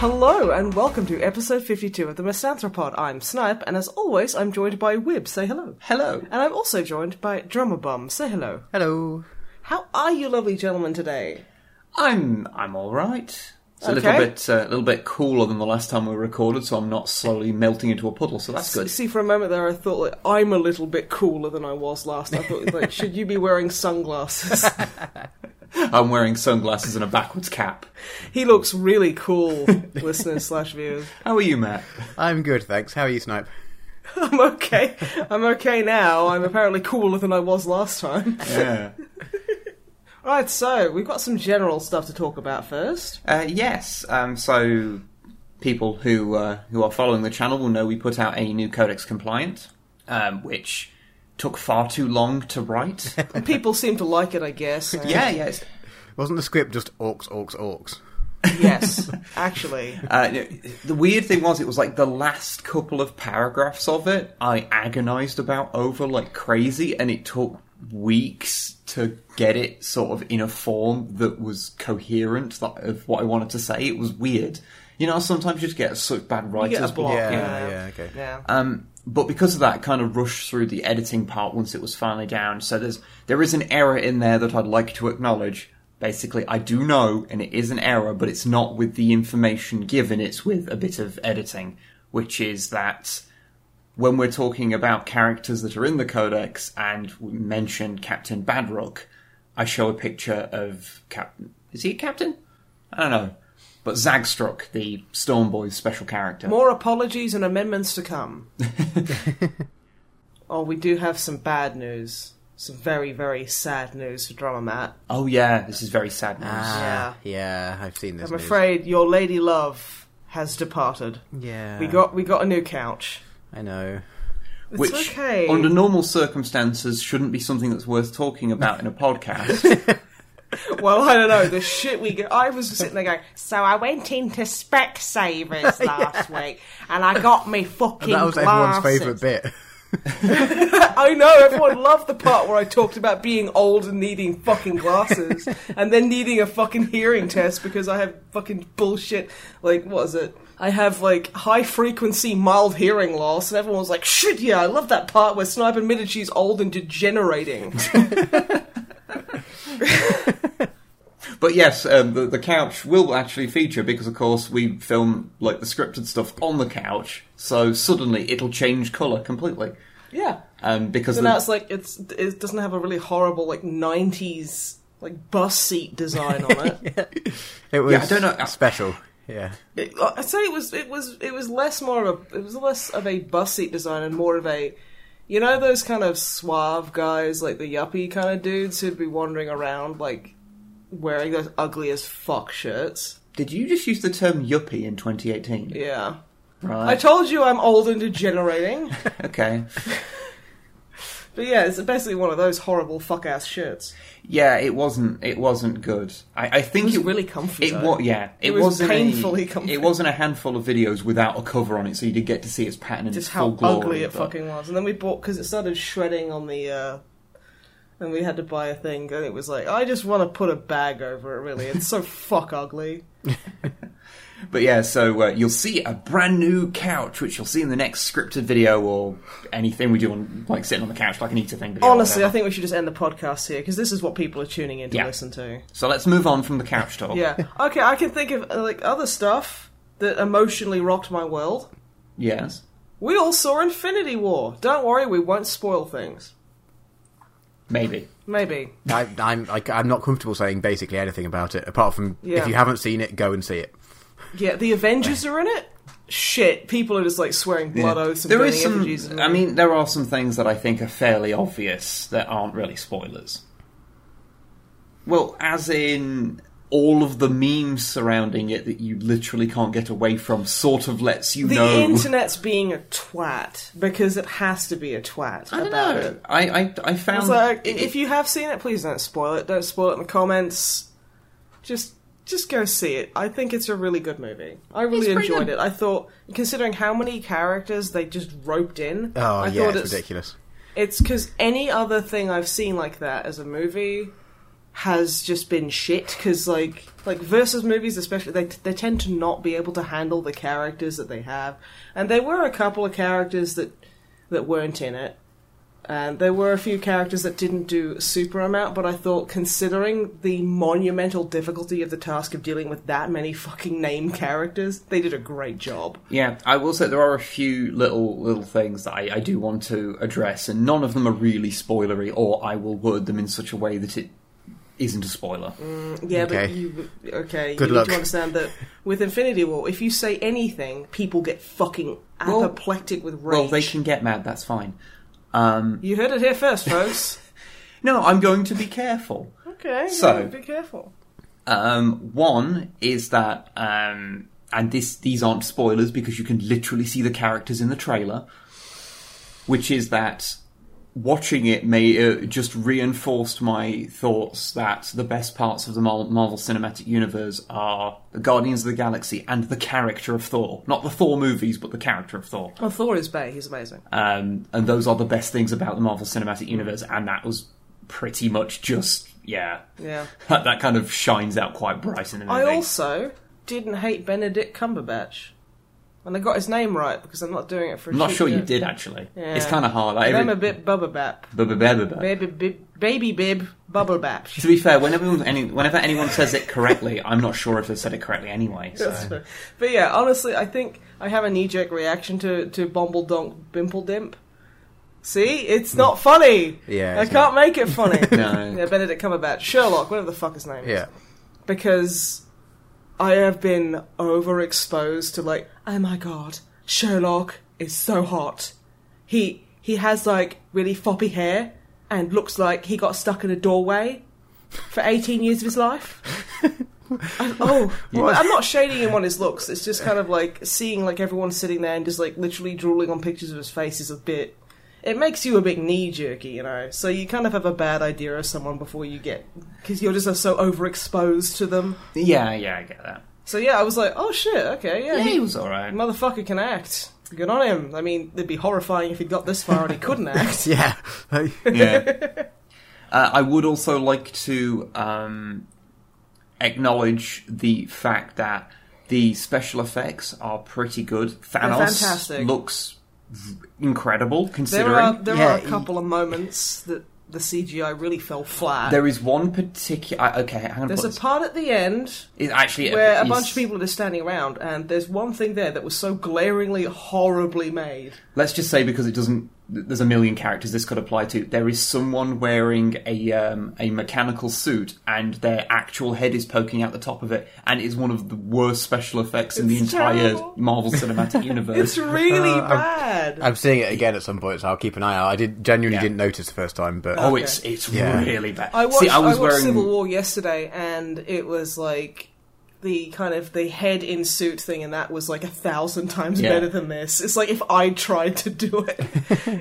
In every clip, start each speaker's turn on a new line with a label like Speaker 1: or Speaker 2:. Speaker 1: Hello and welcome to episode 52 of the Misanthropod. I'm Snipe, and as always, I'm joined by Wib. Say hello.
Speaker 2: Hello.
Speaker 1: And I'm also joined by Drummer Bum. Say hello.
Speaker 2: Hello.
Speaker 1: How are you, lovely gentlemen, today?
Speaker 2: I'm I'm all right. It's a
Speaker 1: Okay.
Speaker 2: little bit a little bit cooler than the last time we recorded, so I'm not slowly melting into a puddle. So that's
Speaker 1: You
Speaker 2: good.
Speaker 1: see, for a moment there, I thought like, I'm a little bit cooler than I was last. I thought, like, should you be wearing sunglasses?
Speaker 2: I'm wearing sunglasses and a backwards cap.
Speaker 1: he looks really cool, listeners slash viewers.
Speaker 2: How are you, Matt?
Speaker 3: I'm good, thanks. How are you, Snipe?
Speaker 1: I'm okay. I'm okay now. I'm apparently cooler than I was last time.
Speaker 2: Yeah.
Speaker 1: Right, so we've got some general stuff to talk about first.
Speaker 2: Uh, yes. Um, so people who uh, who are following the channel will know we put out a new Codex Compliant, um, which took far too long to write.
Speaker 1: And people seem to like it, I guess. and-
Speaker 2: yeah. Yeah. It's,
Speaker 3: Wasn't the script just orcs, orcs, orcs?
Speaker 1: Yes, actually.
Speaker 2: Uh, no, the weird thing was, it was like the last couple of paragraphs of it I agonized about over like crazy, and it took weeks to get it sort of in a form that was coherent that, of what I wanted to say. It was weird. You know, sometimes you just get such bad
Speaker 1: You get a
Speaker 2: writer's block.
Speaker 1: block.
Speaker 3: Yeah,
Speaker 1: yeah,
Speaker 3: yeah, okay.
Speaker 1: Yeah.
Speaker 2: Um, but because of that, I kind of rushed through the editing part once it was finally down. So there's there is an error in there that I'd like to acknowledge. Basically, I do know, and it is an error, but it's not with the information given. It's with a bit of editing, which is that when we're talking about characters that are in the codex and we mention Captain Badrock, I show a picture of Captain. Is he a captain? I don't know. But Zagstruck, the Stormboy's special character.
Speaker 1: More apologies and amendments to come. oh, we do have some bad news. Some very, very sad news for Drummer Matt.
Speaker 2: Oh yeah, this is very sad news.
Speaker 3: Ah.
Speaker 1: Yeah.
Speaker 3: yeah, I've seen this.
Speaker 1: I'm
Speaker 3: news.
Speaker 1: afraid your lady love has departed.
Speaker 3: Yeah,
Speaker 1: We got we got a new couch.
Speaker 3: I know.
Speaker 1: It's
Speaker 2: which,
Speaker 1: okay.
Speaker 2: under normal circumstances, shouldn't be something that's worth talking about in a podcast.
Speaker 1: well, I don't know the shit we get. I was sitting there going, so I went into Specsavers last week and I got me fucking.
Speaker 3: that was everyone's
Speaker 1: glasses."
Speaker 3: favourite bit.
Speaker 1: I know everyone loved the part where I talked about being old and needing fucking glasses, and then needing a fucking hearing test because I have fucking bullshit. Like, what is it? I have like high frequency mild hearing loss, and everyone was like, "Shit, yeah, I love that part where Snipe admitted she's old and degenerating."
Speaker 2: but yes, um, the, the couch will actually feature because, of course, we film like the scripted stuff on the couch. So suddenly, it'll change colour completely.
Speaker 1: yeah.
Speaker 2: Um, because
Speaker 1: So
Speaker 2: the-
Speaker 1: now it's like it's it doesn't have a really horrible like '90s like bus seat design on it.
Speaker 3: It was
Speaker 2: Yeah, I don't know.
Speaker 3: special. Yeah,
Speaker 1: It- I'd say it was it was it was less more of a it was less of a bus seat design and more of a you know those kind of suave guys like the yuppie kind of dudes who'd be wandering around like wearing those ugly as fuck shirts.
Speaker 2: did you just use the term yuppie in 2018?
Speaker 1: Yeah. I
Speaker 2: Right.
Speaker 1: told you I'm old and degenerating.
Speaker 2: okay.
Speaker 1: but yeah, it's basically one of those horrible fuck ass shirts.
Speaker 2: Yeah, it wasn't. It wasn't good. I, I think
Speaker 1: It was really comfy,
Speaker 2: It
Speaker 1: though.
Speaker 2: was. Yeah, it,
Speaker 1: It was
Speaker 2: wasn't a-
Speaker 1: painfully comfy.
Speaker 2: It wasn't a handful of videos without a cover on it, so you did get to see its pattern in its
Speaker 1: Just
Speaker 2: full
Speaker 1: how
Speaker 2: glory.
Speaker 1: ugly it
Speaker 2: but-
Speaker 1: fucking was. And then we bought because it started shredding on the. uh and we had to buy a thing, and it was like, I just want to put a bag over it. Really, it's so fuck ugly.
Speaker 2: But yeah, so uh, you'll see a brand new couch, which you'll see in the next scripted video or anything we do on like sitting on the couch, like an eater thing. Video or
Speaker 1: Honestly, I
Speaker 2: whatever.
Speaker 1: think we should just end the podcast here because this is what people are tuning in to
Speaker 2: Yeah.
Speaker 1: listen to.
Speaker 2: so. Let's move on from the couch talk.
Speaker 1: Yeah. Okay, I can think of uh, like other stuff that emotionally rocked my world.
Speaker 2: Yes.
Speaker 1: We all saw Infinity War. Don't worry, we won't spoil things.
Speaker 2: Maybe.
Speaker 1: Maybe.
Speaker 3: I, I'm I, I'm not comfortable saying basically anything about it apart from
Speaker 1: Yeah.
Speaker 3: if you haven't seen it, go and see it.
Speaker 1: Yeah, the Avengers are in it. Shit, people are just like swearing blood oaths and
Speaker 2: there
Speaker 1: burning
Speaker 2: is
Speaker 1: effigies in
Speaker 2: some.
Speaker 1: the
Speaker 2: I
Speaker 1: room.
Speaker 2: mean, there are some things that I think are fairly obvious that aren't really spoilers. Well, as in, all of the memes surrounding it that you literally can't get away from sort of lets you
Speaker 1: The
Speaker 2: know.
Speaker 1: internet's being a twat because it has to be a twat
Speaker 2: I don't
Speaker 1: about
Speaker 2: know.
Speaker 1: it.
Speaker 2: I, I, I found
Speaker 1: It's like
Speaker 2: it-
Speaker 1: if you have seen it, please don't spoil it. Don't spoil it in the comments. Just just go see it. I think it's a really good movie. I really
Speaker 2: It's pretty
Speaker 1: enjoyed
Speaker 2: good.
Speaker 1: it. I thought considering how many characters they just roped in.
Speaker 3: Oh
Speaker 1: I
Speaker 3: yeah,
Speaker 1: thought
Speaker 3: it's, ridiculous.
Speaker 1: It's because any other thing I've seen like that as a movie has just been shit. Because like like versus movies, especially they they tend to not be able to handle the characters that they have, and there were a couple of characters that that weren't in it. And there were a few characters that didn't do a super amount, but I thought considering the monumental difficulty of the task of dealing with that many fucking named characters, they did a great job.
Speaker 2: Yeah, I will say there are a few little little things that I, I do want to address, and none of them are really spoilery, or I will word them in such a way that it isn't a spoiler.
Speaker 1: Yeah,
Speaker 3: Okay.
Speaker 1: but you okay.
Speaker 3: Good
Speaker 1: you
Speaker 3: luck.
Speaker 1: need to understand that with Infinity War, if you say anything, people get fucking
Speaker 2: Well-
Speaker 1: apoplectic with rage.
Speaker 2: Well, they can get mad. That's fine.
Speaker 1: You heard it here first, folks.
Speaker 2: No, I'm going to be careful.
Speaker 1: okay,
Speaker 2: So-
Speaker 1: yeah, be careful.
Speaker 2: Um, one is that, um, and this these aren't spoilers because you can literally see the characters in the trailer, which is that watching it may uh, just reinforced my thoughts that the best parts of the Mar- Marvel Cinematic Universe are the Guardians of the Galaxy and the character of Thor, not the Thor movies, but the character of Thor.
Speaker 1: Well, Thor is Bay. He's amazing.
Speaker 2: Um, and those are the best things about the Marvel Cinematic Universe, and that was pretty much just yeah.
Speaker 1: Yeah.
Speaker 2: That, that kind of shines out quite bright in the movie.
Speaker 1: I also didn't hate Benedict Cumberbatch, and I got his name right because I'm not doing it for. A
Speaker 2: I'm not
Speaker 1: cheap
Speaker 2: sure you
Speaker 1: joke.
Speaker 2: did actually.
Speaker 1: Yeah.
Speaker 2: It's kind of hard. I
Speaker 1: I'm
Speaker 2: every,
Speaker 1: a bit bubba bap,
Speaker 2: b-b-b-b-b.
Speaker 1: baby bib, baby bib, bubble bap.
Speaker 2: To be fair, whenever any, whenever anyone says it correctly, I'm not sure if they said it correctly anyway. So.
Speaker 1: That's fair. But yeah, honestly, I think I have a knee jerk reaction to to Bumble Donk Bimple Dimp. See, it's not funny.
Speaker 3: Mm. Yeah,
Speaker 1: I
Speaker 3: it's
Speaker 1: can't make it funny.
Speaker 2: No.
Speaker 1: yeah, Benedict Cumberbatch, Sherlock, whatever the fuck his name
Speaker 3: Yeah.
Speaker 1: is, because I have been overexposed to like, oh my god, Sherlock is so hot. He he has like really foppy hair and looks like he got stuck in a doorway for 18 years of his life. And- oh,
Speaker 3: What?
Speaker 1: I'm not shading him on his looks. It's just kind of like seeing like everyone sitting there and just like literally drooling on pictures of his face is a bit. It makes you a bit knee jerky, you know. So you kind of have a bad idea of someone before you get because you're just so overexposed to them.
Speaker 2: Yeah, yeah, I get that.
Speaker 1: So yeah, I was like, oh shit, okay, yeah,
Speaker 2: Yeah,
Speaker 1: he-
Speaker 2: he was all right.
Speaker 1: motherfucker can act. Good on him. I mean, it'd be horrifying if he got this far and he couldn't act.
Speaker 3: Yeah.
Speaker 2: yeah. Uh, I would also like to um, acknowledge the fact that the special effects are pretty good. Thanos
Speaker 1: fantastic.
Speaker 2: looks v- incredible,
Speaker 1: There
Speaker 2: considering.
Speaker 1: are there
Speaker 3: Yeah,
Speaker 1: are a
Speaker 3: he-
Speaker 1: couple of moments that the CGI really fell flat.
Speaker 2: There is one particular. Okay, hang on.
Speaker 1: There's
Speaker 2: put
Speaker 1: a
Speaker 2: this-
Speaker 1: part at the end
Speaker 2: It actually
Speaker 1: where a
Speaker 2: is-
Speaker 1: bunch of people are just standing around, and there's one thing there that was so glaringly, horribly made.
Speaker 2: Let's just say because it doesn't. There's a million characters this could apply to. There is someone wearing a um, a mechanical suit, and their actual head is poking out the top of it, and it is one of the worst special effects in the
Speaker 1: It's
Speaker 2: entire
Speaker 1: terrible.
Speaker 2: Marvel Cinematic
Speaker 1: It's
Speaker 2: Universe.
Speaker 1: really
Speaker 2: Uh,
Speaker 3: I'm-
Speaker 1: bad.
Speaker 3: I'm seeing it again at some point, so I'll keep an eye out. I did genuinely
Speaker 2: Yeah.
Speaker 3: didn't notice the first time, but
Speaker 2: oh,
Speaker 1: Okay.
Speaker 2: it's it's
Speaker 3: Yeah.
Speaker 2: really bad.
Speaker 1: I watched,
Speaker 2: See, I was
Speaker 1: watched
Speaker 2: wearing
Speaker 1: Civil War yesterday, and it was like the kind of the head in suit thing, and that was like a thousand times
Speaker 2: Yeah.
Speaker 1: better than this. It's like if I tried to do it,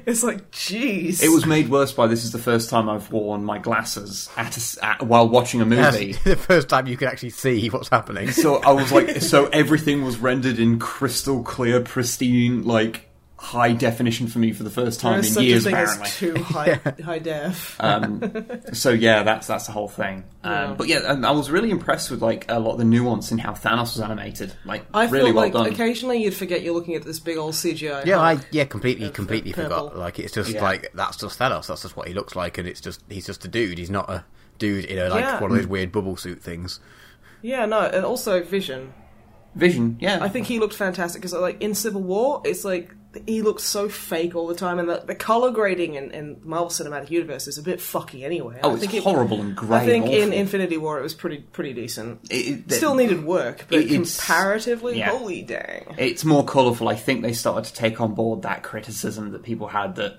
Speaker 1: it's like, jeez.
Speaker 2: It was made worse by this is the first time I've worn my glasses at, a s at while watching a movie.
Speaker 3: that's the first time you could actually see what's happening.
Speaker 2: So I was like, so everything was rendered in crystal clear, pristine, like high definition for me for the first time
Speaker 1: There
Speaker 2: in
Speaker 1: is such
Speaker 2: years,
Speaker 1: a thing
Speaker 2: apparently. Uh,
Speaker 1: as too high, high def.
Speaker 2: So yeah, that's that's the whole thing. Um,
Speaker 1: Yeah.
Speaker 2: But yeah, and I was really impressed with like a lot of the nuance in how Thanos was animated. Like
Speaker 1: I
Speaker 2: really
Speaker 1: felt
Speaker 2: well
Speaker 1: like
Speaker 2: done.
Speaker 1: occasionally you'd forget you're looking at this big old CGI.
Speaker 3: Yeah,
Speaker 1: hunk.
Speaker 3: I yeah completely completely
Speaker 1: purple.
Speaker 3: forgot. Like it's just
Speaker 2: Yeah.
Speaker 3: like that's just Thanos. That's just what he looks like, and it's just he's just a dude. He's not a dude in a like
Speaker 1: Yeah.
Speaker 3: one of those weird bubble suit things.
Speaker 1: yeah, no, and also Vision.
Speaker 2: Vision, yeah.
Speaker 1: I think he looked fantastic because, like, in Civil War, it's like he looked so fake all the time, and the, the color grading in, in Marvel Cinematic Universe is a bit fucky anyway.
Speaker 2: oh,
Speaker 1: I think
Speaker 2: it's
Speaker 1: it-
Speaker 2: horrible and grey.
Speaker 1: I think
Speaker 2: and
Speaker 1: in
Speaker 2: awful.
Speaker 1: Infinity War it was pretty pretty decent.
Speaker 2: It- it-
Speaker 1: Still needed work, but
Speaker 2: it- it's-
Speaker 1: comparatively,
Speaker 2: yeah.
Speaker 1: holy dang!
Speaker 2: it's more colourful. I think they started to take on board that criticism that people had that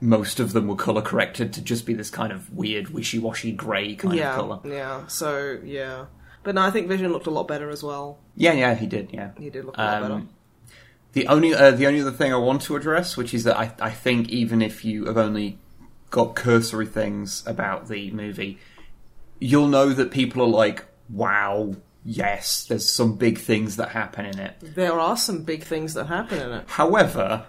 Speaker 2: most of them were colour corrected to just be this kind of weird, wishy washy grey kind
Speaker 1: Yeah,
Speaker 2: of colour.
Speaker 1: yeah. So yeah, But no, I think Vision looked a lot better as well.
Speaker 2: Yeah, yeah, he did. Yeah,
Speaker 1: He did look a lot
Speaker 2: Um,
Speaker 1: better.
Speaker 2: The only uh, the only other thing I want to address, which is that I, I think even if you have only got cursory things about the movie, you'll know that people are like, "Wow, yes, there's some big things that happen in it."
Speaker 1: There are some big things that happen in it.
Speaker 2: However,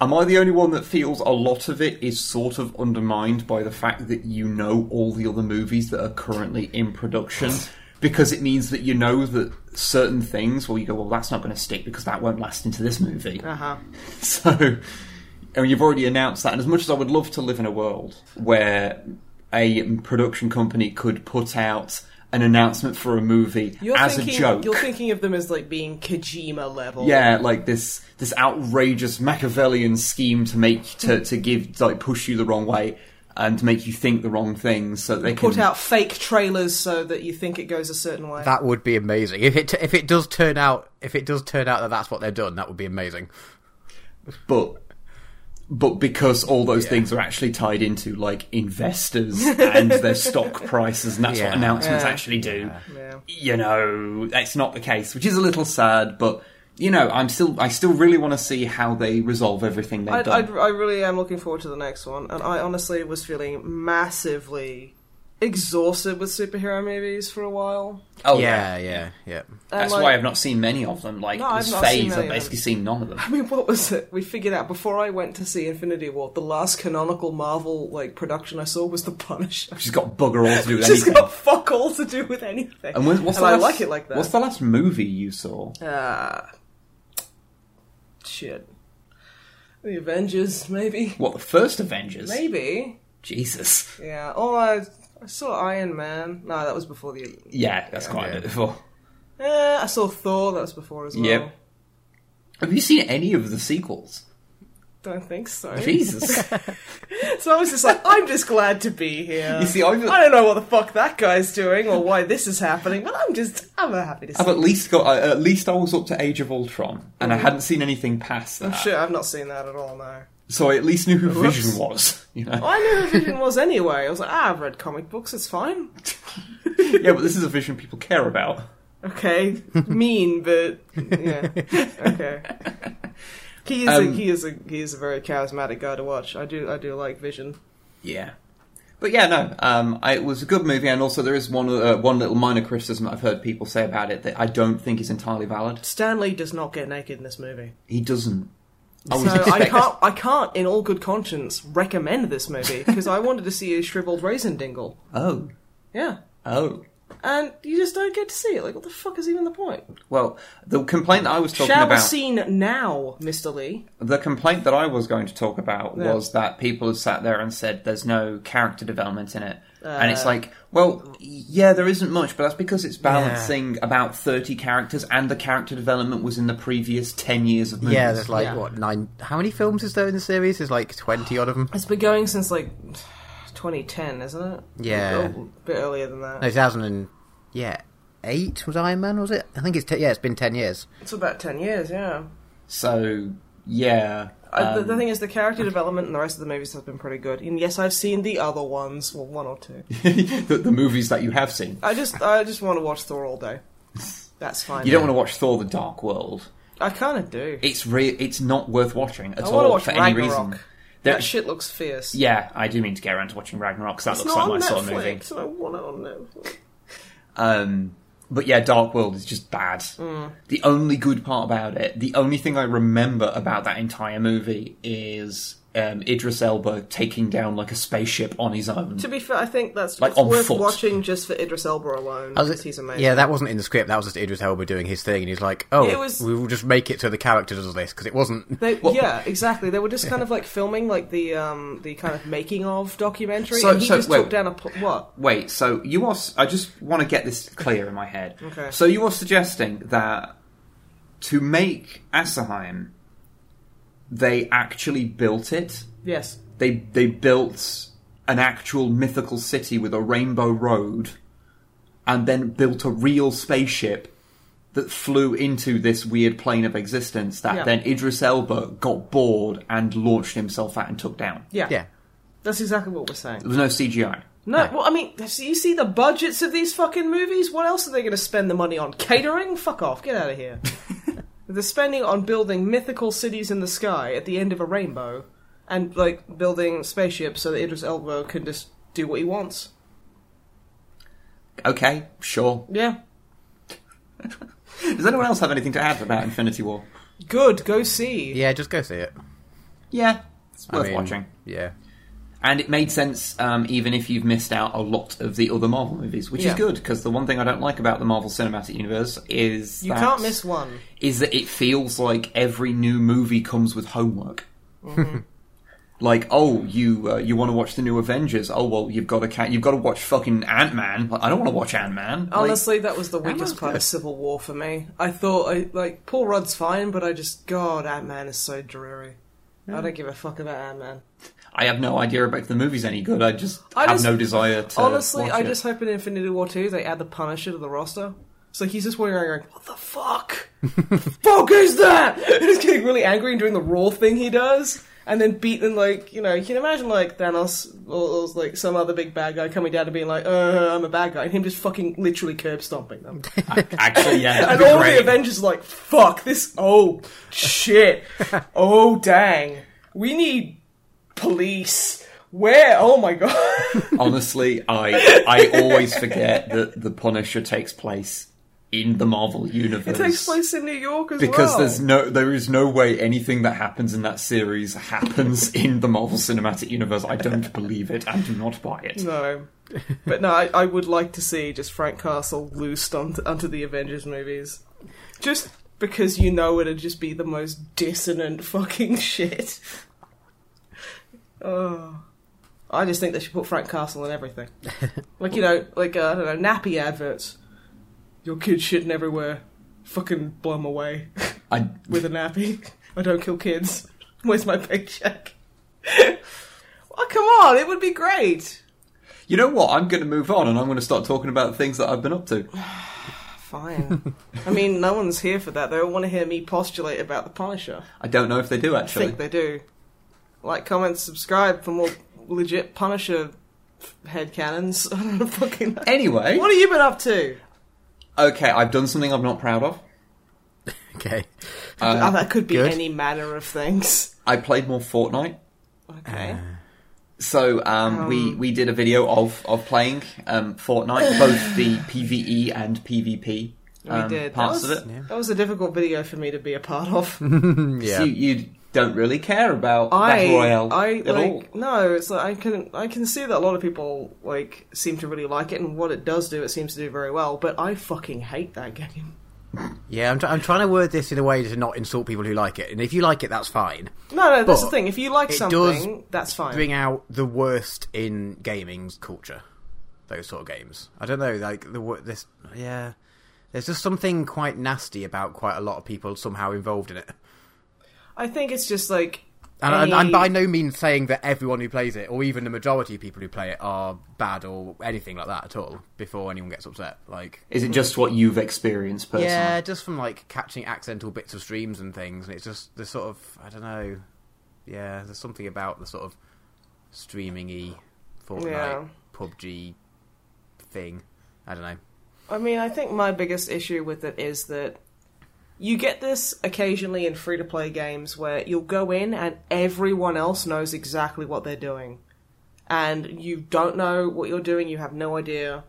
Speaker 2: am I the only one that feels a lot of it is sort of undermined by the fact that you know all the other movies that are currently in production? Because it means that you know that certain things, well, you go, well, that's not going to stick because that won't last into this movie.
Speaker 1: Uh huh.
Speaker 2: So, I mean, you've already announced that. And as much as I would love to live in a world where a production company could put out an announcement for a movie
Speaker 1: You're
Speaker 2: as
Speaker 1: thinking,
Speaker 2: a joke,
Speaker 1: You're thinking of them as like being Kojima level.
Speaker 2: yeah, like this this outrageous Machiavellian scheme to make to to give like push you the wrong way and to make you think the wrong things so that they
Speaker 1: Put
Speaker 2: can
Speaker 1: out fake trailers so that you think it goes a certain way.
Speaker 3: That would be amazing if it if it does turn out if it does turn out that that's what they've done. That would be amazing.
Speaker 2: but but because all those things are actually tied into like investors and their stock prices and that's what
Speaker 3: Yeah.
Speaker 2: announcements
Speaker 1: Yeah.
Speaker 2: actually do.
Speaker 1: yeah.
Speaker 2: You know, that's not the case, which is a little sad, but you know, I'm still I still really want to see how they resolve everything they've
Speaker 1: I, I,
Speaker 2: done.
Speaker 1: I really am looking forward to the next one, and I honestly was feeling massively exhausted with superhero movies for a while.
Speaker 2: oh
Speaker 3: Yeah, yeah, yeah.
Speaker 1: And,
Speaker 2: That's
Speaker 1: like-
Speaker 2: why I've not seen many of them. Like
Speaker 1: No, I've
Speaker 2: this
Speaker 1: not seen
Speaker 2: phase,
Speaker 1: many
Speaker 2: I've
Speaker 1: of them.
Speaker 2: basically seen none of them.
Speaker 1: I mean, what was it? We figured out before I went to see Infinity War, the last canonical Marvel like production I saw was The Punisher.
Speaker 2: She's got bugger all to do with
Speaker 1: Just
Speaker 2: anything.
Speaker 1: got fuck all to do with anything.
Speaker 2: And when- what's
Speaker 1: and
Speaker 2: the
Speaker 1: I
Speaker 2: last,
Speaker 1: like it like that.
Speaker 2: What's the last movie you saw?
Speaker 1: Uh, shit. The Avengers, maybe?
Speaker 2: What the first Avengers?
Speaker 1: Maybe.
Speaker 2: Jesus.
Speaker 1: Yeah. Oh, I, I saw Iron Man. No, that was before the.
Speaker 2: Yeah, that's quite
Speaker 3: Yeah.
Speaker 2: a bit before.
Speaker 1: Eh, I saw Thor. That was before as well.
Speaker 2: Yep. Have you seen any of the sequels?
Speaker 1: Don't think so.
Speaker 2: Jesus.
Speaker 1: So I was just like, I'm just glad to be here.
Speaker 2: You see, I've-
Speaker 1: I don't know what the fuck that guy's doing or why this is happening, but I'm just, I'm happy to see.
Speaker 2: I've at least got. I- At least I was up to Age of Ultron, and I hadn't seen anything past that,
Speaker 1: Mm-hmm. I'm sure I've not seen that at all. No,
Speaker 2: so I at least knew who
Speaker 1: Whoops.
Speaker 2: Vision was. You know.
Speaker 1: well, I knew who Vision was anyway. I was like, ah, I've read comic books. It's fine.
Speaker 2: yeah, but this is a Vision people care about.
Speaker 1: Okay, mean, but yeah, okay. He is a
Speaker 2: Um,
Speaker 1: he is a he is a very charismatic guy to watch. I do I do like Vision.
Speaker 2: Yeah. But yeah, no, um, I, it was a good movie, and also there is one uh, one little minor criticism I've heard people say about it that I don't think is entirely valid.
Speaker 1: Stanley does not get naked in this movie.
Speaker 2: He doesn't. I
Speaker 1: So I can't, I can't, in all good conscience, recommend this movie because I wanted to see a shriveled raisin dingle.
Speaker 2: Oh,
Speaker 1: Yeah,
Speaker 2: oh.
Speaker 1: and you just don't get to see it. Like, what the fuck is even the point?
Speaker 2: Well, the complaint that I was talking
Speaker 1: Shower
Speaker 2: about,
Speaker 1: scene now, Mister Lee.
Speaker 2: the complaint that I was going to talk about
Speaker 1: Yeah.
Speaker 2: was that people have sat there and said there's no character development in it, and
Speaker 1: Uh,
Speaker 2: it's like, well, yeah, there isn't much, but that's because it's balancing about thirty characters, and the character development was in the previous ten years of movies.
Speaker 3: Yeah, there's like
Speaker 1: Yeah.
Speaker 3: what nine? How many films is there in the series? There's like twenty odd of them.
Speaker 1: It's been going since like 2010, isn't it?
Speaker 3: Yeah.
Speaker 1: a bit earlier than that.
Speaker 3: No, two thousand and yeah, eight was Iron Man, was it? I think it's te- yeah, it's been ten years.
Speaker 1: It's about 10 years. Yeah.
Speaker 2: so yeah.
Speaker 1: I, Uh, the,
Speaker 2: um,
Speaker 1: the thing is, the character development in the rest of the movies has been pretty good. And yes, I've seen the other ones, well, one or two.
Speaker 2: the, the movies that you have seen.
Speaker 1: I just, I just want to watch Thor all day. That's fine.
Speaker 2: You don't want to watch Thor: The Dark World.
Speaker 1: I kind of do.
Speaker 2: It's re- it's not worth watching at
Speaker 1: I wanna
Speaker 2: all
Speaker 1: watch
Speaker 2: for any
Speaker 1: Ragnarok.
Speaker 2: reason. There-
Speaker 1: That shit looks fierce.
Speaker 2: yeah, I do mean to get around to watching Ragnarok 'cause that
Speaker 1: it's
Speaker 2: looks
Speaker 1: not
Speaker 2: like my
Speaker 1: on
Speaker 2: sort of movie.
Speaker 1: Netflix, and I want it on Netflix.
Speaker 2: Um, but yeah, Dark World is just bad.
Speaker 1: Mm.
Speaker 2: The only good part about it, the only thing I remember about that entire movie is um, Idris Elba taking down like a spaceship on his own.
Speaker 1: To be fair, I think that's
Speaker 2: Like,
Speaker 1: it's
Speaker 2: on
Speaker 1: worth
Speaker 2: foot.
Speaker 1: watching just for Idris Elba alone
Speaker 3: I was-
Speaker 1: because he's amazing.
Speaker 3: Yeah, that wasn't in the script. That was just Idris Elba doing his thing, and he's like, "Oh,
Speaker 1: It was-
Speaker 3: we will just make it so the character does this," because it wasn't.
Speaker 1: They, yeah, exactly. They were just kind of like filming like the um the kind of making of documentary,
Speaker 2: So-
Speaker 1: and he
Speaker 2: so,
Speaker 1: just
Speaker 2: wait.
Speaker 1: took down a pl- what?
Speaker 2: Wait, so you are. s- I just want to get this clear in my head.
Speaker 1: Okay.
Speaker 2: So you are suggesting that to make Asaheim, they actually built it.
Speaker 1: Yes,
Speaker 2: They they built an actual mythical city with a rainbow road, and then built a real spaceship that flew into this weird plane of existence that
Speaker 1: Yeah.
Speaker 2: then Idris Elba got bored and launched himself at and took down.
Speaker 1: yeah,
Speaker 3: Yeah,
Speaker 1: That's exactly what we're saying.
Speaker 2: There was no CGI.
Speaker 1: No, well, I mean, so you see the budgets of these fucking movies? What else are they going to spend the money on? Catering? Fuck off, get out of here. They're spending it on building mythical cities in the sky at the end of a rainbow and, like, building spaceships so that Idris Elba can just do what he wants.
Speaker 2: Okay, sure.
Speaker 1: Yeah.
Speaker 2: Does anyone else have anything to add about Infinity War?
Speaker 1: Good, go see.
Speaker 3: Yeah, just go see it.
Speaker 2: Yeah, it's
Speaker 3: I
Speaker 2: worth
Speaker 3: mean,
Speaker 2: watching.
Speaker 3: Yeah.
Speaker 2: And it made sense, um, even if you've missed out a lot of the other Marvel movies, which
Speaker 1: Yeah.
Speaker 2: is good because the one thing I don't like about the Marvel Cinematic Universe is
Speaker 1: You
Speaker 2: that-
Speaker 1: can't miss one.
Speaker 2: is that it feels like every new movie comes with homework.
Speaker 1: Mm-hmm.
Speaker 2: like, oh, you uh, you want to watch the new Avengers? Oh, well, you've got to ca- you've got to watch fucking Ant Man. I don't want to watch Ant Man.
Speaker 1: Honestly, that was the weakest
Speaker 3: was
Speaker 1: part
Speaker 3: good.
Speaker 1: of Civil War for me. I thought, I like, Paul Rudd's fine, but I just, God, Ant Man is so dreary. I don't give a fuck about Ant Man.
Speaker 2: I have no idea about if the movie's any good. I just
Speaker 1: I
Speaker 2: have
Speaker 1: just-
Speaker 2: no desire to.
Speaker 1: Honestly,
Speaker 2: watch
Speaker 1: I
Speaker 2: it.
Speaker 1: just hope in Infinity War 2 they add the Punisher to the roster. So he's just wearing like, what the fuck? fuck is that? And he's getting really angry and doing the raw thing he does. And then beating like, you know, you can imagine like Thanos or, or like some other big bad guy coming down and being like, uh, I'm a bad guy. And him just fucking literally curb stomping them.
Speaker 2: actually, yeah, that'd
Speaker 1: and
Speaker 2: be
Speaker 1: all
Speaker 2: great.
Speaker 1: the Avengers are like, fuck this, oh shit, oh dang. We need police. Where? Oh my god.
Speaker 2: Honestly, I I always forget that the Punisher takes place in the Marvel universe.
Speaker 1: It takes place in New York as
Speaker 2: because
Speaker 1: well.
Speaker 2: there's no there is no way anything that happens in that series happens in the Marvel Cinematic Universe. I don't believe it. I do not buy it.
Speaker 1: no. But no, I, I would like to see just Frank Castle loosed onto, onto the Avengers movies. Just because you know it'd just be the most dissonant fucking shit. Oh. I just think they should put Frank Castle in everything. Like, you know, like, uh, I don't know, nappy adverts. Your kid's shitting everywhere. Fucking blow 'em away
Speaker 2: I
Speaker 1: with a nappy. I don't kill kids. Where's my paycheck? oh, come on, it would be great.
Speaker 2: you know what? I'm going to move on and I'm going to start talking about things that I've been up to.
Speaker 1: Fine. I mean, no one's here for that. They all want to hear me postulate about the Punisher.
Speaker 2: I don't know if they do
Speaker 1: I
Speaker 2: actually.
Speaker 1: think they do. Like, comment, subscribe for more legit Punisher headcanons. I don't fucking know.
Speaker 2: Anyway,
Speaker 1: What have you been up to?
Speaker 2: okay, I've done something I'm not proud of.
Speaker 3: Okay.
Speaker 1: oh, that could be
Speaker 3: good.
Speaker 1: any manner of things.
Speaker 2: I played more Fortnite.
Speaker 1: Okay.
Speaker 3: Uh,
Speaker 2: So um, we
Speaker 1: Oh.
Speaker 2: we did a video of of playing um, Fortnite, both the PVE and PvP um,
Speaker 1: we did.
Speaker 2: parts
Speaker 1: that was,
Speaker 2: of it.
Speaker 1: That was a difficult video for me to be a part of.
Speaker 2: So
Speaker 3: Yeah.
Speaker 2: you, you don't really care about
Speaker 1: I,
Speaker 2: battle royale
Speaker 1: I
Speaker 2: at
Speaker 1: like,
Speaker 2: all.
Speaker 1: No, it's like I can I can see that a lot of people like seem to really like it, and what it does do, it seems to do very well. But I fucking hate that game.
Speaker 3: Yeah, I'm, try I'm trying to word this in a way to not insult people who like it. And if you like it, that's fine.
Speaker 1: No, no, that's
Speaker 3: But
Speaker 1: the thing. If you like
Speaker 3: it
Speaker 1: something, that's fine.
Speaker 3: Bring out the worst in gaming's culture. Those sort of games. I don't know, like the wor- this. Yeah, there's just something quite nasty about quite a lot of people somehow involved in it.
Speaker 1: I think it's just like.
Speaker 3: And I'm,
Speaker 1: a-
Speaker 3: I'm by no means saying that everyone who plays it, or even the majority of people who play it, are bad or anything like that at all. Before anyone gets upset, like
Speaker 2: Is it just what you've experienced personally?
Speaker 3: yeah, just from like catching accidental bits of streams and things, and it's just the sort of I don't know, yeah, there's something about the sort of streaming-y Fortnite
Speaker 1: Yeah.
Speaker 3: PUBG thing. I don't know.
Speaker 1: I mean, I think my biggest issue with it is that you get this occasionally in free to play games where you'll go in and everyone else knows exactly what they're doing. And you don't know what you're doing, you have no idea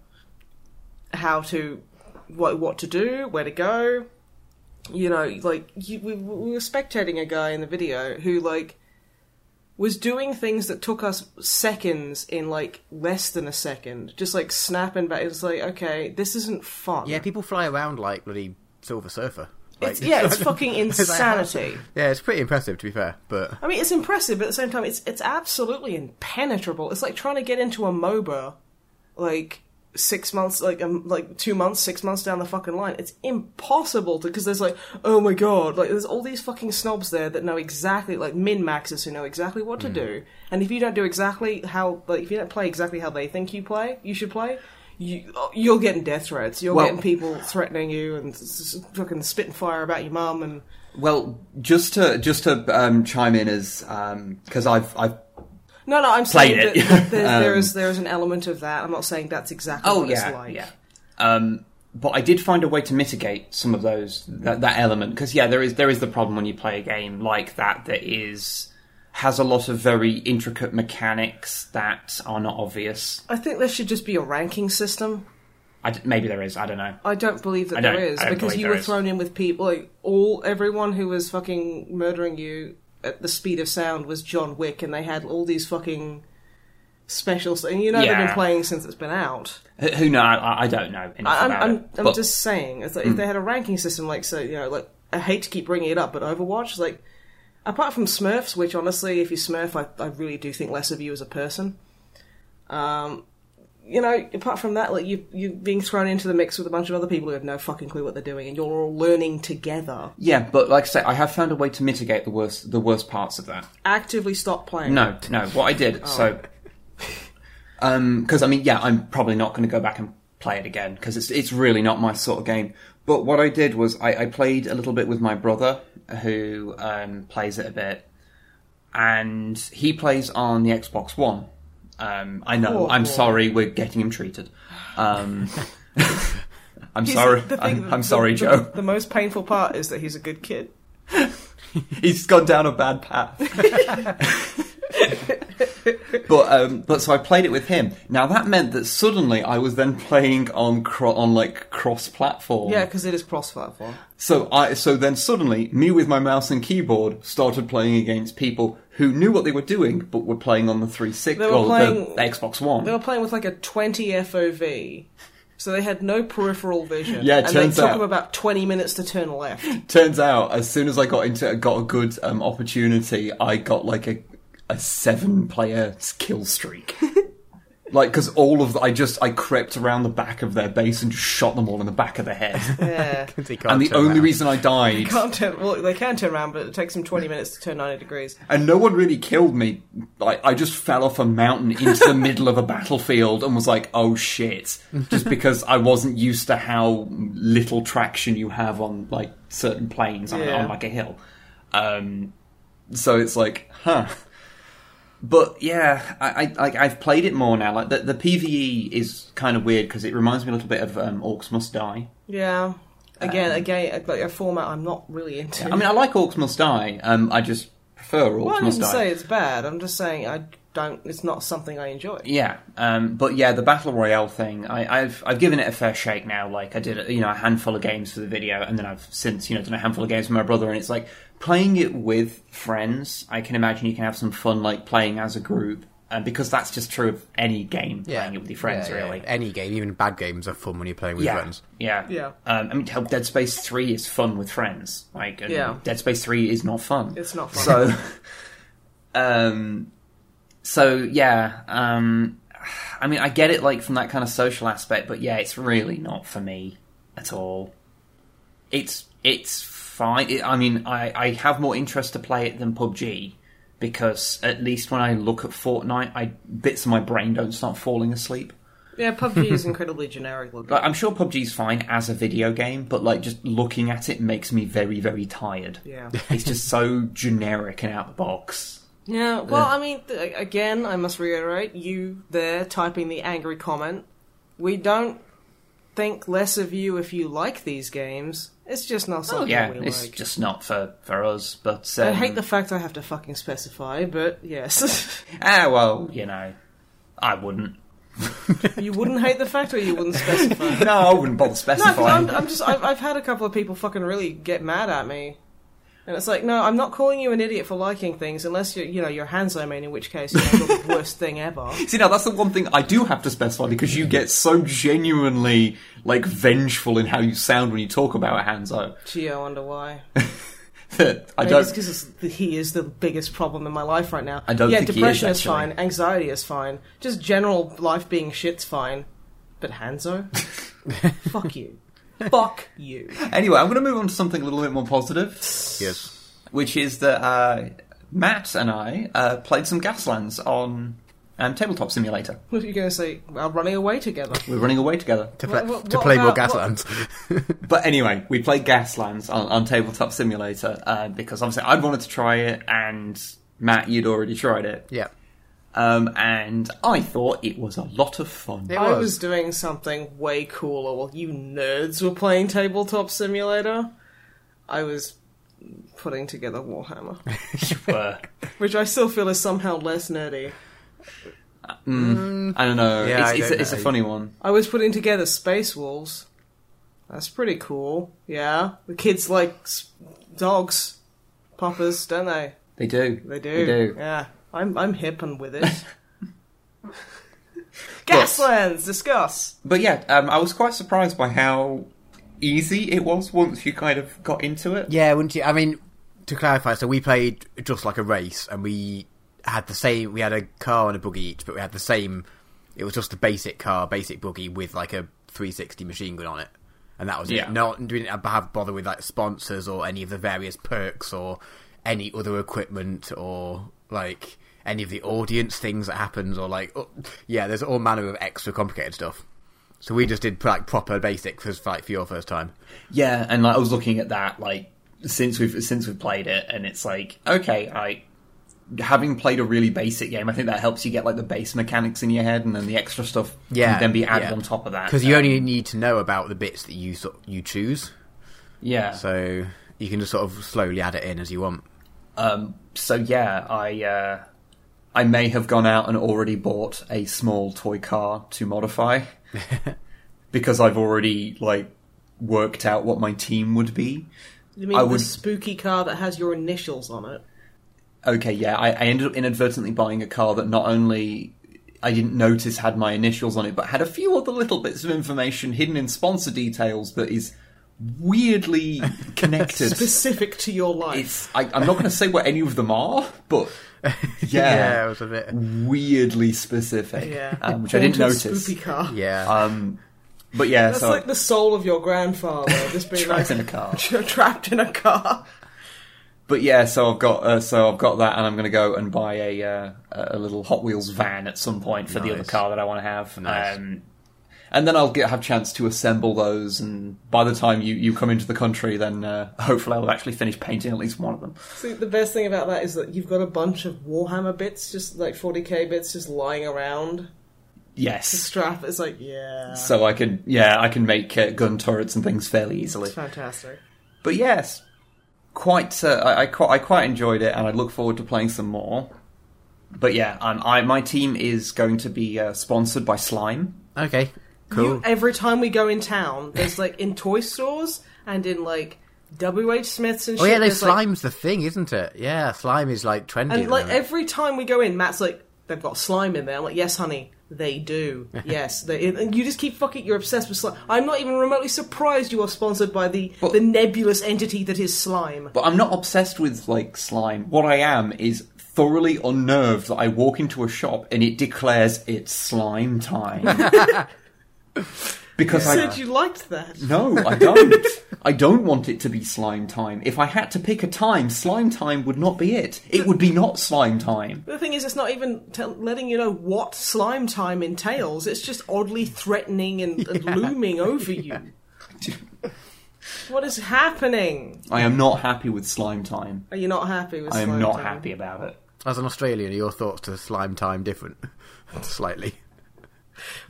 Speaker 1: how to what what to do, where to go. You know, like you, we, we were spectating a guy in the video who like was doing things that took us seconds in like less than a second, just like snapping back. It was like, okay, this isn't fun.
Speaker 3: Yeah, people fly around like bloody Silver Surfer. Like,
Speaker 1: It's, yeah, it's fucking
Speaker 3: like, how-
Speaker 1: insanity.
Speaker 3: yeah, it's pretty impressive to be fair, but
Speaker 1: I mean, it's impressive, but at the same time, it's it's absolutely impenetrable. It's like trying to get into a MOBA, like six months, like um, like two months, six months down the fucking line. It's impossible because there's like, oh my god, like there's all these fucking snobs there that know exactly, like min maxes who know exactly what to do. And if you don't do exactly how, like if you don't play exactly how they think you play, you should play. You, you're getting death threats. You're
Speaker 2: Well-
Speaker 1: getting people threatening you and s- s- fucking spitting fire about your mum and
Speaker 2: Well, just to just to um, chime in as because um, I've I've
Speaker 1: No, no, I'm
Speaker 2: Played
Speaker 1: saying that, that
Speaker 2: it.
Speaker 1: there's, there
Speaker 2: Um,
Speaker 1: is there is an element of that. I'm not saying that's exactly
Speaker 2: Oh
Speaker 1: what
Speaker 2: yeah,
Speaker 1: it's like.
Speaker 2: yeah. Um, but I did find a way to mitigate some of those that, that element because yeah, there is there is the problem when you play a game like that that is has a lot of very intricate mechanics that are not obvious.
Speaker 1: I think there should just be a ranking system.
Speaker 2: I d maybe there is. I don't know.
Speaker 1: I don't believe that
Speaker 2: I don't-
Speaker 1: there is
Speaker 2: I don't
Speaker 1: because
Speaker 2: believe
Speaker 1: you
Speaker 2: there
Speaker 1: were
Speaker 2: is.
Speaker 1: thrown in with people like all everyone who was fucking murdering you at the speed of sound was John Wick, and they had all these fucking specials. And you know they've been
Speaker 2: Yeah.
Speaker 1: playing since it's been out.
Speaker 2: Who- Who know? I, I don't know enough
Speaker 1: I- I'm
Speaker 2: about
Speaker 1: I'm,
Speaker 2: it.
Speaker 1: I'm
Speaker 2: But- Hmm.
Speaker 1: just saying it's like if they had a ranking system like so you know like I hate to keep bringing it up, but Overwatch is like apart from Smurfs, which honestly, if you Smurf, I, I really do think less of you as a person. Um, you know, apart from that, like you you being thrown into the mix with a bunch of other people who have no fucking clue what they're doing, and you're all learning together.
Speaker 2: yeah, but like I say, I have found a way to mitigate the worst the worst parts of that.
Speaker 1: Actively stop playing.
Speaker 2: No, no. What I did, so,
Speaker 1: Oh.
Speaker 2: um, because I mean, yeah, I'm probably not going to go back and play it again because it's it's really not my sort of game. But what I did was I, I played a little bit with my brother who um, plays it a bit, and he plays on the Xbox One. Um, I know.
Speaker 1: Poor
Speaker 2: I'm
Speaker 1: boy.
Speaker 2: sorry. We're getting him treated. Um, I'm
Speaker 1: He's-
Speaker 2: sorry.
Speaker 1: the thing-
Speaker 2: I'm,
Speaker 1: the-
Speaker 2: I'm sorry,
Speaker 1: the-
Speaker 2: Joe.
Speaker 1: The most painful part is that he's a good kid.
Speaker 2: He's gone down a bad path. but um, but so I played it with him. Now that meant that suddenly I was then playing on cro- on like cross platform.
Speaker 1: Yeah, because it is cross-platform.
Speaker 2: So I so then suddenly me with my mouse and keyboard started playing against people who knew what they were doing but were playing on the 360
Speaker 1: They were
Speaker 2: or
Speaker 1: playing-
Speaker 2: the Xbox One.
Speaker 1: They were playing with like a 20 FOV, so they had no peripheral vision.
Speaker 2: Yeah, it
Speaker 1: and they
Speaker 2: turns
Speaker 1: took
Speaker 2: out-
Speaker 1: them about 20 minutes to turn left.
Speaker 2: Turns out as soon as I got into got a good um, opportunity, I got like a a seven player kill streak. like because all of the, I just I crept around the back of their base and just shot them all in the back of the head.
Speaker 1: Yeah.
Speaker 3: They can't
Speaker 2: and the
Speaker 3: turn
Speaker 2: only
Speaker 3: around.
Speaker 2: reason I died,
Speaker 1: Can't turn, well, they can turn around, but it takes them 20 minutes to turn 90 degrees.
Speaker 2: and no one really killed me. Like I just fell off a mountain into the middle of a battlefield and was like, "Oh shit!" Just because I wasn't used to how little traction you have on like certain planes on,
Speaker 1: Yeah.
Speaker 2: on like a hill. Um, so it's like, huh. But yeah, I, I like I've played it more now. Like the, the PVE is kind of weird because it reminds me a little bit of um, Orcs Must Die.
Speaker 1: Yeah. Again,
Speaker 2: Um,
Speaker 1: again, like a format I'm not really into.
Speaker 2: I mean, I like Orcs Must Die. Um, I just prefer Orcs
Speaker 1: well, I
Speaker 2: Must
Speaker 1: didn't
Speaker 2: Die.
Speaker 1: say it's bad. I'm just saying I don't. It's not something I enjoy.
Speaker 2: Yeah, um, but yeah, the battle royale thing, I, I've I've given it a fair shake now. Like I did, you know, a handful of games for the video, and then I've since you know done a handful of games with my brother, and it's like playing it with friends. I can imagine you can have some fun, like playing as a group, um, because that's just true of any game playing it with your friends,
Speaker 3: Yeah, yeah,
Speaker 2: really.
Speaker 3: yeah. Any game, even bad games, are fun when you're playing with
Speaker 2: Yeah,
Speaker 3: friends.
Speaker 2: yeah,
Speaker 1: Yeah.
Speaker 2: Um, I mean, hell, Dead Space Three is fun with friends. Like, and
Speaker 1: Yeah.
Speaker 2: Dead Space Three is not fun.
Speaker 1: It's not fun.
Speaker 2: So, um, so yeah, um, I mean, I get it, like from that kind of social aspect, but yeah, it's really not for me at all. It's it's fine. It, I mean, I I have more interest to play it than PUBG because at least when I look at Fortnite, I bits of my brain don't start falling asleep.
Speaker 1: yeah, PUBG is incredibly generic. Looking.
Speaker 2: Like, I'm sure PUBG's fine as a video game, but like just looking at it makes me very, very tired.
Speaker 1: Yeah.
Speaker 2: it's just so generic and out of the box.
Speaker 1: Yeah, well, I mean, th- again, I must reiterate you there typing the angry comment. We don't think less of you if you like these games. It's just not something
Speaker 2: Oh, yeah,
Speaker 1: we
Speaker 2: it's
Speaker 1: like.
Speaker 2: just not for for us. But um,
Speaker 1: I hate the fact I have to fucking specify, but yes.
Speaker 2: ah well, you know, I wouldn't.
Speaker 1: you wouldn't hate the fact or you wouldn't specify?
Speaker 2: No, I wouldn't bother
Speaker 1: No, 'cause
Speaker 2: specifying.
Speaker 1: I'm, I'm just, I've, I've had a couple of people fucking really get mad at me. And it's like, no, I'm not calling you an idiot for liking things unless you're, you know, you're Hanzo Man, in which case you know, you're the worst thing ever.
Speaker 2: See now, that's the one thing I do have to specify because you get so genuinely like vengeful in how you sound when you talk about Hanzo
Speaker 1: Gee, I wonder why.
Speaker 2: that I
Speaker 1: Maybe
Speaker 2: don't.
Speaker 1: it's because he is the biggest problem in my life right now.
Speaker 2: I don't
Speaker 1: yeah,
Speaker 2: think he is,
Speaker 1: depression is,
Speaker 2: actually.
Speaker 1: fine, anxiety is fine, just general life being shit's fine. But Hanzo, fuck you, fuck you.
Speaker 2: Anyway, I'm going to move on to something a little bit more positive.
Speaker 3: Yes.
Speaker 2: which is that uh, Matt and I uh, played some Gaslands on um, Tabletop Simulator.
Speaker 1: What are you going to say? Are running away together?
Speaker 2: We We're running away together.
Speaker 3: To,
Speaker 1: What-
Speaker 3: pla-
Speaker 1: what-
Speaker 3: to
Speaker 1: what
Speaker 3: play more
Speaker 1: about- what-
Speaker 3: Gaslands.
Speaker 2: But anyway, we played Gaslands on, on Tabletop Simulator uh, because obviously I'd wanted to try it and Matt, you'd already tried it.
Speaker 3: yeah.
Speaker 4: um, and I thought it was a lot of fun.
Speaker 3: It
Speaker 1: I
Speaker 3: was.
Speaker 1: was doing something way cooler while you nerds were playing Tabletop Simulator. I was putting together Warhammer,
Speaker 4: Were-
Speaker 1: which I still feel is somehow less nerdy.
Speaker 4: Mm.
Speaker 1: Mm.
Speaker 4: I don't know.
Speaker 3: Yeah,
Speaker 4: it's,
Speaker 3: I
Speaker 4: it's,
Speaker 3: don't
Speaker 4: a, it's a
Speaker 3: know.
Speaker 4: funny one.
Speaker 1: I was putting together Space Wolves. That's pretty cool. Yeah, the kids like s- dogs, puppers, don't they?
Speaker 4: They do.
Speaker 1: They do.
Speaker 4: They do.
Speaker 1: Yeah, I'm I'm hip and with it. Gaslands, discuss.
Speaker 4: But yeah, um, I was quite surprised by how easy it was once you kind of got into it.
Speaker 3: Yeah, wouldn't you? I mean, to clarify, so we played just like a race, and we had the same. We had a car and a buggy each, but we had the same. It was just a basic car, basic buggy with like a 360 machine gun on it, and that was
Speaker 4: Yeah.
Speaker 3: it. Not we didn't have bother with like sponsors or any of the various perks or any other equipment or like any of the audience things that happens or like oh, yeah, there's all manner of extra complicated stuff. So we just did like proper basic for like for your first time.
Speaker 4: Yeah, and like I was looking at that like since we've since we've played it, and it's like okay, I having played a really basic game, I think that helps you get like the base mechanics in your head, and then the extra stuff
Speaker 3: yeah,
Speaker 4: can then be added
Speaker 3: yeah.
Speaker 4: on top of that. um,
Speaker 3: Because you only need to know about the bits that you sort you choose,
Speaker 4: yeah. So,
Speaker 3: so you can just sort of slowly add it in as you want.
Speaker 4: um, so yeah, I uh, I may have gone out and already bought a small toy car to modify because I've already like worked out what my team would be.
Speaker 1: You mean
Speaker 4: I
Speaker 1: the
Speaker 4: would-
Speaker 1: spooky car that has your initials on it?
Speaker 4: okay, yeah, I, I ended up inadvertently buying a car that not only I didn't notice had my initials on it, but had a few other little bits of information hidden in sponsor details that is weirdly connected.
Speaker 1: Specific to your life.
Speaker 4: it's, I, I'm not going to say what any of them are, but
Speaker 3: Yeah, it
Speaker 4: yeah,
Speaker 3: was a bit.
Speaker 4: weirdly specific,
Speaker 1: yeah,
Speaker 4: um, which I didn't
Speaker 1: Haunted
Speaker 4: notice.
Speaker 1: Spooky car.
Speaker 3: Yeah,
Speaker 4: Um, but yeah,
Speaker 1: That's
Speaker 4: so
Speaker 1: like the soul of your grandfather. Just being
Speaker 4: Trapped
Speaker 1: like,
Speaker 4: in a car.
Speaker 1: trapped in a car.
Speaker 4: but yeah, so I've got uh, so I've got that, and I'm going to go and buy a uh, a little Hot Wheels van at some point for the other
Speaker 3: Nice.
Speaker 4: car that I want to have.
Speaker 3: Nice.
Speaker 4: Um, and then I'll get have chance to assemble those, and by the time you, you come into the country, then uh, hopefully I'll actually finish painting at least one of them.
Speaker 1: See, the best thing about that is that you've got a bunch of Warhammer bits, just like 40k bits, just lying around. The
Speaker 4: Yes,
Speaker 1: strap is like, yeah,
Speaker 4: so I can yeah I can make uh, gun turrets and things fairly easily.
Speaker 1: fantastic.
Speaker 4: But yes, quite uh, I, I quite I quite enjoyed it, and I look forward to playing some more. But yeah, um, I my team is going to be uh, sponsored by Slime.
Speaker 3: okay, cool.
Speaker 1: You, every time we go in town, there's like in toy stores and in like W. H. Smiths and
Speaker 3: oh
Speaker 1: shit.
Speaker 3: yeah, no,
Speaker 1: there's, like-
Speaker 3: slime's the thing, isn't it? Yeah, slime is like trendy. at
Speaker 1: And
Speaker 3: the
Speaker 1: like
Speaker 3: moment.
Speaker 1: every time we go in, Matt's like, "They've got slime in there." I'm like, "Yes, honey, they do. Yes, they." And you just keep fucking. You're obsessed with slime. I'm not even remotely surprised you are sponsored by the
Speaker 4: Well-
Speaker 1: the nebulous entity that is slime.
Speaker 4: But I'm not obsessed with like slime. What I am is thoroughly unnerved that I walk into a shop and it declares it's slime time. because
Speaker 1: You said
Speaker 4: I
Speaker 1: you liked that.
Speaker 4: no, I don't. I don't want it to be slime time. If I had to pick a time, slime time would not be it. It would be not slime time.
Speaker 1: The thing is, it's not even tell letting you know what slime time entails. It's just oddly threatening and, and looming over you. What is happening?
Speaker 4: I am not happy with slime time.
Speaker 1: Are you not happy with
Speaker 4: I
Speaker 1: slime
Speaker 4: am not
Speaker 1: time?
Speaker 4: happy about it.
Speaker 3: As an Australian, are your thoughts to slime time different? Slightly.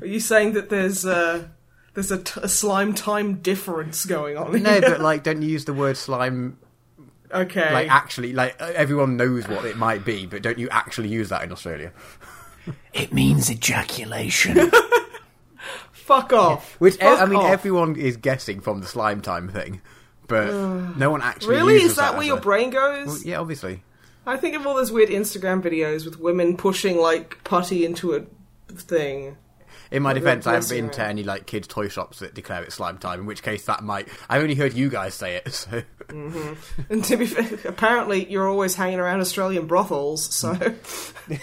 Speaker 1: Are you saying that there's a there's a, t- a slime time difference going on? here?
Speaker 3: No, but like, don't use the word slime.
Speaker 1: Okay.
Speaker 3: Like, actually, like everyone knows what it might be, but don't you actually use that in Australia?
Speaker 4: It means ejaculation.
Speaker 1: Fuck off.
Speaker 3: Which e-
Speaker 1: Fuck
Speaker 3: I mean,
Speaker 1: off.
Speaker 3: everyone is guessing from the slime time thing, but no one actually
Speaker 1: really
Speaker 3: uses
Speaker 1: is that, where
Speaker 3: as
Speaker 1: your
Speaker 3: a-
Speaker 1: brain goes?
Speaker 3: Well, yeah, obviously.
Speaker 1: I think of all those weird Instagram videos with women pushing like putty into a thing.
Speaker 3: In my defence, I haven't
Speaker 1: bless you,
Speaker 3: been to any like kids' toy shops that declare it slime time. In which case, that might. I only heard you guys say it, so
Speaker 1: And to be fair, apparently you're always hanging around Australian brothels, so
Speaker 4: Mm.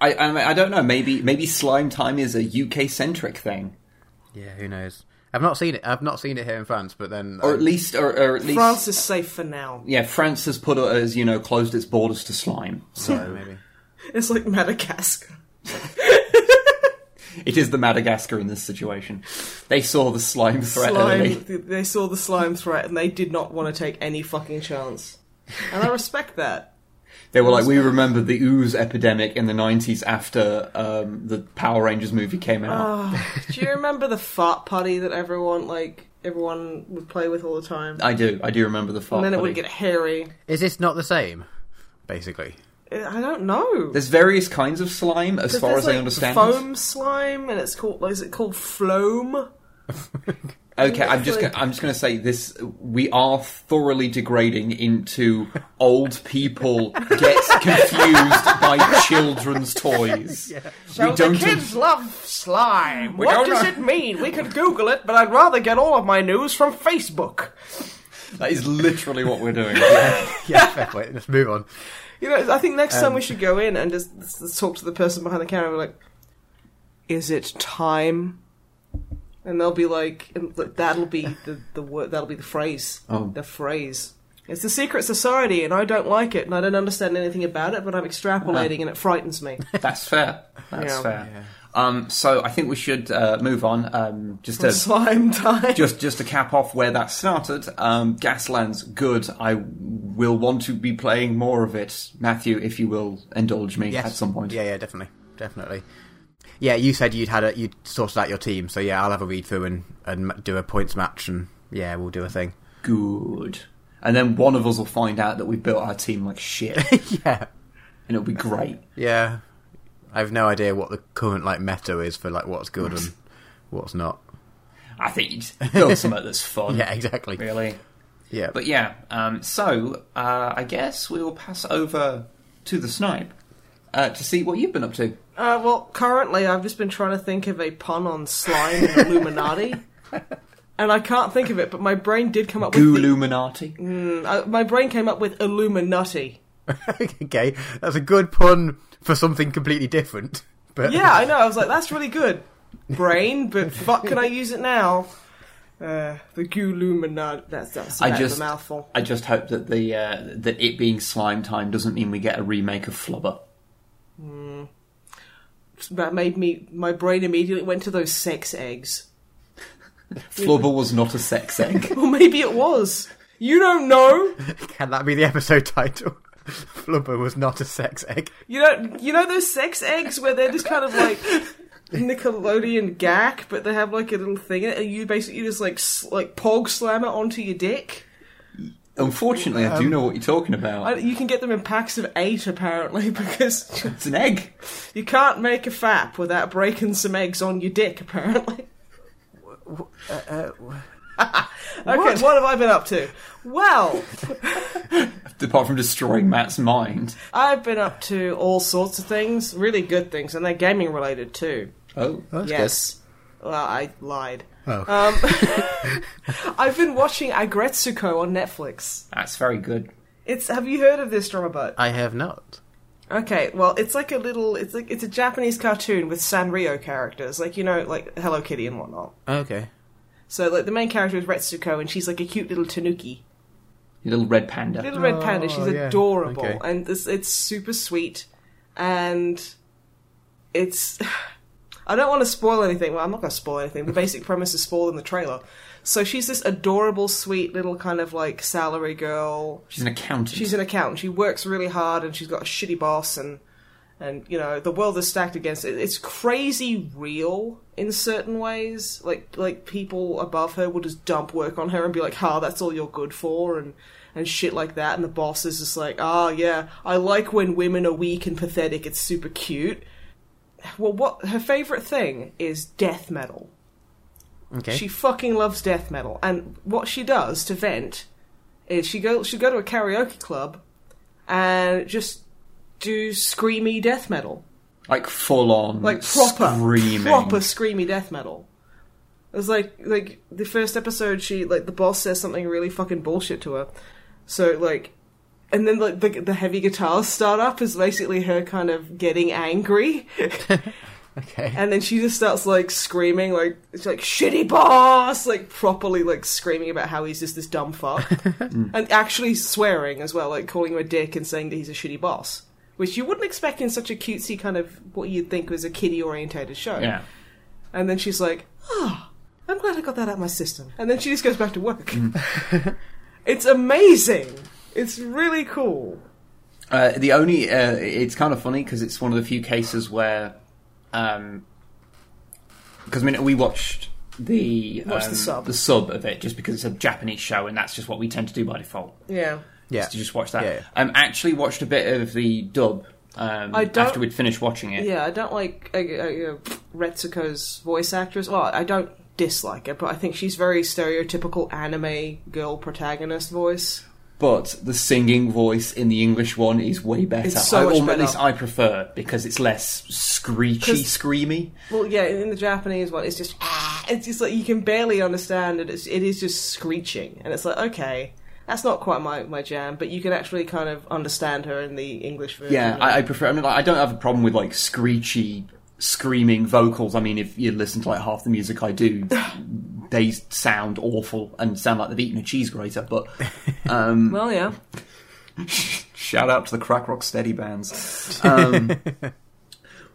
Speaker 4: I, I I don't know. Maybe maybe slime time is a UK centric thing,
Speaker 3: yeah, who knows? I've not seen it. I've not seen it here in France, but then
Speaker 4: or
Speaker 3: um,
Speaker 4: at least or, or at least
Speaker 1: France is safe for now.
Speaker 4: yeah, France has put it as you know closed its borders to slime.
Speaker 3: so maybe.
Speaker 1: It's like Madagascar.
Speaker 4: It is the Madagascar in this situation. They saw the slime threat
Speaker 1: Slime.
Speaker 4: early.
Speaker 1: th- They saw the slime threat and they did not want to take any fucking chance. And I respect that.
Speaker 4: They were like, we remember the ooze epidemic in the 90s after um, the Power Rangers movie came
Speaker 1: Ah.
Speaker 4: out.
Speaker 1: Do you remember the fart putty that everyone like everyone would play with all the time?
Speaker 4: I do. I do remember the fart.
Speaker 1: and then it
Speaker 4: putty.
Speaker 1: would get hairy.
Speaker 3: Is this not the same? Basically,
Speaker 1: I don't know.
Speaker 4: There's various kinds of slime, as
Speaker 1: 'Cause
Speaker 4: far
Speaker 1: there's,
Speaker 4: as I
Speaker 1: like,
Speaker 4: understand.
Speaker 1: foam slime, and it's called like, is it called floam?
Speaker 4: Okay, I'm just
Speaker 1: like-
Speaker 4: gonna, I'm just going to say this: we are thoroughly degrading into old people gets confused by children's toys.
Speaker 1: So
Speaker 4: don't
Speaker 1: the kids love slime.
Speaker 4: We
Speaker 1: what
Speaker 4: don't
Speaker 1: does
Speaker 4: know.
Speaker 1: it mean? We could Google it, but I'd rather get all of my news from Facebook.
Speaker 4: That is literally what we're doing.
Speaker 3: yeah, fair play. Let's move on.
Speaker 1: You know, I think next time we should go in and just let's- let's talk to the person behind the camera. We're like, "Is it time?" And they'll be like, and th- "That'll be the the word. That'll be the phrase.
Speaker 4: Oh.
Speaker 1: The phrase. It's the secret society, and I don't like it, and I don't understand anything about it, but I'm
Speaker 4: Ah.
Speaker 1: extrapolating, and it frightens me."
Speaker 4: That's fair. That's
Speaker 1: Yeah.
Speaker 4: fair. Um, so I think we should uh, move on. Um, just to
Speaker 1: Slime time.
Speaker 4: just just to cap off where that started. Um, Gaslands, good. I will want to be playing more of it, Matthew, if you will indulge me
Speaker 3: Yes.
Speaker 4: at some point.
Speaker 3: Yeah, yeah, definitely, definitely. Yeah, you said you'd had a, you'd sorted out your team, so yeah, I'll have a read through and and m- do a points match, and yeah, we'll do a thing.
Speaker 4: Good. And then one of us will find out that we built our team like shit, and
Speaker 3: yeah,
Speaker 4: it'll be great.
Speaker 3: yeah. I have no idea what the current like meta is for like what's good and what's not.
Speaker 4: I think you just build something that's fun.
Speaker 3: Yeah, exactly.
Speaker 4: Really.
Speaker 3: Yeah,
Speaker 4: But yeah, um, so uh, I guess we will pass over to the snipe uh, to see what you've been up to.
Speaker 1: Uh, well, currently I've just been trying to think of a pun on slime and Illuminati, and I can't think of it. But my brain did come up with the-
Speaker 4: Guluminati.
Speaker 1: uh, my brain came up with Illuminati.
Speaker 3: okay, that's a good pun for something completely different. But
Speaker 1: Yeah, I know. I was like, that's really good, brain. But fuck, can I use it now? Uh, the Guluminati. That's that's a
Speaker 4: I
Speaker 1: bit of
Speaker 4: just-
Speaker 1: a mouthful.
Speaker 4: I just hope that the uh, that it being slime time doesn't mean we get a remake of Flubber.
Speaker 1: That made me. My brain immediately went to those sex eggs.
Speaker 4: Flubber was not a sex egg.
Speaker 1: Well, maybe it was. You don't know.
Speaker 3: can that be the episode title? Flubber was not a sex egg.
Speaker 1: You know, you know those sex eggs where they're just kind of like Nickelodeon gack, but they have like a little thing, in it, and you basically just like s- like pog slam it onto your dick.
Speaker 4: Unfortunately, I
Speaker 1: Um,
Speaker 4: do know what you're talking
Speaker 1: I,
Speaker 4: about.
Speaker 1: you can get them in packs of eight apparently because
Speaker 4: It's an egg.
Speaker 1: you can't make a fap without breaking some eggs on your dick apparently. okay, uh, what? have I been up to? Well,
Speaker 4: Apart from destroying Matt's mind.
Speaker 1: I've been up to all sorts of things, really good things, and they're gaming related too.
Speaker 4: Oh,
Speaker 1: yes. Well, I lied.
Speaker 3: Oh.
Speaker 1: Um, I've been watching Agretsuko on Netflix.
Speaker 4: that's very good.
Speaker 1: It's have you heard of this drama butt?
Speaker 3: I have not.
Speaker 1: Okay, well it's like a little it's like it's a Japanese cartoon with Sanrio characters, like you know, like Hello Kitty and whatnot.
Speaker 3: Okay.
Speaker 1: So like the main character is Retsuko and she's like a cute little tanuki.
Speaker 4: Your little red panda.
Speaker 1: Little red panda, she's
Speaker 3: Oh, yeah.
Speaker 1: adorable.
Speaker 3: Okay.
Speaker 1: And this it's super sweet and it's I don't want to spoil anything. Well, I'm not going to spoil anything. The basic premise is spoiled in the trailer. So she's this adorable, sweet little kind of like salary girl.
Speaker 4: She's an accountant.
Speaker 1: she's an accountant. She works really hard, and she's got a shitty boss, and and you know the world is stacked against it. It's crazy real in certain ways. Like like people above her will just dump work on her and be like, "Ha, that's all you're good for," and and shit like that. And the boss is just like, "Ah, yeah, I like when women are weak and pathetic. It's super cute." Well, what her favorite thing is death metal.
Speaker 3: Okay.
Speaker 1: She fucking loves death metal, and what she does to vent is she go she go to a karaoke club and just do screamy death metal,
Speaker 4: like full on,
Speaker 1: like proper
Speaker 4: Mm, screaming.
Speaker 1: proper screamy death metal. It was like like the first episode. She like the boss says something really fucking bullshit to her, so like. And then, like the, the heavy guitars start up is basically her kind of getting angry,
Speaker 3: okay.
Speaker 1: And then she just starts like screaming, like it's like shitty boss, like properly like screaming about how he's just this dumb fuck, and actually swearing as well, like calling him a dick and saying that he's a shitty boss, which you wouldn't expect in such a cutesy kind of what you'd think was a kiddie orientated show.
Speaker 4: Yeah.
Speaker 1: And then she's like, "Ah, I'm glad I got that out of my system." And then she just goes back to work. it's amazing. It's really cool.
Speaker 4: Uh, the only uh, it's kind of funny because it's one of the few cases where, um, because I mean we watched the
Speaker 1: Watched the
Speaker 4: um,
Speaker 1: sub.
Speaker 4: the sub of it just because it's a Japanese show and that's just what we tend to do by default.
Speaker 1: Yeah.
Speaker 3: Yeah.
Speaker 4: Is to just watch that.
Speaker 3: Yeah.
Speaker 4: Um, actually watched a bit of the dub. Um,
Speaker 1: I don't-
Speaker 4: after we'd finished watching it.
Speaker 1: Yeah, I don't like uh, uh, uh, Retsuko's voice actress. Well, I don't dislike it, but I think she's very stereotypical anime girl protagonist voice.
Speaker 4: But the singing voice in the English one is way better.
Speaker 1: It's so
Speaker 4: I,
Speaker 1: much
Speaker 4: or At
Speaker 1: better.
Speaker 4: least I prefer because it's less screechy,
Speaker 1: 'Cause-
Speaker 4: screamy.
Speaker 1: Well, yeah, in the Japanese one, it's just "Ah," it's just like you can barely understand it. It's, it is just screeching, and it's like okay, that's not quite my, my jam, but you can actually kind of understand her in the English version.
Speaker 4: Yeah, I, I prefer. I mean, like, I don't have a problem with like screechy, screaming vocals. I mean, if you listen to like half the music I do, they sound awful and sound like they've eaten a cheese grater. But
Speaker 1: well, yeah,
Speaker 4: shout out to the crack rock steady bands. Um,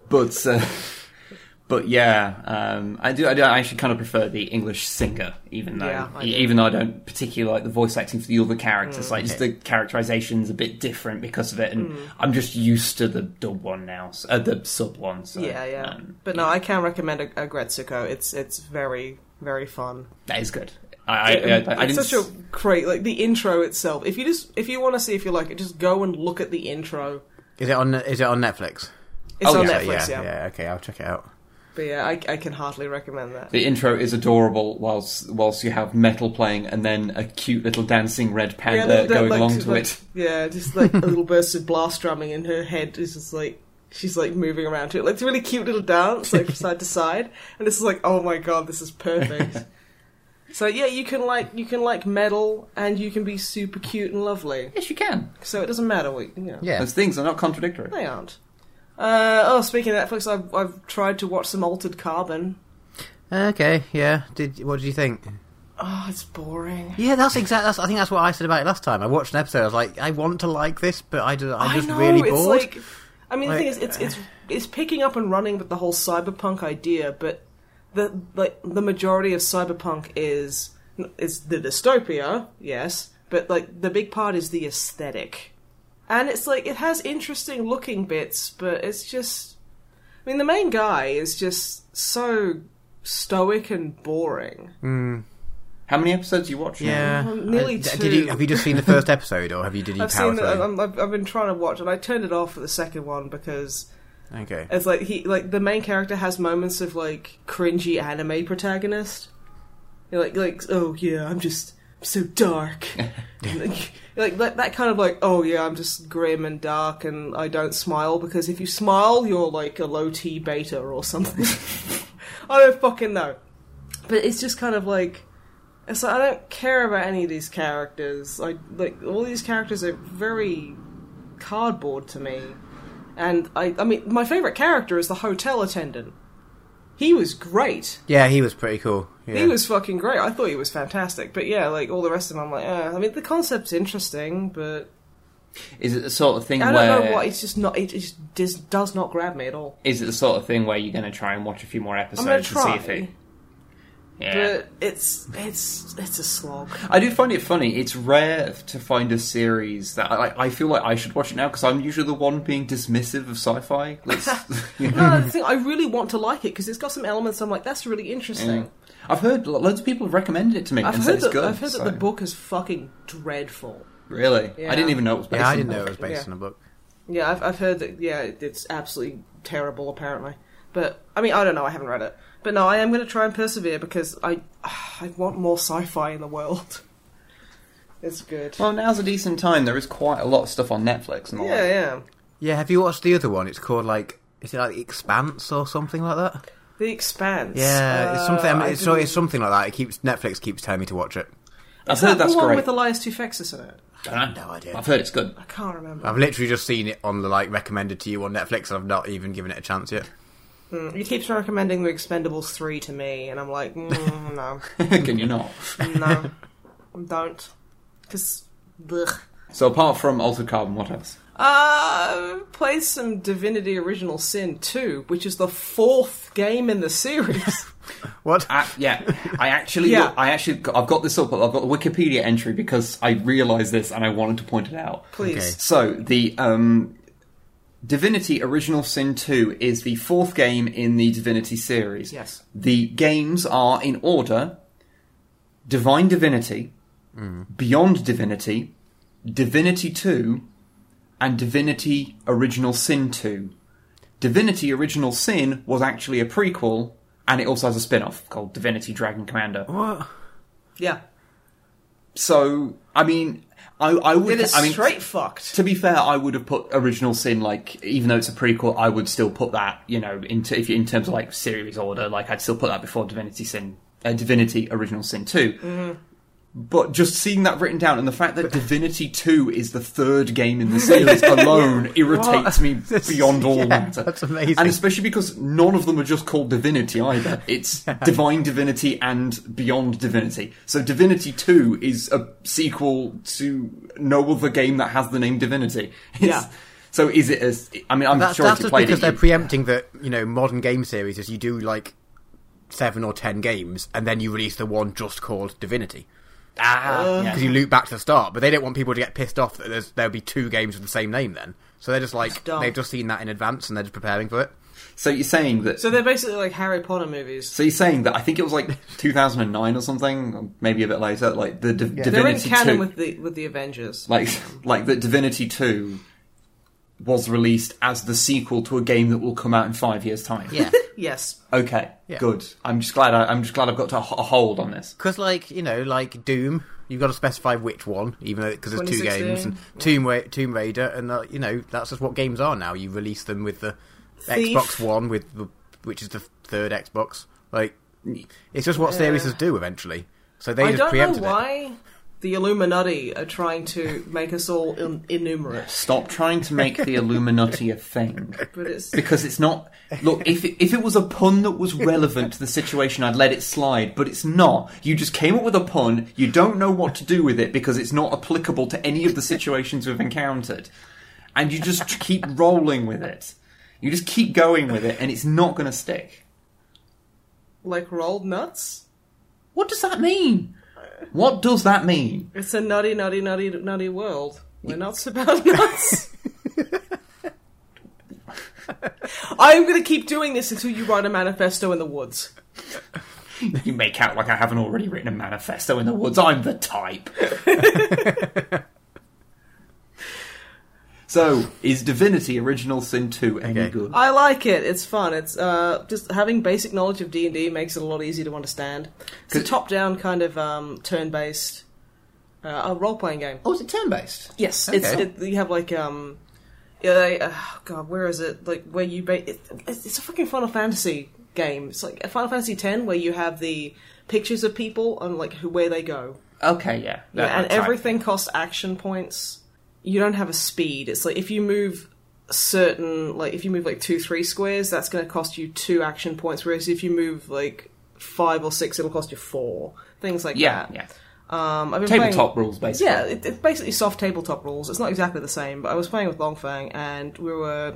Speaker 4: but uh, but yeah, um, I do. I do I actually kind of prefer the English singer, even though e,
Speaker 1: Yeah, I do. Mm,
Speaker 4: even though I don't particularly like the voice acting for the other characters. Like just the characterization's a bit different because of it, and I'm just used to the dub one now, so, uh, the sub one. So,
Speaker 1: yeah, yeah.
Speaker 4: um,
Speaker 1: but no, I can recommend a, a Gretsuko. It's it's very very fun.
Speaker 4: that is good. I, I, I, I
Speaker 1: Um, it's
Speaker 4: didn't.
Speaker 1: such a great like the intro itself. If you just if you want to see if you like it, just go and look at the intro.
Speaker 3: Is it on? Is it on Netflix?
Speaker 1: It's
Speaker 4: Oh,
Speaker 1: on
Speaker 4: yeah,
Speaker 1: Netflix, yeah,
Speaker 3: yeah, Okay, I'll check it out.
Speaker 1: But yeah, I, I can hardly recommend that.
Speaker 4: the intro is adorable, whilst whilst you have metal playing, and then a cute little dancing red
Speaker 1: Yeah,
Speaker 4: panda
Speaker 1: that- that,
Speaker 4: uh, going
Speaker 1: like,
Speaker 4: along
Speaker 1: she's
Speaker 4: to
Speaker 1: like-
Speaker 4: it.
Speaker 1: Yeah, just like a little burst of blast drumming, and her head is just like she's like moving around to it. Like it's a really cute little dance, like from side to side, and it's like, oh my god, this is perfect. so yeah, you can like you can like metal, and you can be super cute and lovely.
Speaker 4: Yes, you can.
Speaker 1: So it doesn't matter what you know.
Speaker 3: Yeah.
Speaker 4: Those things are not contradictory.
Speaker 1: They aren't. Uh, oh, speaking of Netflix, I've, I've tried to watch some Altered Carbon.
Speaker 3: Okay. Yeah. Did what did you think?
Speaker 1: Oh, it's boring.
Speaker 3: Yeah, that's exactly. That's, I think that's what I said about it last time. I watched an episode. I was like, I want to like this, but I do, I'm
Speaker 1: I
Speaker 3: just
Speaker 1: know,
Speaker 3: really
Speaker 1: it's
Speaker 3: bored.
Speaker 1: like. I mean, the thing is, it's it's it's picking up and running with the whole cyberpunk idea, but the like the majority of cyberpunk is is the dystopia, yes, but like the big part is the aesthetic, and it's like it has interesting looking bits, but it's just. I mean, the main guy is just so stoic and boring.
Speaker 4: How many episodes you watch? now?
Speaker 3: yeah.
Speaker 1: Well, nearly
Speaker 3: I- d-
Speaker 1: two.
Speaker 3: Did you have you just seen the first episode, or have you did you
Speaker 1: I've
Speaker 3: power
Speaker 1: seen
Speaker 3: through?
Speaker 1: that. I'm- I've, I've been trying to watch, and I turned it off for the second one because
Speaker 3: okay.
Speaker 1: It's like he like the main character has moments of like cringy anime protagonist. You're like like oh yeah, I'm just so dark. like, like that, that kind of like oh yeah, I'm just grim and dark and I don't smile because if you smile, you're like a low T beta or something. I don't fucking know. But it's just kind of like it's like I don't care about any of these characters. I like all these characters are very cardboard to me. And I, I mean, my favorite character is the hotel attendant. He was great.
Speaker 3: Yeah, he was pretty cool. Yeah.
Speaker 1: He was fucking great. I thought he was fantastic. But yeah, like all the rest of them, I'm like, eh. I mean, the concept's interesting, but
Speaker 4: Is it the sort of thing
Speaker 1: I don't
Speaker 4: where
Speaker 1: know what. It's just not. It just dis, does not grab me at all.
Speaker 4: is it the sort of thing where you're going to try and watch a few more episodes
Speaker 1: gonna
Speaker 4: and see if
Speaker 1: try,
Speaker 4: it? Yeah,
Speaker 1: But it's it's it's a slog.
Speaker 4: I do find it funny. It's rare to find a series that I, I feel like I should watch it now because I'm usually the one being dismissive of sci-fi. Let's-
Speaker 1: No, the thing, I really want to like it because it's got some elements. I'm like, that's really interesting.
Speaker 4: mm. I've heard lo- loads of people have recommended it to me
Speaker 1: I've
Speaker 4: and said
Speaker 1: heard
Speaker 4: it's
Speaker 1: that.
Speaker 4: good.
Speaker 1: I've heard
Speaker 4: so-
Speaker 1: that the book is fucking dreadful.
Speaker 4: Really,
Speaker 1: Yeah.
Speaker 4: I didn't even know it was based.
Speaker 3: yeah, I
Speaker 4: on
Speaker 3: didn't
Speaker 4: a
Speaker 3: know it
Speaker 4: book.
Speaker 3: was based
Speaker 1: Yeah.
Speaker 3: on a book.
Speaker 1: Yeah, I've, I've heard that. Yeah, it's absolutely terrible, apparently. But I mean, I don't know. I haven't read it. But no, I am going to try and persevere because I, I want more sci-fi in the world. It's good.
Speaker 4: Well, now's a decent time. There is quite a lot of stuff on Netflix and all.
Speaker 1: Yeah,
Speaker 4: that.
Speaker 1: yeah.
Speaker 3: Yeah, have you watched the other one? It's called like is it like Expanse or something like that?
Speaker 1: The Expanse.
Speaker 3: Yeah, it's something. I mean,
Speaker 1: Uh,
Speaker 3: it's, so,
Speaker 1: didn't-
Speaker 3: it's something like that. It keeps Netflix keeps telling me to watch it.
Speaker 4: I've
Speaker 1: Is
Speaker 4: heard
Speaker 1: that
Speaker 4: that's
Speaker 1: the one
Speaker 4: great.
Speaker 1: with Elias Tufexis in it?
Speaker 4: Don't know.
Speaker 3: No idea.
Speaker 4: I've heard it's good.
Speaker 1: I can't remember.
Speaker 3: I've literally just seen it on the like recommended to you on Netflix, and I've not even given it a chance yet. Um,
Speaker 1: Mm, He keeps recommending The Expendables three to me, and I'm like, mm, no,
Speaker 4: Can you not?
Speaker 1: no, don't, because.
Speaker 4: So apart from Altered Carbon, what else?
Speaker 1: Uh, plays some Divinity Original Sin 2, which is the fourth game in the series.
Speaker 3: What?
Speaker 4: Uh, yeah, I actually,
Speaker 1: Yeah.
Speaker 4: look- I actually, I've got this up. I've got the Wikipedia entry because I realised this and I wanted to point it out.
Speaker 1: Please.
Speaker 4: So the um, Divinity Original Sin 2 is the fourth game in the Divinity series.
Speaker 1: Yes.
Speaker 4: The games are in order Divine Divinity,
Speaker 1: Mm-hmm.
Speaker 4: Beyond Divinity, Divinity 2, and Divinity Original Sin 2. Divinity Original Sin was actually a prequel, and it also has a spin off called Divinity Dragon Commander.
Speaker 3: What?
Speaker 1: Yeah.
Speaker 4: So, I mean, I, I would.
Speaker 1: It is
Speaker 4: I mean,
Speaker 1: straight fucked.
Speaker 4: to be fair, I would have put Original Sin like even though it's a prequel, I would still put that you know into if you, in terms of like series order, like I'd still put that before Divinity Sin, uh, Divinity Original Sin 2
Speaker 3: Mm-hmm.
Speaker 4: But just seeing that written down and the fact that Divinity Two is the third game in the series alone irritates me
Speaker 3: This-
Speaker 4: beyond all
Speaker 3: yeah,
Speaker 4: matter.
Speaker 3: that's amazing.
Speaker 4: and especially because none of them are just called Divinity either. It's Divine Divinity and Beyond Divinity. So Divinity 2 is a sequel to no other game that has the name Divinity. It's-
Speaker 1: Yeah.
Speaker 4: So is it as. I mean, I'm
Speaker 3: That's,
Speaker 4: sure
Speaker 3: that's
Speaker 4: if you
Speaker 3: just
Speaker 4: played
Speaker 3: because
Speaker 4: it.
Speaker 3: they're
Speaker 4: You,
Speaker 3: preempting that you know modern game series is you do like seven or ten games and then you release the one just called Divinity
Speaker 4: ah,
Speaker 1: Uh,
Speaker 4: yeah.
Speaker 3: because you loop back to the start. But they don't want people to get pissed off that there's, there'll be two games with the same name then. So they're just like
Speaker 1: dumb.
Speaker 3: they've just seen that in advance and they're just preparing for it.
Speaker 4: So you're saying that.
Speaker 1: So they're basically like Harry Potter movies.
Speaker 4: So you're saying that I think it was like 2009 or something, or maybe a bit later, like the Div-
Speaker 1: They're in
Speaker 4: Divinity
Speaker 1: canon
Speaker 4: 2.
Speaker 1: with the with the Avengers.
Speaker 4: like like that Divinity 2 was released as the sequel to a game that will come out in 5 years time.
Speaker 1: Yes.
Speaker 4: Okay.
Speaker 3: Yeah.
Speaker 4: Good. I'm just glad I, I'm just glad I've got to h- a hold on this.
Speaker 3: Because, like, you know, like Doom, you've got to specify which one, even though because there's two
Speaker 1: 2016,
Speaker 3: games and Tomb, Ra- Tomb Raider, and uh, you know that's just what games are now. You release them with the
Speaker 1: Thief.
Speaker 3: Xbox One, with the, which is the third Xbox. Like, it's just what series series do eventually. So they
Speaker 1: I
Speaker 3: just
Speaker 1: don't know
Speaker 3: preempted it.
Speaker 1: why the Illuminati are trying to make us all in- innumerate,
Speaker 4: Stop trying to make the Illuminati a thing.
Speaker 1: but it's
Speaker 4: Because it's not. Look, if it, if it was a pun that was relevant to the situation, I'd let it slide. But it's not. You just came up with a pun. You don't know what to do with it because it's not applicable to any of the situations we've encountered, and you just keep rolling with it. You just keep going with it, and it's not going to stick.
Speaker 1: like rolled nuts.
Speaker 4: What does that mean? What does that mean?
Speaker 1: It's a nutty, nutty, nutty, nutty world. We're nuts about nuts. I'm going to keep doing this until you write a manifesto in the woods.
Speaker 4: You make out like I haven't already written a manifesto in the woods. I'm the type. so, is Divinity Original Sin 2 any
Speaker 3: Okay.
Speaker 4: good?
Speaker 1: I like it. It's fun. It's uh, just having basic knowledge of D and D makes it a lot easier to understand. It's a
Speaker 4: Could-
Speaker 1: top-down kind of um, turn-based uh, a role-playing game.
Speaker 4: oh, is it turn based?
Speaker 1: Yes, it's
Speaker 3: Okay.
Speaker 1: it, you have like um, yeah, they, uh, God, where is it? Like where you ba- it, it's it's a fucking Final Fantasy game. It's like Final Fantasy X where you have the pictures of people and like who where they go.
Speaker 4: Okay, yeah.
Speaker 1: Yeah,
Speaker 4: That-
Speaker 1: and
Speaker 4: that's right.
Speaker 1: everything costs action points. You don't have a speed. It's like if you move certain, like if you move like two, three squares, that's going to cost you two action points. Whereas if you move like five or six, it'll cost you four. Things like
Speaker 4: Yeah,
Speaker 1: that.
Speaker 4: yeah.
Speaker 1: Um, I've been
Speaker 4: Tabletop
Speaker 1: playing-
Speaker 4: rules, basically.
Speaker 1: Yeah, it, it's basically soft tabletop rules. It's not exactly the same, but I was playing with Longfang and we were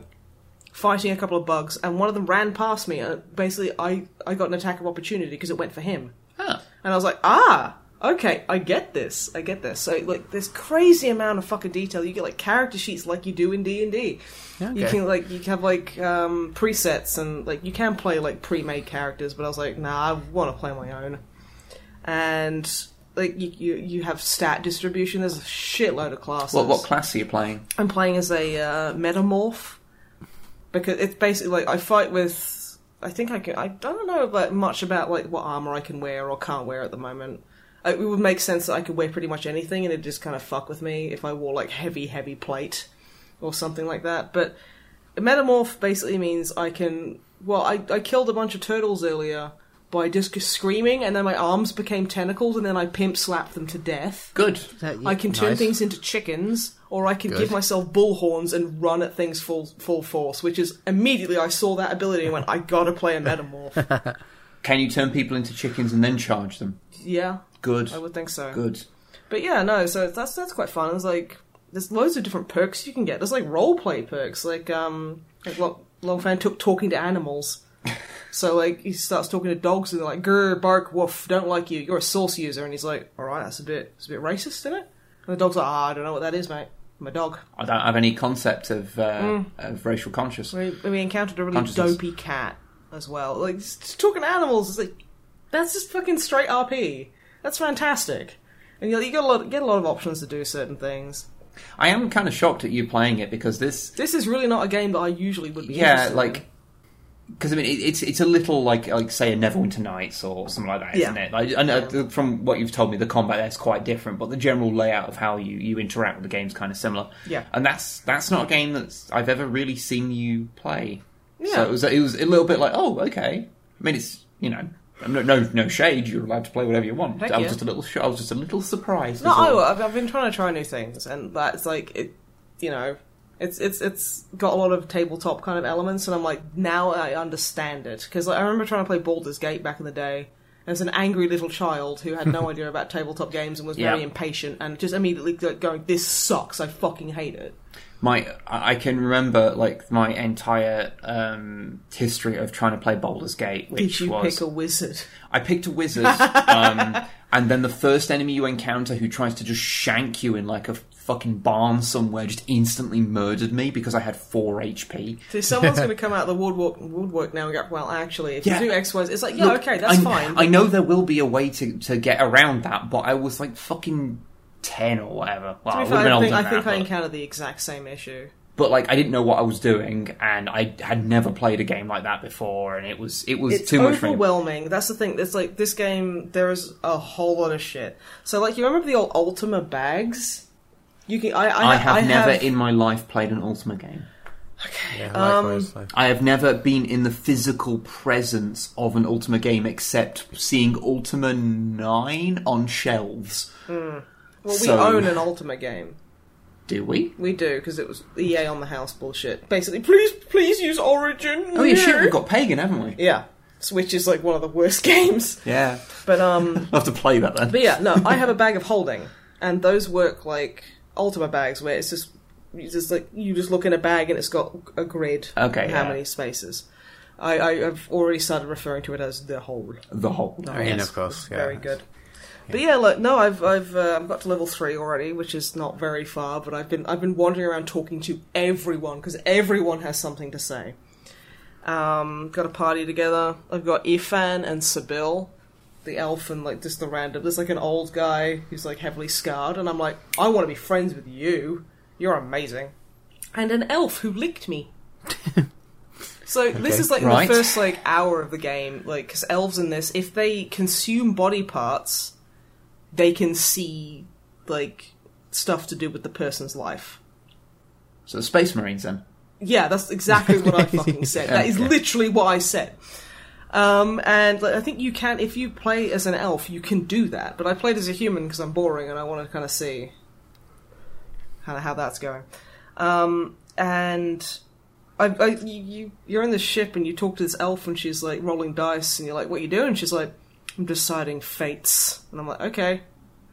Speaker 1: fighting a couple of bugs, and one of them ran past me. And basically, I, I got an attack of opportunity because it went for him.
Speaker 4: Ah.
Speaker 1: And I was like, ah, okay, I get this, I get this. So like, this crazy amount of fucking detail. You get like character sheets like you do in D and D. You
Speaker 3: Okay.
Speaker 1: can like you have like um, presets and like you can play like pre-made characters. But I was like, nah, I want to play my own. And like you, you you have stat distribution. There's a shitload of classes.
Speaker 4: What, what class are you playing?
Speaker 1: I'm playing as a uh, metamorph because it's basically like I fight with. I think I can. I don't know like much about like what armor I can wear or can't wear at the moment. Uh, It would make sense that I could wear pretty much anything, and it'd just kind of fuck with me if I wore like heavy, heavy plate or something like that. But a metamorph basically means I can. Well, I, I killed a bunch of turtles earlier by just screaming, and then my arms became tentacles, and then I pimp slapped them to death.
Speaker 4: Good.
Speaker 1: I can turn
Speaker 3: Nice.
Speaker 1: things into chickens, or I can
Speaker 3: Good.
Speaker 1: give myself bull horns and run at things full full force. Which is immediately I saw that ability and went, I gotta play a metamorph.
Speaker 4: Can you turn people into chickens and then charge them?
Speaker 1: yeah,
Speaker 4: Good.
Speaker 1: I would think so.
Speaker 4: Good.
Speaker 1: But yeah, no. So that's that's quite fun. It's like there's loads of different perks you can get. There's like role play perks, like um, like Lo- Longfan took talking to animals. So like he starts talking to dogs and they're like grr bark woof don't like you you're a source user and he's like all right that's a bit it's a bit racist isn't it and the dog's like ah I don't know what that is mate I'm a dog
Speaker 4: I don't have any concept of uh,
Speaker 1: Mm.
Speaker 4: of racial conscious.
Speaker 1: we, we encountered a really
Speaker 4: Consciousness.
Speaker 1: dopey cat as well like just, just talking to animals it's like that's just fucking straight RP that's fantastic and you, you get a lot get a lot of options to do certain things
Speaker 4: I am kind of shocked at you playing it because this
Speaker 1: this is really not a game that I usually would be
Speaker 4: yeah
Speaker 1: interested in.
Speaker 4: like because I mean it, it's it's a little like like say a Neverwinter Nights or something like that,
Speaker 1: Yeah.
Speaker 4: not it? Like, I know the- from what you've told me, the combat there's quite different, but the general layout of how you, you interact with the game's kind of similar.
Speaker 1: Yeah.
Speaker 4: and that's that's not a game that's I've ever really seen you play.
Speaker 1: Yeah.
Speaker 4: so it was it was a little bit like oh okay. I mean it's you know. No, no, no shade. You're allowed to play whatever you want.
Speaker 1: Heck
Speaker 4: I was
Speaker 1: yeah.
Speaker 4: just a little, sh- I was just a little surprised.
Speaker 1: No,
Speaker 4: is all.
Speaker 1: I, I've, I've been trying to try new things, and that's like it. You know, it's it's it's got a lot of tabletop kind of elements, and I'm like now I understand it because like, I remember trying to play Baldur's Gate back in the day. As an angry little child who had no idea about tabletop games and was very
Speaker 4: Yeah.
Speaker 1: impatient and just immediately go- going, "This sucks! I fucking hate it."
Speaker 4: my I I can remember like my entire um, history of trying to play Baldur's Gate,
Speaker 1: Did
Speaker 4: which
Speaker 1: you
Speaker 4: was
Speaker 1: pick a wizard?
Speaker 4: I picked a wizard, um, and then the first enemy you encounter who tries to just shank you in like a fucking barn somewhere just instantly murdered me because I had four HP.
Speaker 1: So someone's going to come out of the woodwork, woodwork now and go, "Well, actually, if
Speaker 4: Yeah.
Speaker 1: you do X, Y, Z," it's like, "Yeah,
Speaker 4: Look,
Speaker 1: okay, that's
Speaker 4: I,
Speaker 1: fine."
Speaker 4: I know there will be a way to to get around that, but I was like fucking. 10 or whatever. Well, I
Speaker 1: To be
Speaker 4: would've
Speaker 1: fair,
Speaker 4: been
Speaker 1: I
Speaker 4: older
Speaker 1: think,
Speaker 4: than
Speaker 1: I, think
Speaker 4: that,
Speaker 1: I
Speaker 4: but-
Speaker 1: encountered the exact same issue.
Speaker 4: but like I didn't know what I was doing, and I had never played a game like that before, and it was it was
Speaker 1: it's
Speaker 4: too much for me.
Speaker 1: overwhelming. That's the thing. It's like this game. There is a whole lot of shit. So like you remember the old Ultima bags? You can. I I,
Speaker 4: I have
Speaker 1: I
Speaker 4: never in my life played an Ultima game.
Speaker 3: Yeah,
Speaker 1: Um,
Speaker 3: likewise. like-
Speaker 4: I have never been in the physical presence of an Ultima game except seeing Ultima 9 on shelves.
Speaker 1: well, we
Speaker 4: so-
Speaker 1: own an Ultima game.
Speaker 4: Do we?
Speaker 1: We do because it was EA on the house bullshit. Basically, please please use Origin.
Speaker 4: Oh, yeah, shit, we've got Pagan, haven't we?
Speaker 1: Yeah, Switch is like one of the worst games.
Speaker 4: Yeah.
Speaker 1: But um.
Speaker 4: I'll have to play that then.
Speaker 1: But yeah, no, I have a bag of holding, and those work like Ultima bags, where it's just, you just like you just look in a bag and it's got a grid.
Speaker 4: Okay,
Speaker 1: of how
Speaker 4: yeah.
Speaker 1: many spaces? I, I have already started referring to it as the hole.
Speaker 4: The whole.
Speaker 3: I mean, Oh, of course. Yeah.
Speaker 1: Very good. But yeah, look, no, I've I've uh, I've got to level three already, which is not very far. But I've been I've been wandering around talking to everyone because everyone has something to say. Um, got a party together. I've got Ifan and Sibyl, the elf, and like just the random. There's like an old guy who's like heavily scarred, and I'm like, I want to be friends with you. You're amazing. And an elf who licked me. So this
Speaker 3: Okay,
Speaker 1: is like
Speaker 4: right.
Speaker 1: the first like hour of the game, like because elves in this, if they consume body parts, they can see like stuff to do with the person's life.
Speaker 4: So Space Marines then.
Speaker 1: Yeah, that's exactly what I fucking said. That is
Speaker 4: Okay.
Speaker 1: literally what I said. Um, and like, I think you can, if you play as an elf, you can do that. But I played as a human because I'm boring and I want to kind of see kind of how that's going. Um, and I, I, you, you, you're in the ship and you talk to this elf and she's like rolling dice and you're like, "What you doing?" She's like, "I'm deciding fates." And I'm like, "Okay,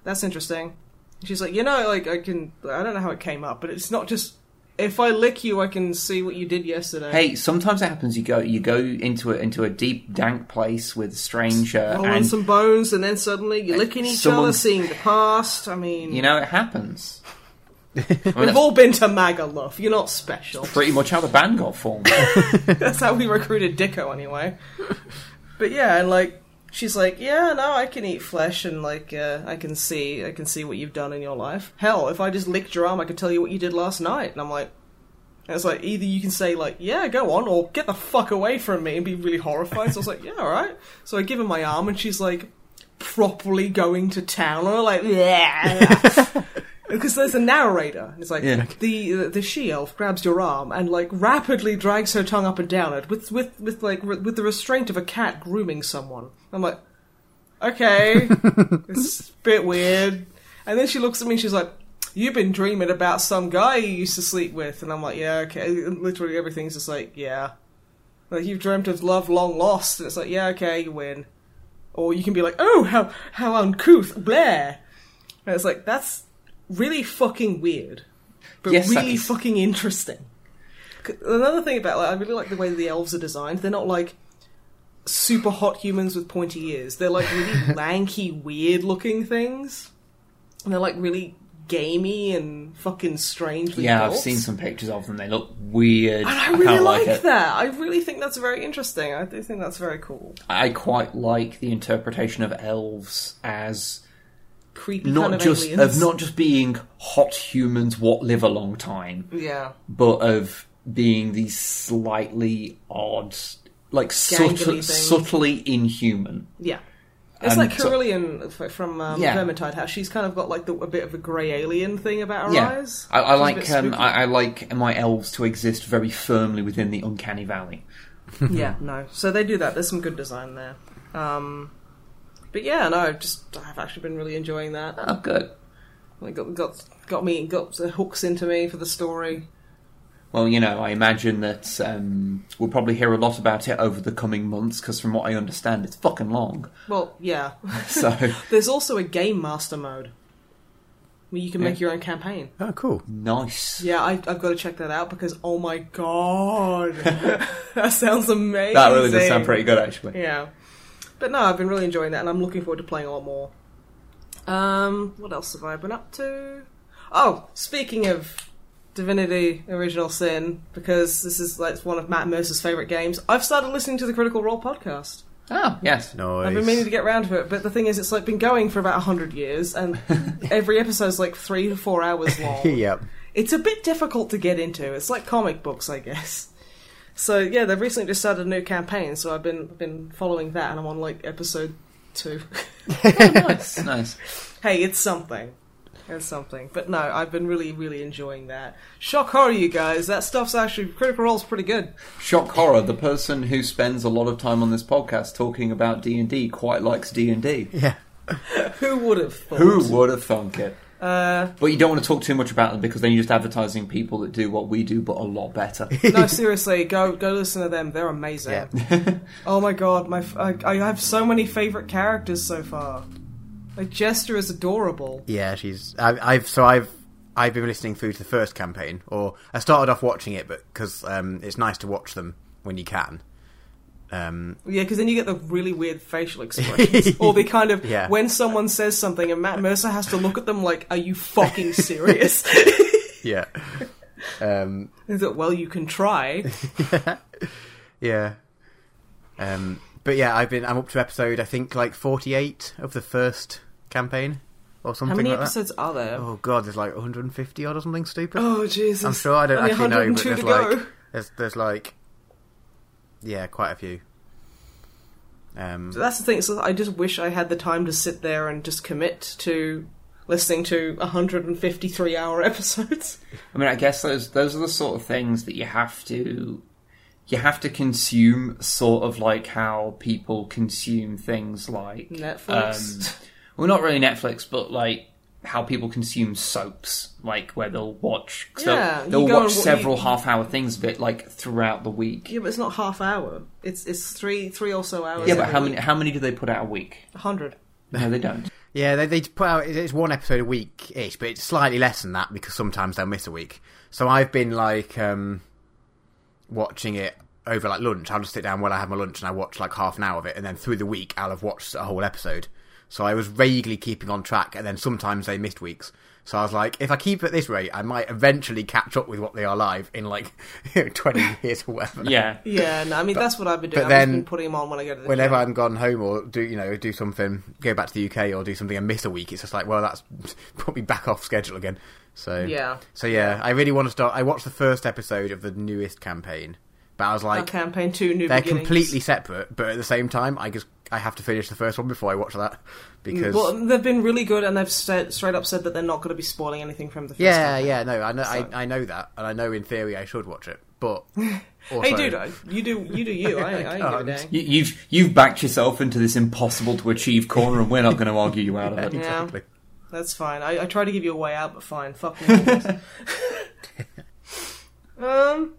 Speaker 1: that's interesting." And she's like, "You know, like I can, I don't know how it came up, but it's not just if I lick you, I can see what you did yesterday."
Speaker 4: Hey, sometimes it happens. You go, you go into a into a deep, dank place with a stranger,
Speaker 1: Rolling
Speaker 4: and
Speaker 1: some bones, and then suddenly you're licking each other,
Speaker 4: someone's-
Speaker 1: seeing the past. I mean,
Speaker 4: you know it happens. I mean,
Speaker 1: we've
Speaker 4: that's
Speaker 1: all been to MAGA, love. You're not special.
Speaker 4: pretty much how the band got formed.
Speaker 1: That's how we recruited Dicko anyway. but yeah, and like she's like, yeah, no, I can eat flesh and like uh, I can see I can see what you've done in your life. Hell, if I just licked your arm, I could tell you what you did last night. And I'm like, and it's like either you can say like, yeah, go on, or get the fuck away from me and be really horrified. so I was like, yeah, all right. So I give her my arm, and she's like. Properly going to town, and I'm like, yeah, because there's a narrator. and It's like
Speaker 4: Yeah.
Speaker 1: the uh, the she elf grabs your arm and like rapidly drags her tongue up and down it with with with like re- with the restraint of a cat grooming someone. I'm like, okay, it's a bit weird. And then she looks at me and she's like, You've been dreaming about some guy you used to sleep with. And I'm like, Yeah, okay. And literally everything's just like, Yeah. Like, you've dreamt of love long lost. And it's like, Yeah, okay, you win. Or you can be like, Oh, how, how uncouth, Blair. And it's like, That's really fucking weird. but
Speaker 4: Yes, that
Speaker 1: really
Speaker 4: is-
Speaker 1: fucking interesting. 'Cause Another thing about like I really like the way the elves are designed. They're not like super hot humans with pointy ears. They're like really lanky, weird looking things. And they're like really gamey and fucking strangely
Speaker 4: Yeah, I've
Speaker 1: built.
Speaker 4: seen some pictures of them. They look weird.
Speaker 1: And I
Speaker 4: kinda
Speaker 1: really
Speaker 4: like
Speaker 1: like,
Speaker 4: it.
Speaker 1: that. I really think that's very interesting. I do think that's very cool.
Speaker 4: I quite like the interpretation of elves as
Speaker 1: Creepy
Speaker 4: not
Speaker 1: kind of
Speaker 4: just
Speaker 1: aliens.
Speaker 4: of not just being hot humans what live a long time,
Speaker 1: yeah.
Speaker 4: but of being these slightly odd, like subtle,
Speaker 1: things.
Speaker 4: subtly inhuman.
Speaker 1: Yeah. It's
Speaker 4: And
Speaker 1: like
Speaker 4: so-
Speaker 1: Carillion f from um,
Speaker 4: Yeah.
Speaker 1: Vermintide, how she's kind of got like the, a bit of a grey alien thing about her
Speaker 4: Yeah,
Speaker 1: eyes.
Speaker 4: I, I
Speaker 1: She's a
Speaker 4: like
Speaker 1: bit
Speaker 4: um,
Speaker 1: spooky.
Speaker 4: I, I like my elves to exist very firmly within the uncanny valley.
Speaker 1: yeah, no. So they do that. There's some good design there. Um, but yeah, no. I've Just I've actually been really enjoying that.
Speaker 4: Oh, good.
Speaker 1: Like got got got me got the hooks into me for the story.
Speaker 4: Well, you know, I imagine that um, we'll probably hear a lot about it over the coming months because, from what I understand, it's fucking long.
Speaker 1: Well, yeah.
Speaker 4: So,
Speaker 1: There's also a game master mode where you can make your own campaign.
Speaker 3: Oh, cool.
Speaker 4: nice.
Speaker 1: Yeah, I, I've got to check that out because oh my god, that sounds amazing.
Speaker 4: That really does sound pretty good, actually.
Speaker 1: Yeah. But no, I've been really enjoying that, and I'm looking forward to playing a lot more. Um, what else have I been up to? Oh, speaking of Divinity Original Sin, because this is like one of Matt Mercer's favorite games, I've started listening to the Critical Role podcast.
Speaker 4: Oh, yes.
Speaker 3: Nice.
Speaker 1: I've been meaning to get round to it, but the thing is, it's like been going for about hundred years, and every episode's like three to four hours long.
Speaker 3: yep.
Speaker 1: It's a bit difficult to get into. It's like comic books, I guess. So yeah, they've recently just started a new campaign, so I've been been following that, and I'm on like episode two. Oh,
Speaker 4: nice, nice.
Speaker 1: hey, it's something. It's something. But no, I've been really, really enjoying that. Shock horror, you guys. That stuff's actually Critical Role's pretty good.
Speaker 4: Shock horror. The person who spends a lot of time on this podcast talking about D and D quite likes D and D.
Speaker 3: Yeah.
Speaker 1: Who would have thought?
Speaker 4: Who would have thunk it? Uh, but you don't want to talk too much about them because then you're just advertising people that do what we do, but a lot better.
Speaker 1: No, seriously, go go listen to them. They're amazing.
Speaker 3: Yeah.
Speaker 1: Oh my god, my f- I, I have so many favorite characters so far. Like Jester is adorable.
Speaker 3: Yeah, she's. I, I've so I've I've been listening through to the first campaign, or I started off watching it, but because um, it's nice to watch them when you can. Um,
Speaker 1: Yeah, because then you get the really weird facial expressions, or the kind of
Speaker 3: Yeah.
Speaker 1: when someone says something and Matt Mercer has to look at them like, "Are you fucking serious?"
Speaker 3: yeah, um,
Speaker 1: He's like, well, you can try.
Speaker 3: yeah. Um, but yeah, I've been. I'm up to episode I think like 48 of the first campaign, or something.
Speaker 1: How many
Speaker 3: like that.
Speaker 1: episodes are there?
Speaker 3: Oh god, there's like 150 odd or something stupid.
Speaker 1: Oh Jesus!
Speaker 3: I'm sure I don't
Speaker 1: Only
Speaker 3: actually know, but
Speaker 1: 102
Speaker 3: there's
Speaker 1: to
Speaker 3: like
Speaker 1: go.
Speaker 3: there's there's like yeah, quite a few. Um,
Speaker 1: So that's the thing. So I just wish I had the time to sit there and just commit to listening to 153 hour episodes.
Speaker 4: I mean, I guess those those are the sort of things that you have to you have to consume, sort of like how people consume things like
Speaker 1: Mm. Netflix.
Speaker 4: Um, well, not really Netflix, but like how people consume soaps, like where they'll watch they
Speaker 1: Yeah, you
Speaker 4: they'll,
Speaker 1: go
Speaker 4: watch
Speaker 1: and wa-
Speaker 4: several
Speaker 1: you-
Speaker 4: half-hour things of it like throughout the week.
Speaker 1: Yeah, but it's not half hour. It's it's three three or so hours.
Speaker 4: Yeah, but how many how many do they put out a week?
Speaker 1: Hundred.
Speaker 4: No, they don't.
Speaker 3: yeah, they they put out it's one episode a week ish, but it's slightly less than that because sometimes they'll miss a week. So I've been like um, watching it over like lunch. I'll just sit down while I have my lunch and I watch like half an hour of it, and then through the week I'll have watched a whole episode. So I was vaguely keeping on track, and then sometimes they missed weeks. So I was like, if I keep at this rate, I might eventually catch up with what they are live in like twenty years or whatever.
Speaker 4: Yeah.
Speaker 1: Yeah, no, I mean that's what I've been doing.
Speaker 3: but
Speaker 1: I've just
Speaker 3: then-
Speaker 1: been putting them on when I go to the
Speaker 3: whenever
Speaker 1: gym.
Speaker 3: I'm gone home or do you know do something, go back to the UK or do something and miss a week, it's just like well that's put me back off schedule again. So
Speaker 1: Yeah.
Speaker 3: so yeah, I really want to start. I watched the first episode of the newest campaign, but I was
Speaker 1: Our
Speaker 3: like
Speaker 1: campaign two new
Speaker 3: they're
Speaker 1: beginnings.
Speaker 3: completely separate, but at the same time, I just I have to finish the first one before I watch
Speaker 1: Mm,
Speaker 3: that because
Speaker 1: Well, they've been really good, and they've sta- straight up said that they're not going to be spoiling anything from the first.
Speaker 3: yeah
Speaker 1: campaign.
Speaker 3: yeah no I know
Speaker 1: So-
Speaker 3: I, I know that and I know in theory I should watch it, but also,
Speaker 1: Hey, dude, I, you do you do you. I, I ain't giving a dang.
Speaker 4: You, you've you've backed yourself into this impossible to achieve corner, and we're not going to argue you out of it.
Speaker 1: Yeah,
Speaker 3: Exactly.
Speaker 1: that's fine. I, I try to give you a way out, but fine. Fuck me. um,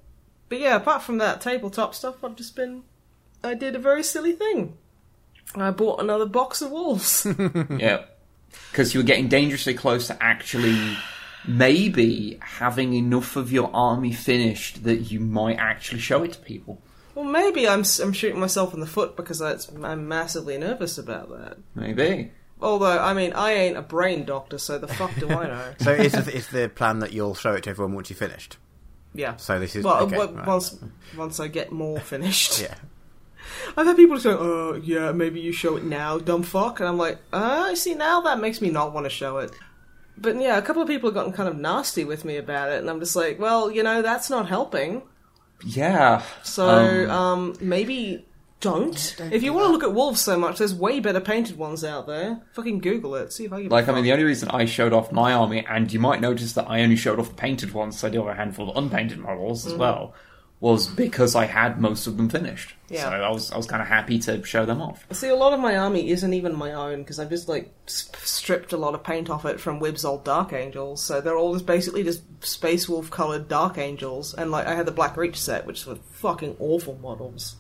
Speaker 1: but yeah, apart from that tabletop stuff, I've just been. I did a very silly thing. I bought another box of wolves.
Speaker 4: Yeah, because you were getting dangerously close to actually maybe having enough of your army finished that you might actually show it to people.
Speaker 1: Well, maybe I'm s- I'm shooting myself in the foot because that's, I'm massively nervous about that.
Speaker 4: Maybe.
Speaker 1: Although, I mean, I ain't a brain doctor, so the fuck do I know?
Speaker 3: So is the, is the plan that you'll show it to everyone once you finished?
Speaker 1: Yeah.
Speaker 3: So this is
Speaker 1: well,
Speaker 3: okay,
Speaker 1: well,
Speaker 3: right.
Speaker 1: once once I get more finished,
Speaker 3: Yeah.
Speaker 1: I've had people saying, "Oh, yeah, maybe you show it now, dumb fuck," and I'm like, "Ah, I see now that makes me not want to show it." But yeah, a couple of people have gotten kind of nasty with me about it, and I'm just like, "Well, you know, that's not helping."
Speaker 4: Yeah.
Speaker 1: So um, maybe don't. if you want to look at wolves so much, there's way better painted ones out there. Fucking Google it. See if I can.
Speaker 4: Like, I mean, the only reason I showed off my army, and you might notice that I only showed off the painted ones, so I do have a handful of unpainted models as well, was because I had most of them finished.
Speaker 1: Yeah.
Speaker 4: So I was, I was kind of happy to show them off.
Speaker 1: See, a lot of my army isn't even my own because I've just like s- stripped a lot of paint off it from Wibb's old Dark Angels, so they're all just basically just Space Wolf colored Dark Angels. And like I had the Black Reach set, which were fucking awful models.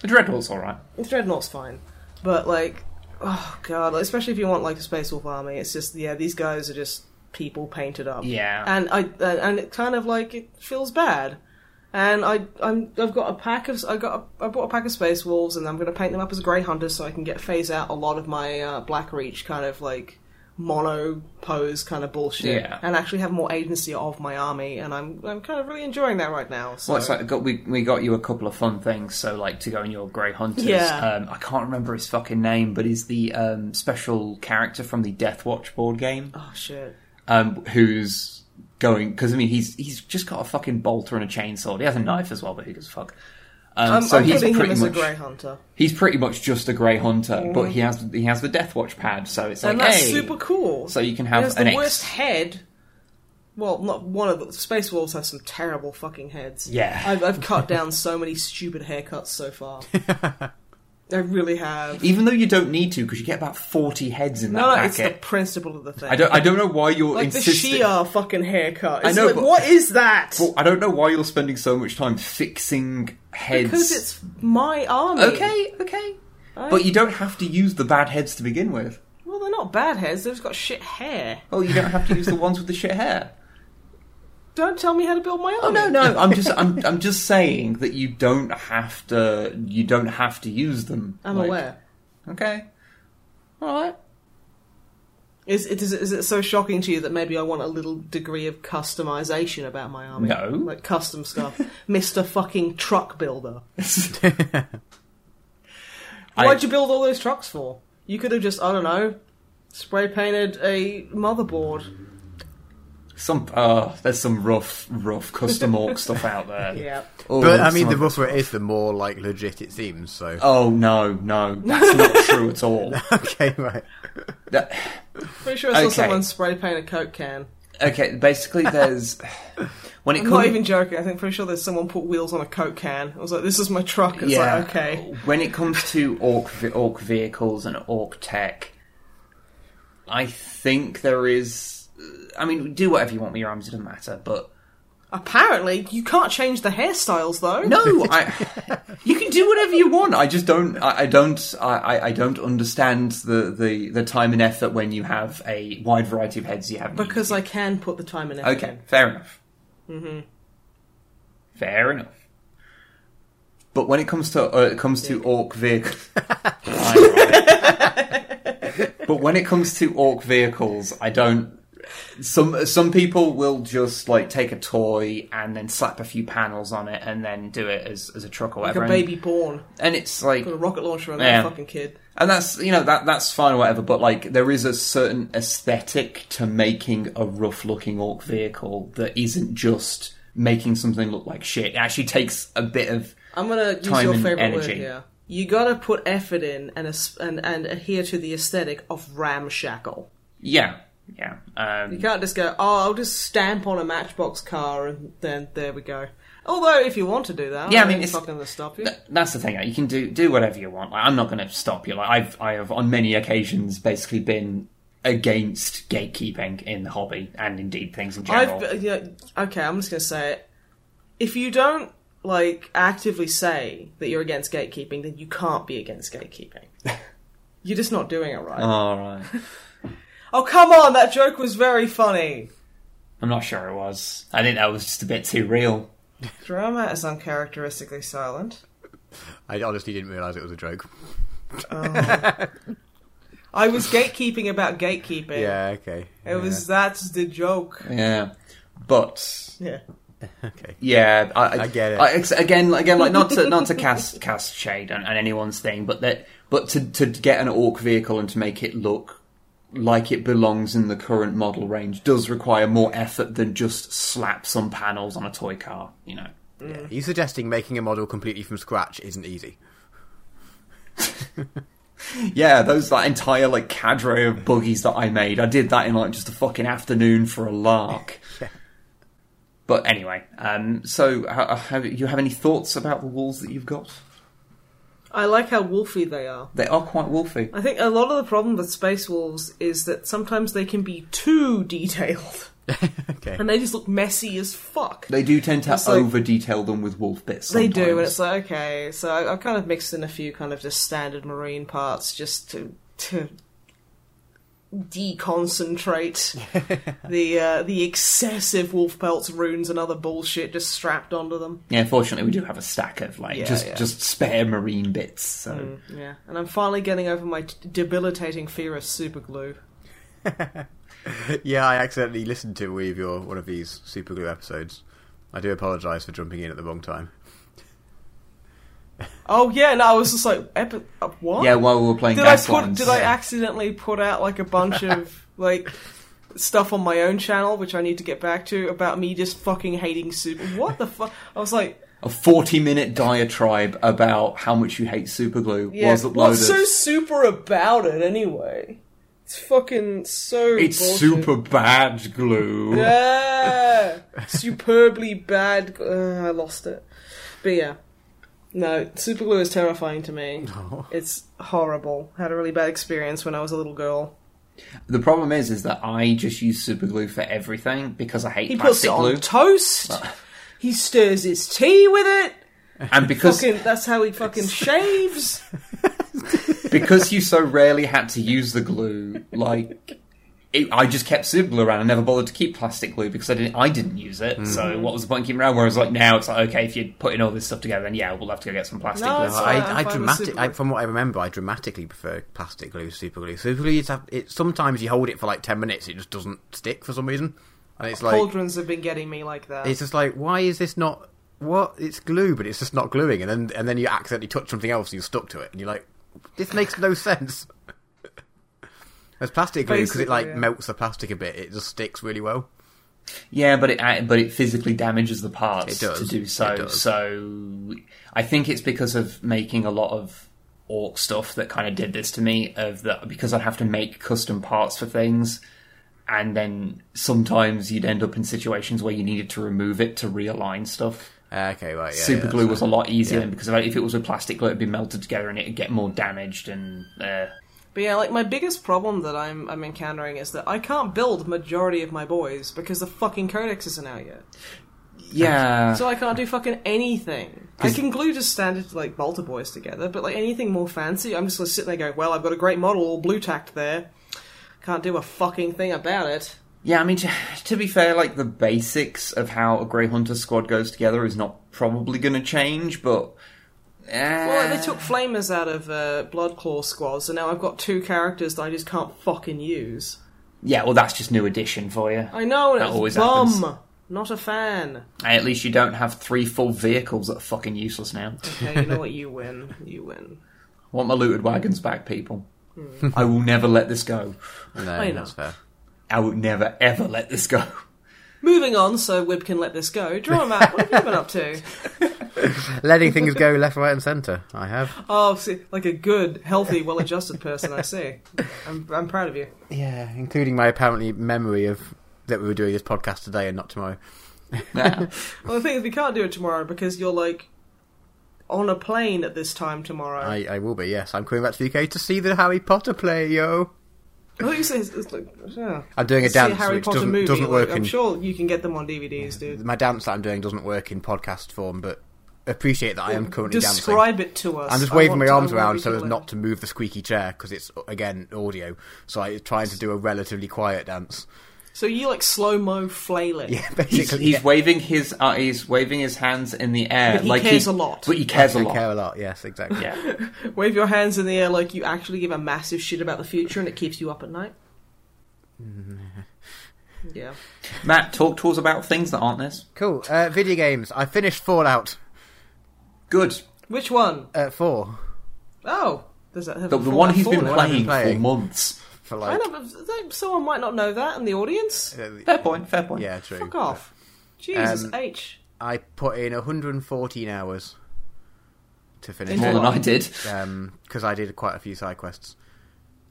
Speaker 4: The Dreadnought's alright.
Speaker 1: The Dreadnought's fine, but like, oh god, like, especially if you want like a Space Wolf army, it's just yeah, these guys are just people painted up.
Speaker 4: Yeah.
Speaker 1: and I uh, and it kind of like it feels bad. And I I'm, I've got a pack of I got a, I bought a pack of space wolves and I'm going to paint them up as grey hunters so I can get phase out a lot of my uh, black reach kind of like mono pose kind of bullshit
Speaker 4: Yeah.
Speaker 1: and actually have more agency of my army and I'm I'm kind of really enjoying that right now. So
Speaker 4: Well, it's like got, we we got you a couple of fun things. So like to go in your Grey Hunters.
Speaker 1: Yeah.
Speaker 4: Um, I can't remember his fucking name, but he's the um, special character from the Death Watch board game,
Speaker 1: oh shit.
Speaker 4: um, who's going because I mean he's he's just got a fucking bolter and a chainsaw. He has a knife as well, but who gives a fuck? Um,
Speaker 1: I'm,
Speaker 4: so
Speaker 1: I'm
Speaker 4: he's
Speaker 1: putting him
Speaker 4: pretty
Speaker 1: as
Speaker 4: much
Speaker 1: a grey hunter.
Speaker 4: he's pretty much just a Grey Hunter, but he has he has the Death Watch pad, so it's
Speaker 1: And
Speaker 4: like
Speaker 1: that's
Speaker 4: hey,
Speaker 1: super cool.
Speaker 4: so you can
Speaker 1: He
Speaker 4: have
Speaker 1: has
Speaker 4: an
Speaker 1: the
Speaker 4: X.
Speaker 1: worst head. Well, not one of the space wolves have some terrible fucking heads.
Speaker 4: Yeah.
Speaker 1: I've, I've cut down so many stupid haircuts so far. I really have.
Speaker 4: even though you don't need to because you get about forty heads in that
Speaker 1: No, no, it's the
Speaker 4: packet.
Speaker 1: principle of the thing.
Speaker 4: I don't I don't know why you're
Speaker 1: like
Speaker 4: insisting.
Speaker 1: the Shia fucking haircut. It's
Speaker 4: know,
Speaker 1: like,
Speaker 4: but-
Speaker 1: what is that?
Speaker 4: Well, I don't know why you're spending so much time fixing heads.
Speaker 1: because it's my army.
Speaker 4: okay, okay. But you don't have to use the bad heads to begin with.
Speaker 1: Well, they're not bad heads. They've just got shit hair.
Speaker 4: Oh, you don't have to use the ones with the shit hair.
Speaker 1: Don't tell me how to build my
Speaker 4: Oh
Speaker 1: army.
Speaker 4: no, no. I'm just, I'm, I'm just saying that you don't have to, you don't have to use them.
Speaker 1: I'm
Speaker 4: Like,
Speaker 1: aware.
Speaker 4: Okay. All right.
Speaker 1: Is it, is, it, is it so shocking to you that maybe I want a little degree of customization about my army?
Speaker 4: No.
Speaker 1: Like custom stuff. Mr. fucking truck builder.
Speaker 4: I-
Speaker 1: Why'd you build all those trucks for? You could have just, I don't know, spray painted a motherboard.
Speaker 4: Some, uh, there's some rough, rough custom orc stuff out there.
Speaker 1: Yeah.
Speaker 4: Oh,
Speaker 3: But I mean,
Speaker 4: some
Speaker 3: the
Speaker 4: of-
Speaker 3: rougher it is, the more like legit it seems. So
Speaker 4: Oh no, no, that's not true at all.
Speaker 3: okay, right.
Speaker 4: That-
Speaker 1: Pretty sure I saw
Speaker 4: Okay.
Speaker 1: someone spray paint a Coke can.
Speaker 4: okay, basically, there's when it
Speaker 1: I'm
Speaker 4: comes.
Speaker 1: not even joking. I think pretty sure there's someone put wheels on a Coke can. I was like, this is my truck. It's like, okay.
Speaker 4: When it comes to orc ve- orc vehicles and orc tech, I think there is. I mean, do whatever you want with your arms; it doesn't matter. But
Speaker 1: Apparently, you can't change the hairstyles though.
Speaker 4: no, I, you can do whatever you want. I just don't. I, I don't. I, I- I don't understand the, the the time and effort when you have a wide variety of heads you haven't. used.
Speaker 1: Because I can put the time and effort
Speaker 4: Okay,
Speaker 1: in.
Speaker 4: fair enough. Mm-hmm. Fair enough. But when it comes to uh, it comes to orc vehicles, but when it comes to orc vehicles, I don't. Some some people will just like take a toy and then slap a few panels on it and then do it as, as a truck or
Speaker 1: Like
Speaker 4: whatever.
Speaker 1: a baby born.
Speaker 4: and, and it's like
Speaker 1: With a rocket launcher on
Speaker 4: Yeah.
Speaker 1: that fucking kid.
Speaker 4: and that's you know that that's fine or whatever but like there is a certain aesthetic to making a rough looking orc vehicle that isn't just making something look like shit it actually takes a bit of
Speaker 1: I'm gonna use
Speaker 4: Time
Speaker 1: your
Speaker 4: and
Speaker 1: favorite
Speaker 4: energy.
Speaker 1: word here. You gotta put effort in and, as- and and adhere to the aesthetic of ramshackle.
Speaker 4: yeah yeah um,
Speaker 1: You can't just go, oh, I'll just stamp on a Matchbox car and then there we go. Although, if you want to do that,
Speaker 4: Yeah, I
Speaker 1: I
Speaker 4: mean,
Speaker 1: mean, it's
Speaker 4: it's-
Speaker 1: not gonna stop you.
Speaker 4: Th- that's the thing. like, You can do do whatever you want. Like, I'm not going to stop you. Like I've I have on many occasions basically been against gatekeeping in the hobby and indeed things in general.
Speaker 1: I've, yeah, okay, I'm just going to say it. If you don't like actively say that you're against gatekeeping, then you can't be against gatekeeping. you're just not doing it right.
Speaker 4: All right.
Speaker 1: oh come on, that joke was very funny.
Speaker 4: I'm not sure it was. I think that was just a bit too real.
Speaker 1: Drama is uncharacteristically silent.
Speaker 3: I honestly didn't realise it was a joke.
Speaker 1: I was gatekeeping about gatekeeping.
Speaker 3: Yeah, okay.
Speaker 1: It was that's the joke.
Speaker 4: Yeah, but
Speaker 1: Yeah.
Speaker 3: Okay.
Speaker 4: Yeah, I,
Speaker 3: I get it.
Speaker 4: ex- again, again, like not to not to cast cast shade on, on anyone's thing, but that but to to get an orc vehicle and to make it look like it belongs in the current model range does require more effort than just slap some panels on a toy car. You know,
Speaker 3: Yeah. You suggesting making a model completely from scratch isn't easy.
Speaker 4: yeah, those that entire like cadre of buggies that I made, I did that in like just a fucking afternoon for a lark. But anyway, um, so ha- have you have any thoughts about the walls that you've got?
Speaker 1: I like how wolfy they are.
Speaker 4: They are quite wolfy.
Speaker 1: I think a lot of the problem with space wolves is that sometimes they can be too detailed.
Speaker 3: Okay.
Speaker 1: And they just look messy as fuck.
Speaker 4: They do tend to
Speaker 1: It's like-
Speaker 4: over detail them with wolf bits.
Speaker 1: They
Speaker 4: Sometimes.
Speaker 1: do, and it's like, okay, so I- I've kind of mixed in a few kind of just standard marine parts just to to deconcentrate the uh, the excessive wolf pelts, runes, and other bullshit just strapped onto them.
Speaker 4: yeah. Fortunately, we do have a stack of like
Speaker 1: Yeah,
Speaker 4: just
Speaker 1: yeah. Hmm.
Speaker 4: just spare marine bits. So
Speaker 1: Yeah, and I'm finally getting over my t- debilitating fear of super glue.
Speaker 3: Yeah, I accidentally listened to one of your one of these super glue episodes. I do apologise for jumping in at the wrong time.
Speaker 1: Oh yeah, no, I was just like, epi- uh, what?
Speaker 4: yeah, while we were playing
Speaker 1: did I
Speaker 4: gas
Speaker 1: put?
Speaker 4: lines,
Speaker 1: Did I
Speaker 4: yeah.
Speaker 1: accidentally put out like a bunch of like stuff on my own channel, which I need to get back to, about me just fucking hating super? What the fuck? I was like,
Speaker 4: a forty-minute diatribe about how much you hate superglue
Speaker 1: yeah,
Speaker 4: was uploaded?
Speaker 1: what's so super about it anyway? It's fucking so.
Speaker 4: it's
Speaker 1: bullshit.
Speaker 4: super bad glue.
Speaker 1: Yeah, superbly bad. Uh, I lost it, but yeah. No, super glue is terrifying to me.
Speaker 4: Oh.
Speaker 1: It's horrible. Had a really bad experience when I was a little girl.
Speaker 4: The problem is, is that I just use superglue for everything because I hate
Speaker 1: He puts
Speaker 4: plastic
Speaker 1: it
Speaker 4: glue,
Speaker 1: on toast.
Speaker 3: Ah.
Speaker 1: he stirs his tea with it.
Speaker 4: and because
Speaker 1: Fucking, that's how he fucking shaves.
Speaker 4: because you so rarely had to use the glue, like it, I just kept super glue around. I never bothered to keep plastic glue because I didn't. I didn't use it. So
Speaker 1: Hmm.
Speaker 4: what was the point in keeping it around? Whereas like now, it's like okay, if you're putting all this stuff together, then yeah, we'll have to go get some plastic
Speaker 1: No,
Speaker 4: glue.
Speaker 1: it's- Sorry, I'm
Speaker 3: I,
Speaker 1: fine
Speaker 3: I
Speaker 1: with
Speaker 3: dramatic.
Speaker 1: super
Speaker 3: I,
Speaker 1: glue.
Speaker 3: from what I remember, I dramatically prefer plastic glue, to super glue. Super glue, it's, it's sometimes you hold it for like ten minutes, it just doesn't stick for some reason, and it's like
Speaker 1: Cauldrons have been getting me like that.
Speaker 3: it's just like why is this not what? It's glue, but it's just not gluing, and then and then you accidentally touch something else, and you're stuck to it, and you're like, this makes no sense. There's plastic glue because
Speaker 1: Basically,
Speaker 3: it like
Speaker 1: yeah.
Speaker 3: melts the plastic a bit. It just sticks really well.
Speaker 4: Yeah, but it uh, but it physically damages the parts
Speaker 3: It does.
Speaker 4: to do so.
Speaker 3: It does.
Speaker 4: So I think it's because of making a lot of orc stuff that kind of did this to me. Of that because I'd have to make custom parts for things, and then sometimes you'd end up in situations where you needed to remove it to realign stuff.
Speaker 3: Uh, okay, right. Yeah, yeah,
Speaker 4: super
Speaker 3: that's
Speaker 4: glue was a
Speaker 3: fine.
Speaker 4: lot easier
Speaker 3: Yeah.
Speaker 4: than because if it was with plastic glue, it'd be melted together and it'd get more damaged. And uh,
Speaker 1: But yeah, like my biggest problem that I'm I'm encountering is that I can't build majority of my boys because the fucking codex isn't out yet.
Speaker 4: yeah,
Speaker 1: So I can't do fucking anything. I can glue just standard like bolter boys together, but like anything more fancy, I'm just gonna sit there going, Well, I've got a great model all blue tacked there. Can't do a fucking thing about it.
Speaker 4: yeah. I mean, to, to be fair, like the basics of how a Grey Hunter squad goes together is not probably going to change, but. Uh,
Speaker 1: Well, like, they took flamers out of uh, Bloodclaw squads, and now I've got two characters that I just can't fucking use.
Speaker 4: yeah, well, that's just new addition for you.
Speaker 1: I know, and
Speaker 4: That
Speaker 1: it's
Speaker 4: always
Speaker 1: bum.
Speaker 4: happens.
Speaker 1: Not a fan.
Speaker 4: At least you don't have three full vehicles that are fucking useless now.
Speaker 1: Okay, you know what? You win. You win.
Speaker 4: I want my looted wagons back, people. I will never let this go.
Speaker 3: No,
Speaker 1: I know.
Speaker 3: that's fair.
Speaker 4: I will never ever let this go.
Speaker 1: Moving on, so Wib can let this go. Draw a map. What have you been up to?
Speaker 3: Letting things go left, right, and centre. I have.
Speaker 1: Oh, see, like a good, healthy, well-adjusted person. I see. I'm, I'm proud of you.
Speaker 3: Yeah, including my apparently memory of that we were doing this podcast today and not tomorrow.
Speaker 4: Yeah.
Speaker 1: Well, the thing is, we can't do it tomorrow because you're like on a plane at this time tomorrow. I,
Speaker 3: I, I will be, yes. I'm coming back to the UK to see the Harry Potter play, yo.
Speaker 1: thought you said it's, it's like, yeah.
Speaker 3: I'm doing a
Speaker 1: See
Speaker 3: dance
Speaker 1: Harry
Speaker 3: which
Speaker 1: Potter
Speaker 3: doesn't,
Speaker 1: movie.
Speaker 3: doesn't work
Speaker 1: like, I'm
Speaker 3: in
Speaker 1: sure you can get them on DVDs, dude.
Speaker 3: my dance that I'm doing doesn't work in podcast form, but appreciate that I am currently dancing.
Speaker 1: Um, Describe it to us.
Speaker 3: I'm just
Speaker 1: I
Speaker 3: waving
Speaker 1: want
Speaker 3: my
Speaker 1: to- I
Speaker 3: arms
Speaker 1: want
Speaker 3: around
Speaker 1: you
Speaker 3: so as
Speaker 1: to
Speaker 3: not to move the squeaky chair because it's again audio. So I'm trying to do a relatively quiet dance.
Speaker 1: So you like slow mo flailing.
Speaker 3: Yeah,
Speaker 4: He's,
Speaker 3: basically.
Speaker 4: he's
Speaker 3: yeah.
Speaker 4: waving his uh, he's waving his hands in the air.
Speaker 1: But he
Speaker 4: like
Speaker 1: cares a lot.
Speaker 4: But he cares a
Speaker 3: I
Speaker 4: lot.
Speaker 3: care a lot. Yes, exactly.
Speaker 4: Yeah.
Speaker 1: Wave your hands in the air like you actually give a massive shit about the future and it keeps you up at night. Yeah.
Speaker 4: Matt, talk to us about things that aren't this.
Speaker 3: Cool. Uh, video games. I finished Fallout
Speaker 4: Good.
Speaker 1: Which one?
Speaker 3: uh, Four
Speaker 1: Oh, does that have
Speaker 4: The,
Speaker 1: a
Speaker 4: the
Speaker 1: full-
Speaker 4: one
Speaker 1: a
Speaker 4: he's
Speaker 1: full
Speaker 4: been
Speaker 1: name?
Speaker 3: one I've been
Speaker 4: playing for
Speaker 3: playing.
Speaker 4: months.
Speaker 3: for
Speaker 1: I
Speaker 3: like. uh,
Speaker 1: don't know, someone might not know that in the audience.
Speaker 4: Fair point. Fair point.
Speaker 3: Yeah, true.
Speaker 1: Fuck off. Jesus
Speaker 3: Um,
Speaker 1: H.
Speaker 3: I put in 114 hours to finish
Speaker 4: More
Speaker 1: Into
Speaker 4: than
Speaker 1: what?
Speaker 4: I did.
Speaker 3: because I did quite a few side quests,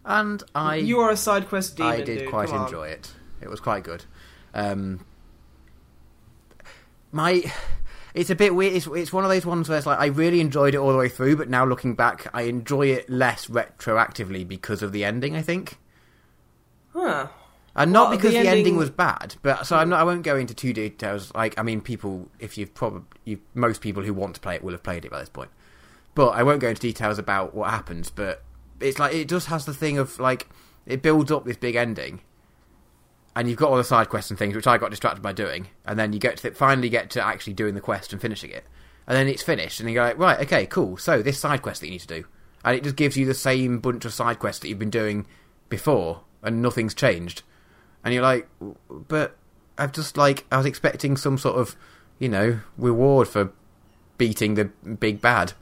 Speaker 3: and I
Speaker 1: You are a side quest demon.
Speaker 3: I did
Speaker 1: dude.
Speaker 3: quite
Speaker 1: Come on.
Speaker 3: enjoy it. It was quite good. Um, my, it's a bit weird. It's, it's one of those ones where it's like I really enjoyed it all the way through, but now looking back, I enjoy it less retroactively because of the ending. I think,
Speaker 1: Huh.
Speaker 3: and not
Speaker 1: Well,
Speaker 3: because the
Speaker 1: the
Speaker 3: ending...
Speaker 1: ending-
Speaker 3: was bad. But so I'm not, I won't go into too details. Like I mean, people, if you've probably you, most people who want to play it will have played it by this point. But I won't go into details about what happens. But it's like it just has the thing of like it builds up this big ending and you've got all the side quests and things, which I got distracted by doing, and then you get to finally get to actually doing the quest and finishing it, and then it's finished, and you go like, right, okay, cool. So this side quest that you need to do, and it just gives you the same bunch of side quests that you've been doing before, and nothing's changed, and you're like, w- but I've just like I was expecting some sort of, you know, reward for beating the big bad.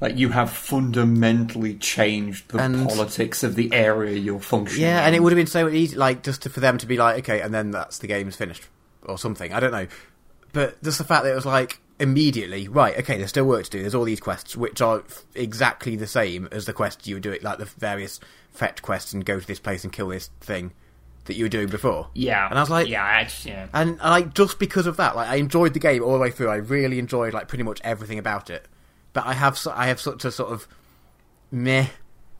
Speaker 4: Like you have fundamentally changed the
Speaker 3: And-
Speaker 4: politics of the area you're functioning.
Speaker 3: Yeah, and it
Speaker 4: in.
Speaker 3: would have been so easy, like just to, for them to be like, okay, and then that's the game's finished or something. I don't know, but just the fact that it was like immediately, right? Okay, there's still work to do. There's all these quests which are f- exactly the same as the quests you were doing, like the various fetch quests and go to this place and kill this thing that you were doing before.
Speaker 4: Yeah.
Speaker 3: and I was like,
Speaker 4: yeah, I just- yeah.
Speaker 3: and like just because of that, like I enjoyed the game all the way through. I really enjoyed like pretty much everything about it. But I have su- I have such a sort of meh,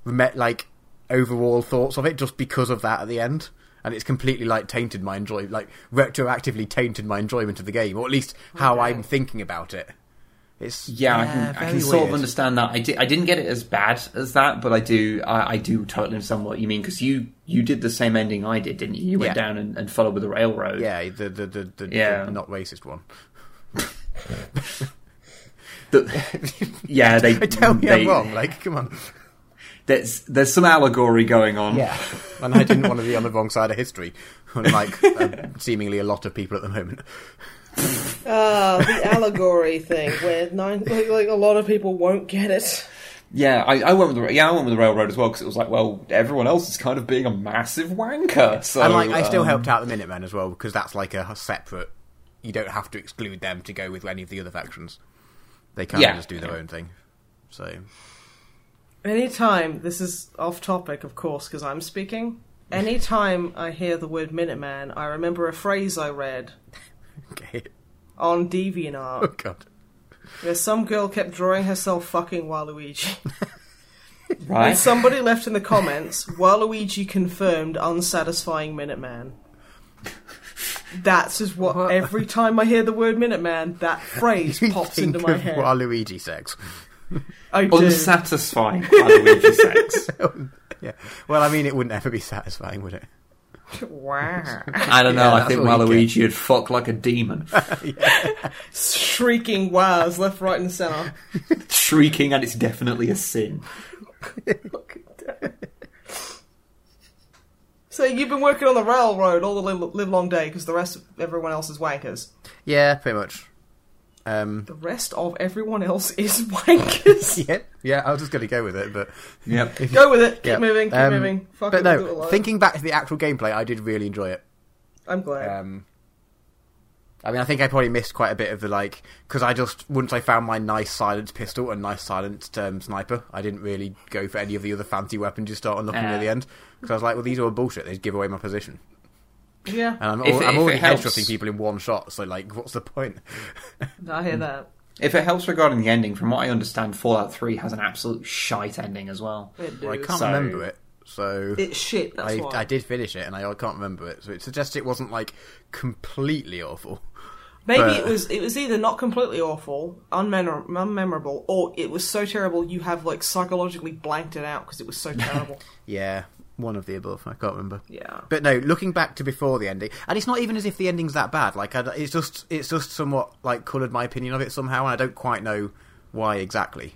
Speaker 3: me- like overall thoughts of it just because of that at the end, and it's completely like tainted my enjoy like retroactively tainted my enjoyment of the game, or at least how I'm thinking about it. It's
Speaker 4: Yeah, I can, I
Speaker 3: very
Speaker 4: can sort of
Speaker 3: weird.
Speaker 4: understand that. I, di- I didn't get it as bad as that, but I do I, I do totally understand what you mean because you you did the same ending I did, didn't you? You went
Speaker 3: Yeah.
Speaker 4: down and, and followed with the railroad.
Speaker 3: Yeah, the the the, the,
Speaker 4: Yeah.
Speaker 3: the not racist one.
Speaker 4: The- yeah, they
Speaker 3: Tell me
Speaker 4: they,
Speaker 3: I'm wrong. Like, come on.
Speaker 4: There's there's some allegory going on.
Speaker 3: Yeah, and I didn't want to be on the wrong side of history, unlike uh, seemingly a lot of people at the moment.
Speaker 1: Ah, the allegory thing where nine, like, like a lot of people won't get it.
Speaker 4: Yeah, I, I went with the ra- yeah I went with the railroad as well because it was like well everyone else is kind of being a massive wanker. So
Speaker 3: and like, I still
Speaker 4: um,
Speaker 3: helped out the Minutemen as well because that's like a separate. You don't have to exclude them to go with any of the other factions. They can
Speaker 4: Yeah.
Speaker 3: just do their own thing. So
Speaker 1: Anytime, this is off topic, of course, because I'm speaking. Anytime I hear the word Minuteman, I remember a phrase I read
Speaker 3: okay,
Speaker 1: on
Speaker 3: oh
Speaker 1: DeviantArt
Speaker 3: god,
Speaker 1: where some girl kept drawing herself fucking Waluigi.
Speaker 4: right.
Speaker 1: And somebody left in the comments, Waluigi confirmed unsatisfying Minuteman. That's just what,
Speaker 3: What?
Speaker 1: every time I hear the word Minuteman, that phrase
Speaker 3: You
Speaker 1: pops
Speaker 3: think
Speaker 1: into my
Speaker 3: of
Speaker 1: head.
Speaker 3: Waluigi sex.
Speaker 1: I do.
Speaker 4: Unsatisfying Waluigi sex.
Speaker 3: yeah. Well, I mean, it wouldn't ever be satisfying, would it?
Speaker 1: wow.
Speaker 4: I don't know.
Speaker 3: Yeah,
Speaker 4: I
Speaker 3: that's
Speaker 4: think
Speaker 3: all you
Speaker 4: Waluigi would fuck like a demon,
Speaker 1: Shrieking wows left, right, and center.
Speaker 4: shrieking, and it's definitely a sin.
Speaker 1: So you've been working on the railroad all the live, live long day because the rest of everyone else is wankers.
Speaker 3: Yeah, pretty much. Um.
Speaker 1: The rest of everyone else is wankers.
Speaker 3: Yeah. Yeah. I was just going to go with it, but
Speaker 4: Yep.
Speaker 1: Go with it. Keep
Speaker 3: yeah.
Speaker 1: moving. Keep
Speaker 3: Um,
Speaker 1: moving. Fuck
Speaker 3: but
Speaker 1: it, we'll do it
Speaker 3: no,
Speaker 1: live.
Speaker 3: thinking back to the actual gameplay, I did really enjoy it.
Speaker 1: I'm glad.
Speaker 3: Um, I mean, I think I probably missed quite a bit of the like because I just once I found my nice silenced pistol and nice silenced um, sniper, I didn't really go for any of the other fancy weapons you start unlocking
Speaker 4: Ah.
Speaker 3: near the end because I was like, well, these are all bullshit. They just give away my position,
Speaker 1: yeah,
Speaker 3: and I'm,
Speaker 4: If
Speaker 3: al-
Speaker 4: it- if
Speaker 3: I'm
Speaker 4: it
Speaker 3: already
Speaker 4: helps.
Speaker 3: headshotting people in one shot. So like, what's the point?
Speaker 1: I
Speaker 3: mm.
Speaker 1: hear that.
Speaker 4: If it helps regarding the ending, from what I understand, Fallout 3 has an absolute shite ending as well.
Speaker 1: It
Speaker 3: Well, I
Speaker 1: does.
Speaker 3: can't
Speaker 4: So-
Speaker 3: remember it. So
Speaker 1: It's shit. That's
Speaker 3: I,
Speaker 1: why.
Speaker 3: I did finish it, and I, I can't remember it. So it suggests it wasn't like completely awful.
Speaker 1: Maybe
Speaker 3: but-
Speaker 1: it was. It was either not completely awful, unmemor- unmemorable, or it was so terrible you have like psychologically blanked it out because it was so terrible.
Speaker 3: Yeah. one of the above. I can't remember.
Speaker 1: Yeah.
Speaker 3: But no, looking back to before the ending, and it's not even as if the ending's that bad. Like, I, it's just it's just somewhat like coloured my opinion of it somehow, and I don't quite know why exactly.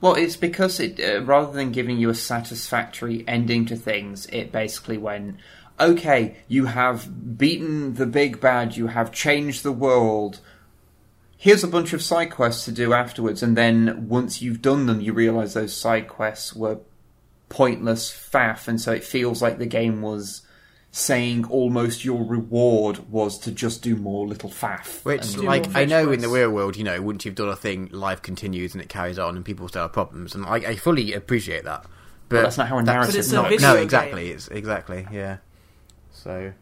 Speaker 4: Well, it's because it uh, rather than giving you a satisfactory ending to things, it basically went, okay, you have beaten the big bad, you have changed the world. Here's a bunch of side quests to do afterwards, and then once you've done them, you realize those side quests were pointless faff, and so it feels like the game was saying almost your reward was to just do more little faff.
Speaker 3: Which,
Speaker 4: and do
Speaker 3: like,
Speaker 4: more
Speaker 3: I know in
Speaker 4: fetch
Speaker 3: the
Speaker 4: quests.
Speaker 3: real world, you know, once you've done a thing, life continues and it carries on, and people still have problems, and I, I fully appreciate that. But
Speaker 4: that's not how a narrative
Speaker 1: But it's a
Speaker 4: works.
Speaker 1: video
Speaker 3: No,
Speaker 1: game.
Speaker 3: exactly. It's exactly yeah. So,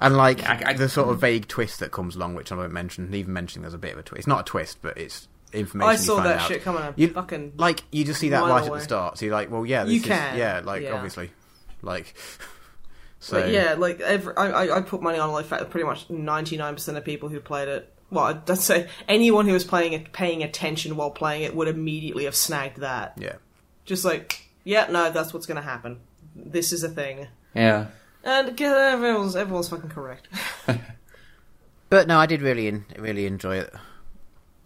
Speaker 3: and like
Speaker 4: I- I-
Speaker 3: the sort
Speaker 1: mm.
Speaker 3: of vague twist that comes along, which I won't mention. Even mentioning there's a bit of a twist. It's not a twist, but it's information.
Speaker 1: I
Speaker 3: you
Speaker 1: saw
Speaker 3: find
Speaker 1: that
Speaker 3: out.
Speaker 1: shit coming. I
Speaker 3: You-
Speaker 1: fucking
Speaker 3: Like you just see that
Speaker 1: Mile
Speaker 3: right at
Speaker 1: away.
Speaker 3: the start. So you're like, well, yeah, this
Speaker 1: You
Speaker 3: is
Speaker 1: can,
Speaker 3: yeah, like
Speaker 1: yeah.
Speaker 3: obviously, like so
Speaker 1: But yeah, like every, I, I, I put money on like fact, pretty much ninety nine percent of people who played it. Well, I'd I'd say anyone who was playing it, paying attention while playing it, would immediately have snagged that.
Speaker 3: yeah.
Speaker 1: Just like, yeah, no, that's what's going to happen. This is a thing,
Speaker 4: Yeah.
Speaker 1: and get everyone's everyone's fucking correct.
Speaker 3: But no, I did really en- really enjoy it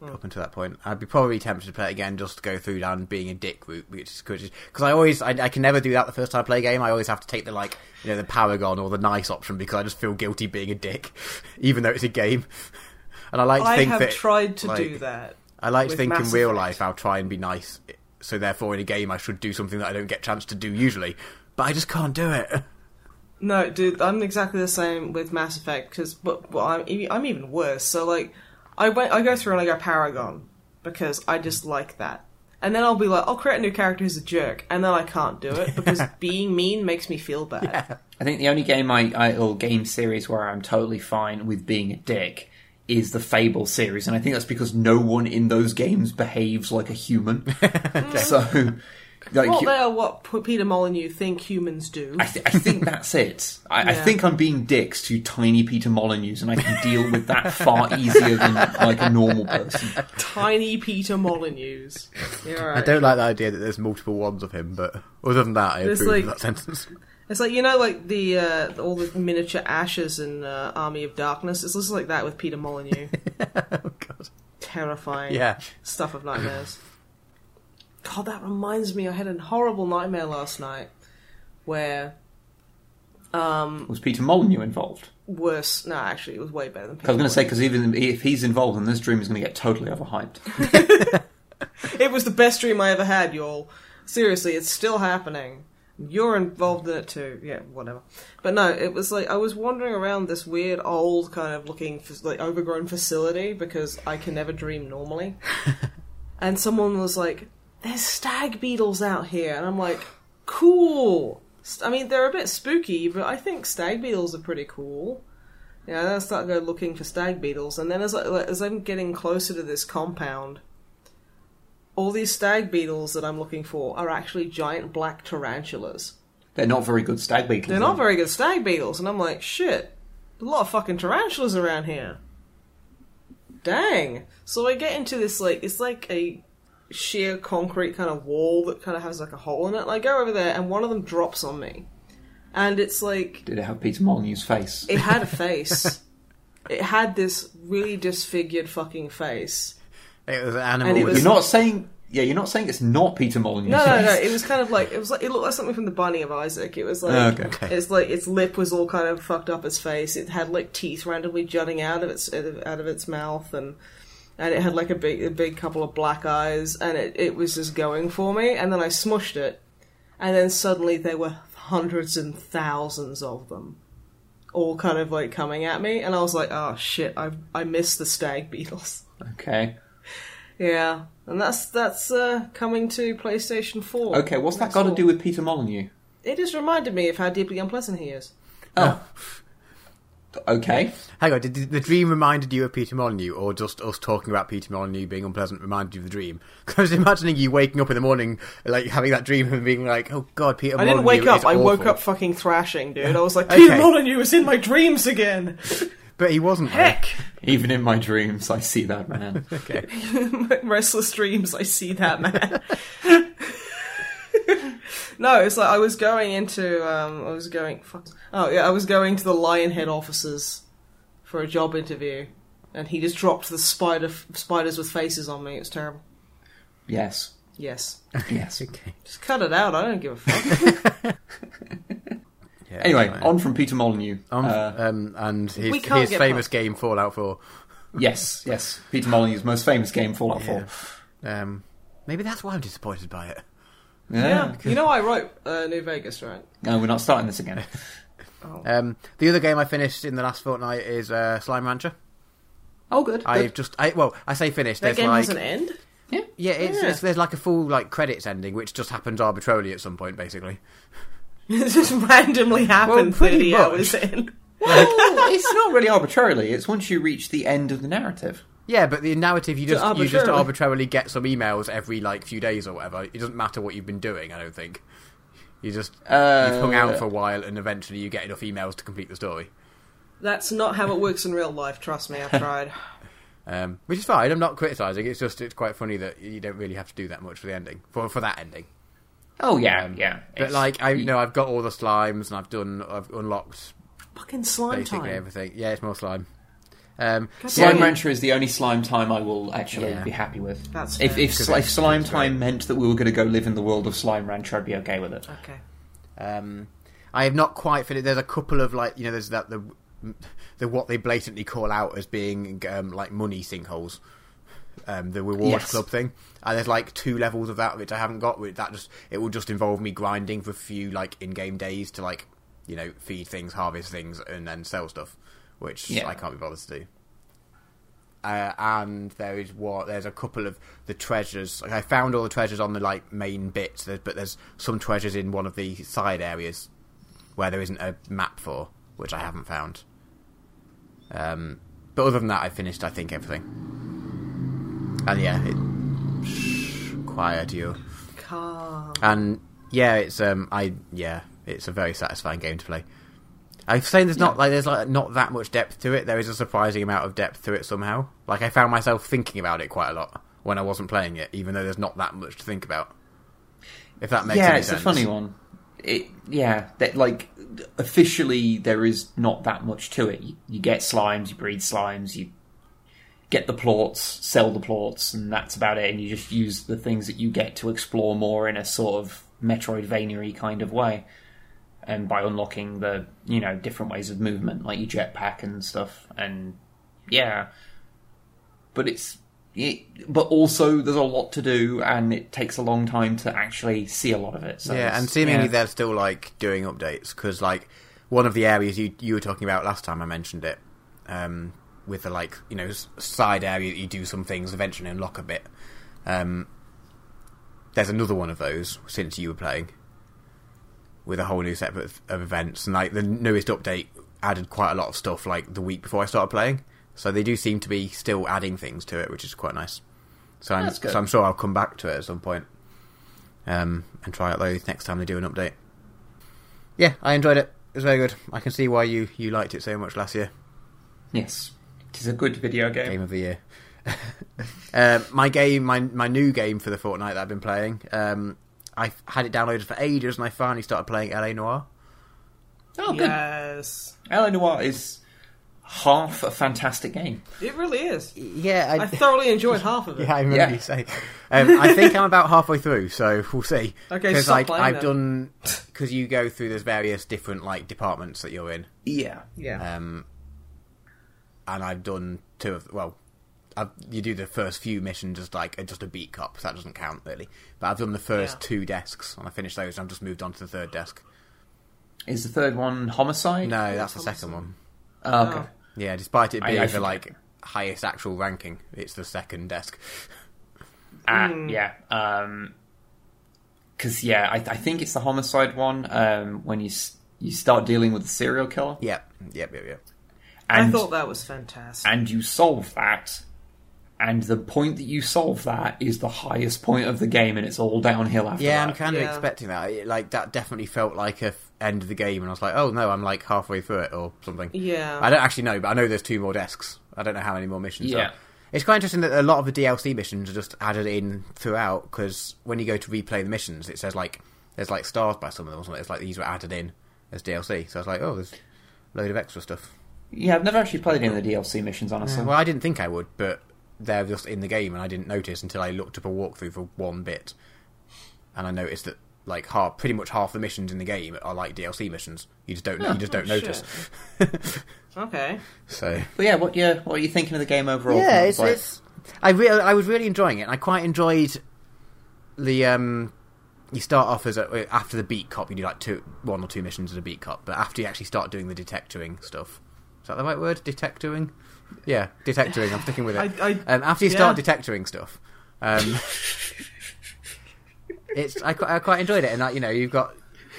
Speaker 1: Hmm.
Speaker 3: up until that point. I'd be probably tempted to play it again just to go through down being a dick route, which is because I always I, I can never do that the first time I play a game. I always have to take the like you know the Paragon or the nice option because I just feel guilty being a dick, even though it's a game. And I like to
Speaker 1: I
Speaker 3: think
Speaker 1: have
Speaker 3: that
Speaker 1: tried to do
Speaker 3: like,
Speaker 1: that.
Speaker 3: I like to
Speaker 1: with
Speaker 3: think in
Speaker 1: Mass
Speaker 3: real
Speaker 1: Effect.
Speaker 3: life I'll try and be nice, so therefore in a game I should do something that I don't get chance to do usually, but I just can't do it.
Speaker 1: No, dude, I'm exactly the same with Mass Effect because, but, but I'm e- I'm even worse. So like, I went, I go through and I go Paragon because I just like that, and then I'll be like, I'll create a new character who's a jerk, and then I can't do it because being mean makes me feel bad.
Speaker 4: I think the only game I, I or game series where I'm totally fine with being a dick is the Fable series, and I think that's because no one in those games behaves like a human. So, like,
Speaker 1: Well,
Speaker 4: you-
Speaker 1: they are what P- Peter Molyneux think humans do.
Speaker 4: I, th- I think that's it. I, I
Speaker 1: Yeah.
Speaker 4: think I'm being dicks to tiny Peter Molyneux, and I can deal with that far easier than like a normal person.
Speaker 1: Tiny Peter Molyneux. Yeah, all
Speaker 3: I
Speaker 1: right.
Speaker 3: don't like the idea that there's multiple ones of him, but other than that, I
Speaker 1: There's
Speaker 3: approve of
Speaker 1: like-
Speaker 3: that sentence.
Speaker 1: It's like you know, like the uh, all the miniature ashes in uh, Army of Darkness. It's just like that with Peter Molyneux.
Speaker 3: oh god.
Speaker 1: Terrifying.
Speaker 3: Yeah.
Speaker 1: stuff of nightmares. God, that reminds me. I had a horrible nightmare last night where
Speaker 4: Was Peter Molyneux involved?
Speaker 1: worse. No, actually, it was way better than.
Speaker 4: 'Cause I was going
Speaker 1: Pink
Speaker 4: to say because even if he's involved, then this dream is going to get totally overhyped.
Speaker 1: Floyd. it was the best dream I ever had, y'all. Seriously, it's still happening. You're involved in it too. Yeah, whatever. But no, it was like I was wandering around this weird old kind of looking f- like overgrown facility because I can never dream normally. and someone was like, "There's stag beetles out here," and I'm like, "Cool." S- I mean, they're a bit spooky, but I think stag beetles are pretty cool. Yeah, and I start go looking for stag beetles, and then as I, as I'm getting closer to this compound, all these stag beetles that I'm looking for are actually giant black tarantulas.
Speaker 4: They're not very good stag beetles.
Speaker 1: They're
Speaker 4: are
Speaker 1: not
Speaker 4: they?
Speaker 1: very good stag beetles, and I'm like, shit, a lot of fucking tarantulas around here. Dang. So I get into this like it's like a sheer concrete kind of wall that kind of has like a hole in it. And I go over there, and one of them drops on me, and it's like
Speaker 4: Did it have Peter Molyneux's face?
Speaker 1: it had a face. it had this really disfigured fucking face.
Speaker 3: It was an animal
Speaker 1: And it
Speaker 3: with
Speaker 1: was-
Speaker 4: You're not saying, yeah, you're not saying it's not Peter Molyneux.
Speaker 1: No, no, no. It was kind of like it was like it looked like something from the Bunny of Isaac. It was like
Speaker 4: Oh, Okay.
Speaker 3: Okay.
Speaker 1: it's like its lip was all kind of fucked up. Its face. It had like teeth randomly jutting out of its out of its mouth, and and it had like a big a big couple of black eyes, and it it was just going for me. And then I smushed it, and then suddenly there were hundreds and thousands of them. All kind of like coming at me, and I was like, "Oh shit! I I missed the stag beetles."
Speaker 4: Okay.
Speaker 1: Yeah, and that's that's uh, coming to PlayStation Four.
Speaker 4: Okay, what's that got to do with Peter Molyneux?
Speaker 1: It just reminded me of how deeply unpleasant he is.
Speaker 4: Oh. Okay.
Speaker 3: Hang on, did did the dream reminded you of Peter Molyneux, or just us talking about Peter Molyneux being unpleasant reminded you of the dream? 'Cause I was imagining you waking up in the morning, like having that dream and being like, "Oh God, Peter."
Speaker 1: I didn't
Speaker 3: Molyneux
Speaker 1: wake up.
Speaker 3: is
Speaker 1: I woke
Speaker 3: awful."
Speaker 1: up fucking thrashing, dude. I was like,
Speaker 3: Okay.
Speaker 1: Peter Molyneux is in my dreams again.
Speaker 3: but he wasn't. though.
Speaker 1: Heck,
Speaker 4: Even in my dreams, I see that man.
Speaker 3: Okay.
Speaker 1: my restless dreams. I see that man. No, it's like I was going into um, I was going fuck. Oh yeah, I was going to the Lionhead offices for a job interview, and he just dropped the spider spiders with faces on me. It was terrible.
Speaker 4: Yes.
Speaker 1: Yes,
Speaker 4: Yes.
Speaker 3: Okay.
Speaker 1: just cut it out. I don't give a fuck.
Speaker 3: Yeah,
Speaker 4: Anyway,
Speaker 3: fine.
Speaker 4: on from Peter Molyneux.
Speaker 3: Um,
Speaker 4: Uh,
Speaker 3: um, and
Speaker 1: we
Speaker 3: his,
Speaker 1: can't
Speaker 3: his
Speaker 1: get
Speaker 3: famous game Fallout 4.
Speaker 4: yes, yes. Peter Molyneux's most famous game, Fallout 4.
Speaker 3: Um, maybe that's why I'm disappointed by it.
Speaker 4: Yeah.
Speaker 1: yeah, you know I wrote uh, New Vegas, right?
Speaker 4: No, we're not starting this again.
Speaker 3: Um, the other game I finished in the last fortnight is uh, Slime Rancher.
Speaker 4: Oh, good.
Speaker 3: I've just, I well, I say finished.
Speaker 1: That
Speaker 3: There's
Speaker 1: game
Speaker 3: like,
Speaker 1: has an end.
Speaker 4: good. Yeah.
Speaker 3: yeah, it's,
Speaker 1: Yeah.
Speaker 3: It's, there's like a full like credits ending, which just happens arbitrarily at some point, basically.
Speaker 1: it just randomly happened thirty
Speaker 3: pretty much.
Speaker 1: hours in.
Speaker 4: Well, it's not really arbitrarily. It's once you reach the end of the narrative.
Speaker 3: Yeah, but the narrative you just you just
Speaker 1: arbitrarily.
Speaker 3: arbitrarily get some emails every like few days or whatever. It doesn't matter what you've been doing. I don't think you just
Speaker 4: Uh,
Speaker 3: you've hung out for a while, and eventually you get enough emails to complete the story.
Speaker 1: That's not how it works in real life. Trust me, I've tried.
Speaker 3: Um, which is fine. I'm not criticizing. It's just it's quite funny that you don't really have to do that much for the ending for for that ending.
Speaker 4: Oh yeah, yeah.
Speaker 3: But
Speaker 4: It's-
Speaker 3: like I you know I've got all the slimes and I've done I've unlocked
Speaker 1: Fucking slime time.
Speaker 3: basically everything. Yeah, it's more slime. Um,
Speaker 4: Slime
Speaker 1: Yeah.
Speaker 4: Rancher is the only slime time I will actually
Speaker 3: Yeah.
Speaker 4: be happy with.
Speaker 1: That's
Speaker 4: if
Speaker 1: fair.
Speaker 4: if, sli- if slime time meant that we were going to go live in the world of Slime Rancher, I'd be okay with it.
Speaker 1: Okay.
Speaker 3: Um, I have not quite finished. There's a couple of like you know there's that the the what they blatantly call out as being um, like money sinkholes, um, the reward
Speaker 4: Yes.
Speaker 3: club thing. And there's like two levels of that which I haven't got. Which that just it will just involve me grinding for a few like in-game days to like you know feed things, harvest things, and then sell stuff, which
Speaker 4: Yeah.
Speaker 3: I can't be bothered to do. Uh, and there is what there's a couple of the treasures. Like I found all the treasures on the like main bits, there- but there's some treasures in one of the side areas where there isn't a map for, which I haven't found. Um, but other than that, I finished I think everything. And yeah, it shh, quiet you.
Speaker 1: Calm.
Speaker 3: And yeah, it's um, I yeah, it's a very satisfying game to play. I'm saying there's not like there's like not that much depth to it. There is a surprising amount of depth to it somehow. Like I found myself thinking about it quite a lot when I wasn't playing it, even though there's not that much to think about. If that makes
Speaker 4: yeah,
Speaker 3: any
Speaker 4: it's
Speaker 3: sense.
Speaker 4: a funny one. It yeah, that like officially there is not that much to it. You, you get slimes, you breed slimes, you get the plots, sell the plots, and that's about it. And you just use the things that you get to explore more in a sort of Metroidvania kind of way. And by unlocking the you know different ways of movement, like your jetpack and stuff, and yeah, but it's it, but also there's a lot to do, and it takes a long time to actually see a lot of it. So
Speaker 3: Yeah,
Speaker 4: it's-
Speaker 3: and seemingly
Speaker 4: yeah.
Speaker 3: they're still like doing updates because like one of the areas you you were talking about last time I mentioned it, um, with the like you know s- side area that you do some things eventually unlock a bit. Um, there's another one of those since you were playing, with a whole new set of, of events and like the newest update added quite a lot of stuff like the week before I started playing. So they do seem to be still adding things to it, which is quite nice. So I'm
Speaker 4: That's good.
Speaker 3: so I'm sure I'll come back to it at some point um, and try out those next time they do an update. Yeah, I enjoyed it. It was very good. I can see why you, you liked it so much last year.
Speaker 4: yes, it is a good video game.
Speaker 3: Game of the year. um, my game, my my new game for the fortnight that I've been playing. Um, I had it downloaded for ages, and I finally started playing La Noir.
Speaker 4: Oh, good.
Speaker 1: Yes.
Speaker 4: LA Noir is half a fantastic game.
Speaker 1: It really is.
Speaker 3: Yeah, I,
Speaker 1: I thoroughly enjoyed half of it.
Speaker 3: Yeah, I remember
Speaker 4: Yeah.
Speaker 3: you saying. Um, I think I'm about halfway through, so we'll see.
Speaker 1: Okay,
Speaker 3: because
Speaker 1: stop
Speaker 3: like
Speaker 1: playing
Speaker 3: I've
Speaker 1: then.
Speaker 3: done because you go through there's various different like departments that you're in.
Speaker 4: Yeah,
Speaker 1: Yeah.
Speaker 3: Um, and I've done two of well, I've, you do the first few missions as like uh, just a beat cop, so that doesn't count really. But I've done the first
Speaker 1: Yeah.
Speaker 3: two desks, and I finished those, and I've just moved on to the third desk.
Speaker 4: is the third one Homicide?
Speaker 3: No, that's the second one.
Speaker 4: Oh, okay.
Speaker 3: Yeah, despite it
Speaker 4: I-
Speaker 3: being
Speaker 4: I
Speaker 3: the
Speaker 4: should-
Speaker 3: like highest actual ranking, it's the second desk.
Speaker 1: Mm.
Speaker 4: Ah, yeah. Um 'cause because yeah, I, I think it's the homicide one. Um, when you s- you start dealing with the serial killer,
Speaker 3: Yep, yep, yep, yep.
Speaker 1: I
Speaker 4: and
Speaker 1: thought that was fantastic.
Speaker 4: and you solve that, and the point that you solve that is the highest point of the game, and it's all downhill after
Speaker 3: Yeah,
Speaker 4: that.
Speaker 3: I'm kind of
Speaker 1: Yeah.
Speaker 3: expecting that. It, like that definitely felt like a f- end of the game, and I was like, oh no, I'm like halfway through it or something.
Speaker 1: Yeah.
Speaker 3: I don't actually know, but I know there's two more desks. I don't know how many more missions.
Speaker 4: Yeah.
Speaker 3: Are. It's quite interesting that a lot of the DLC missions are just added in throughout because when you go to replay the missions, it says like There's like stars by some of them. or something. It's like these were added in as DLC. So I was like, oh, there's a load of extra stuff.
Speaker 4: Yeah, I've never actually played any of the DLC missions, honestly.
Speaker 3: Well, I didn't think I would, but they're just in the game, and I didn't notice until I looked up a walkthrough for one bit, and I noticed that like half, pretty much half the missions in the game are like DLC missions. You just don't, you just don't
Speaker 1: Oh,
Speaker 3: notice.
Speaker 1: Okay.
Speaker 3: So
Speaker 4: But yeah, what yeah, what are you thinking of the game overall?
Speaker 3: yeah,
Speaker 4: from
Speaker 3: it's,
Speaker 4: like-
Speaker 3: it's I re- I was really enjoying it. and I quite enjoyed the um. You start off as a, after the beat cop, you do like two, one or two missions as a beat cop, but after you actually start doing the detectoring stuff, is that the right word? Detectoring, yeah, detectoring. I'm sticking with it.
Speaker 1: I- I-
Speaker 3: um, after you
Speaker 1: yeah.
Speaker 3: start detectoring stuff, um, it's I, qui- I quite enjoyed it, and like you know you've got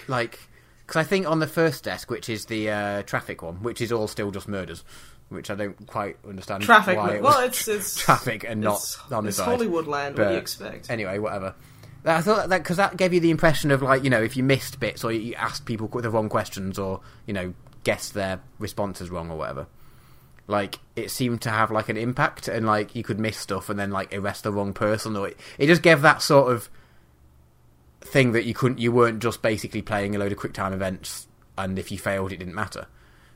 Speaker 3: like because I think on the first desk, which is the uh, traffic one, which is all still just murders, which I don't quite understand
Speaker 1: Traffic.
Speaker 3: why it was
Speaker 1: well, it's it's
Speaker 3: traffic and not
Speaker 1: it's,
Speaker 3: on the
Speaker 1: it's
Speaker 3: side.
Speaker 1: Hollywood land. What do
Speaker 3: But
Speaker 1: you expect?
Speaker 3: Anyway, whatever. That- I thought that because that gave you the impression of like you know if you missed bits or you asked people qu- the wrong questions or you know guessed their responses wrong or whatever. Like it seemed to have like an impact and like you could miss stuff and then like arrest the wrong person or it, it just gave that sort of thing that you couldn't you weren't just basically playing a load of quick time events and if you failed it didn't matter.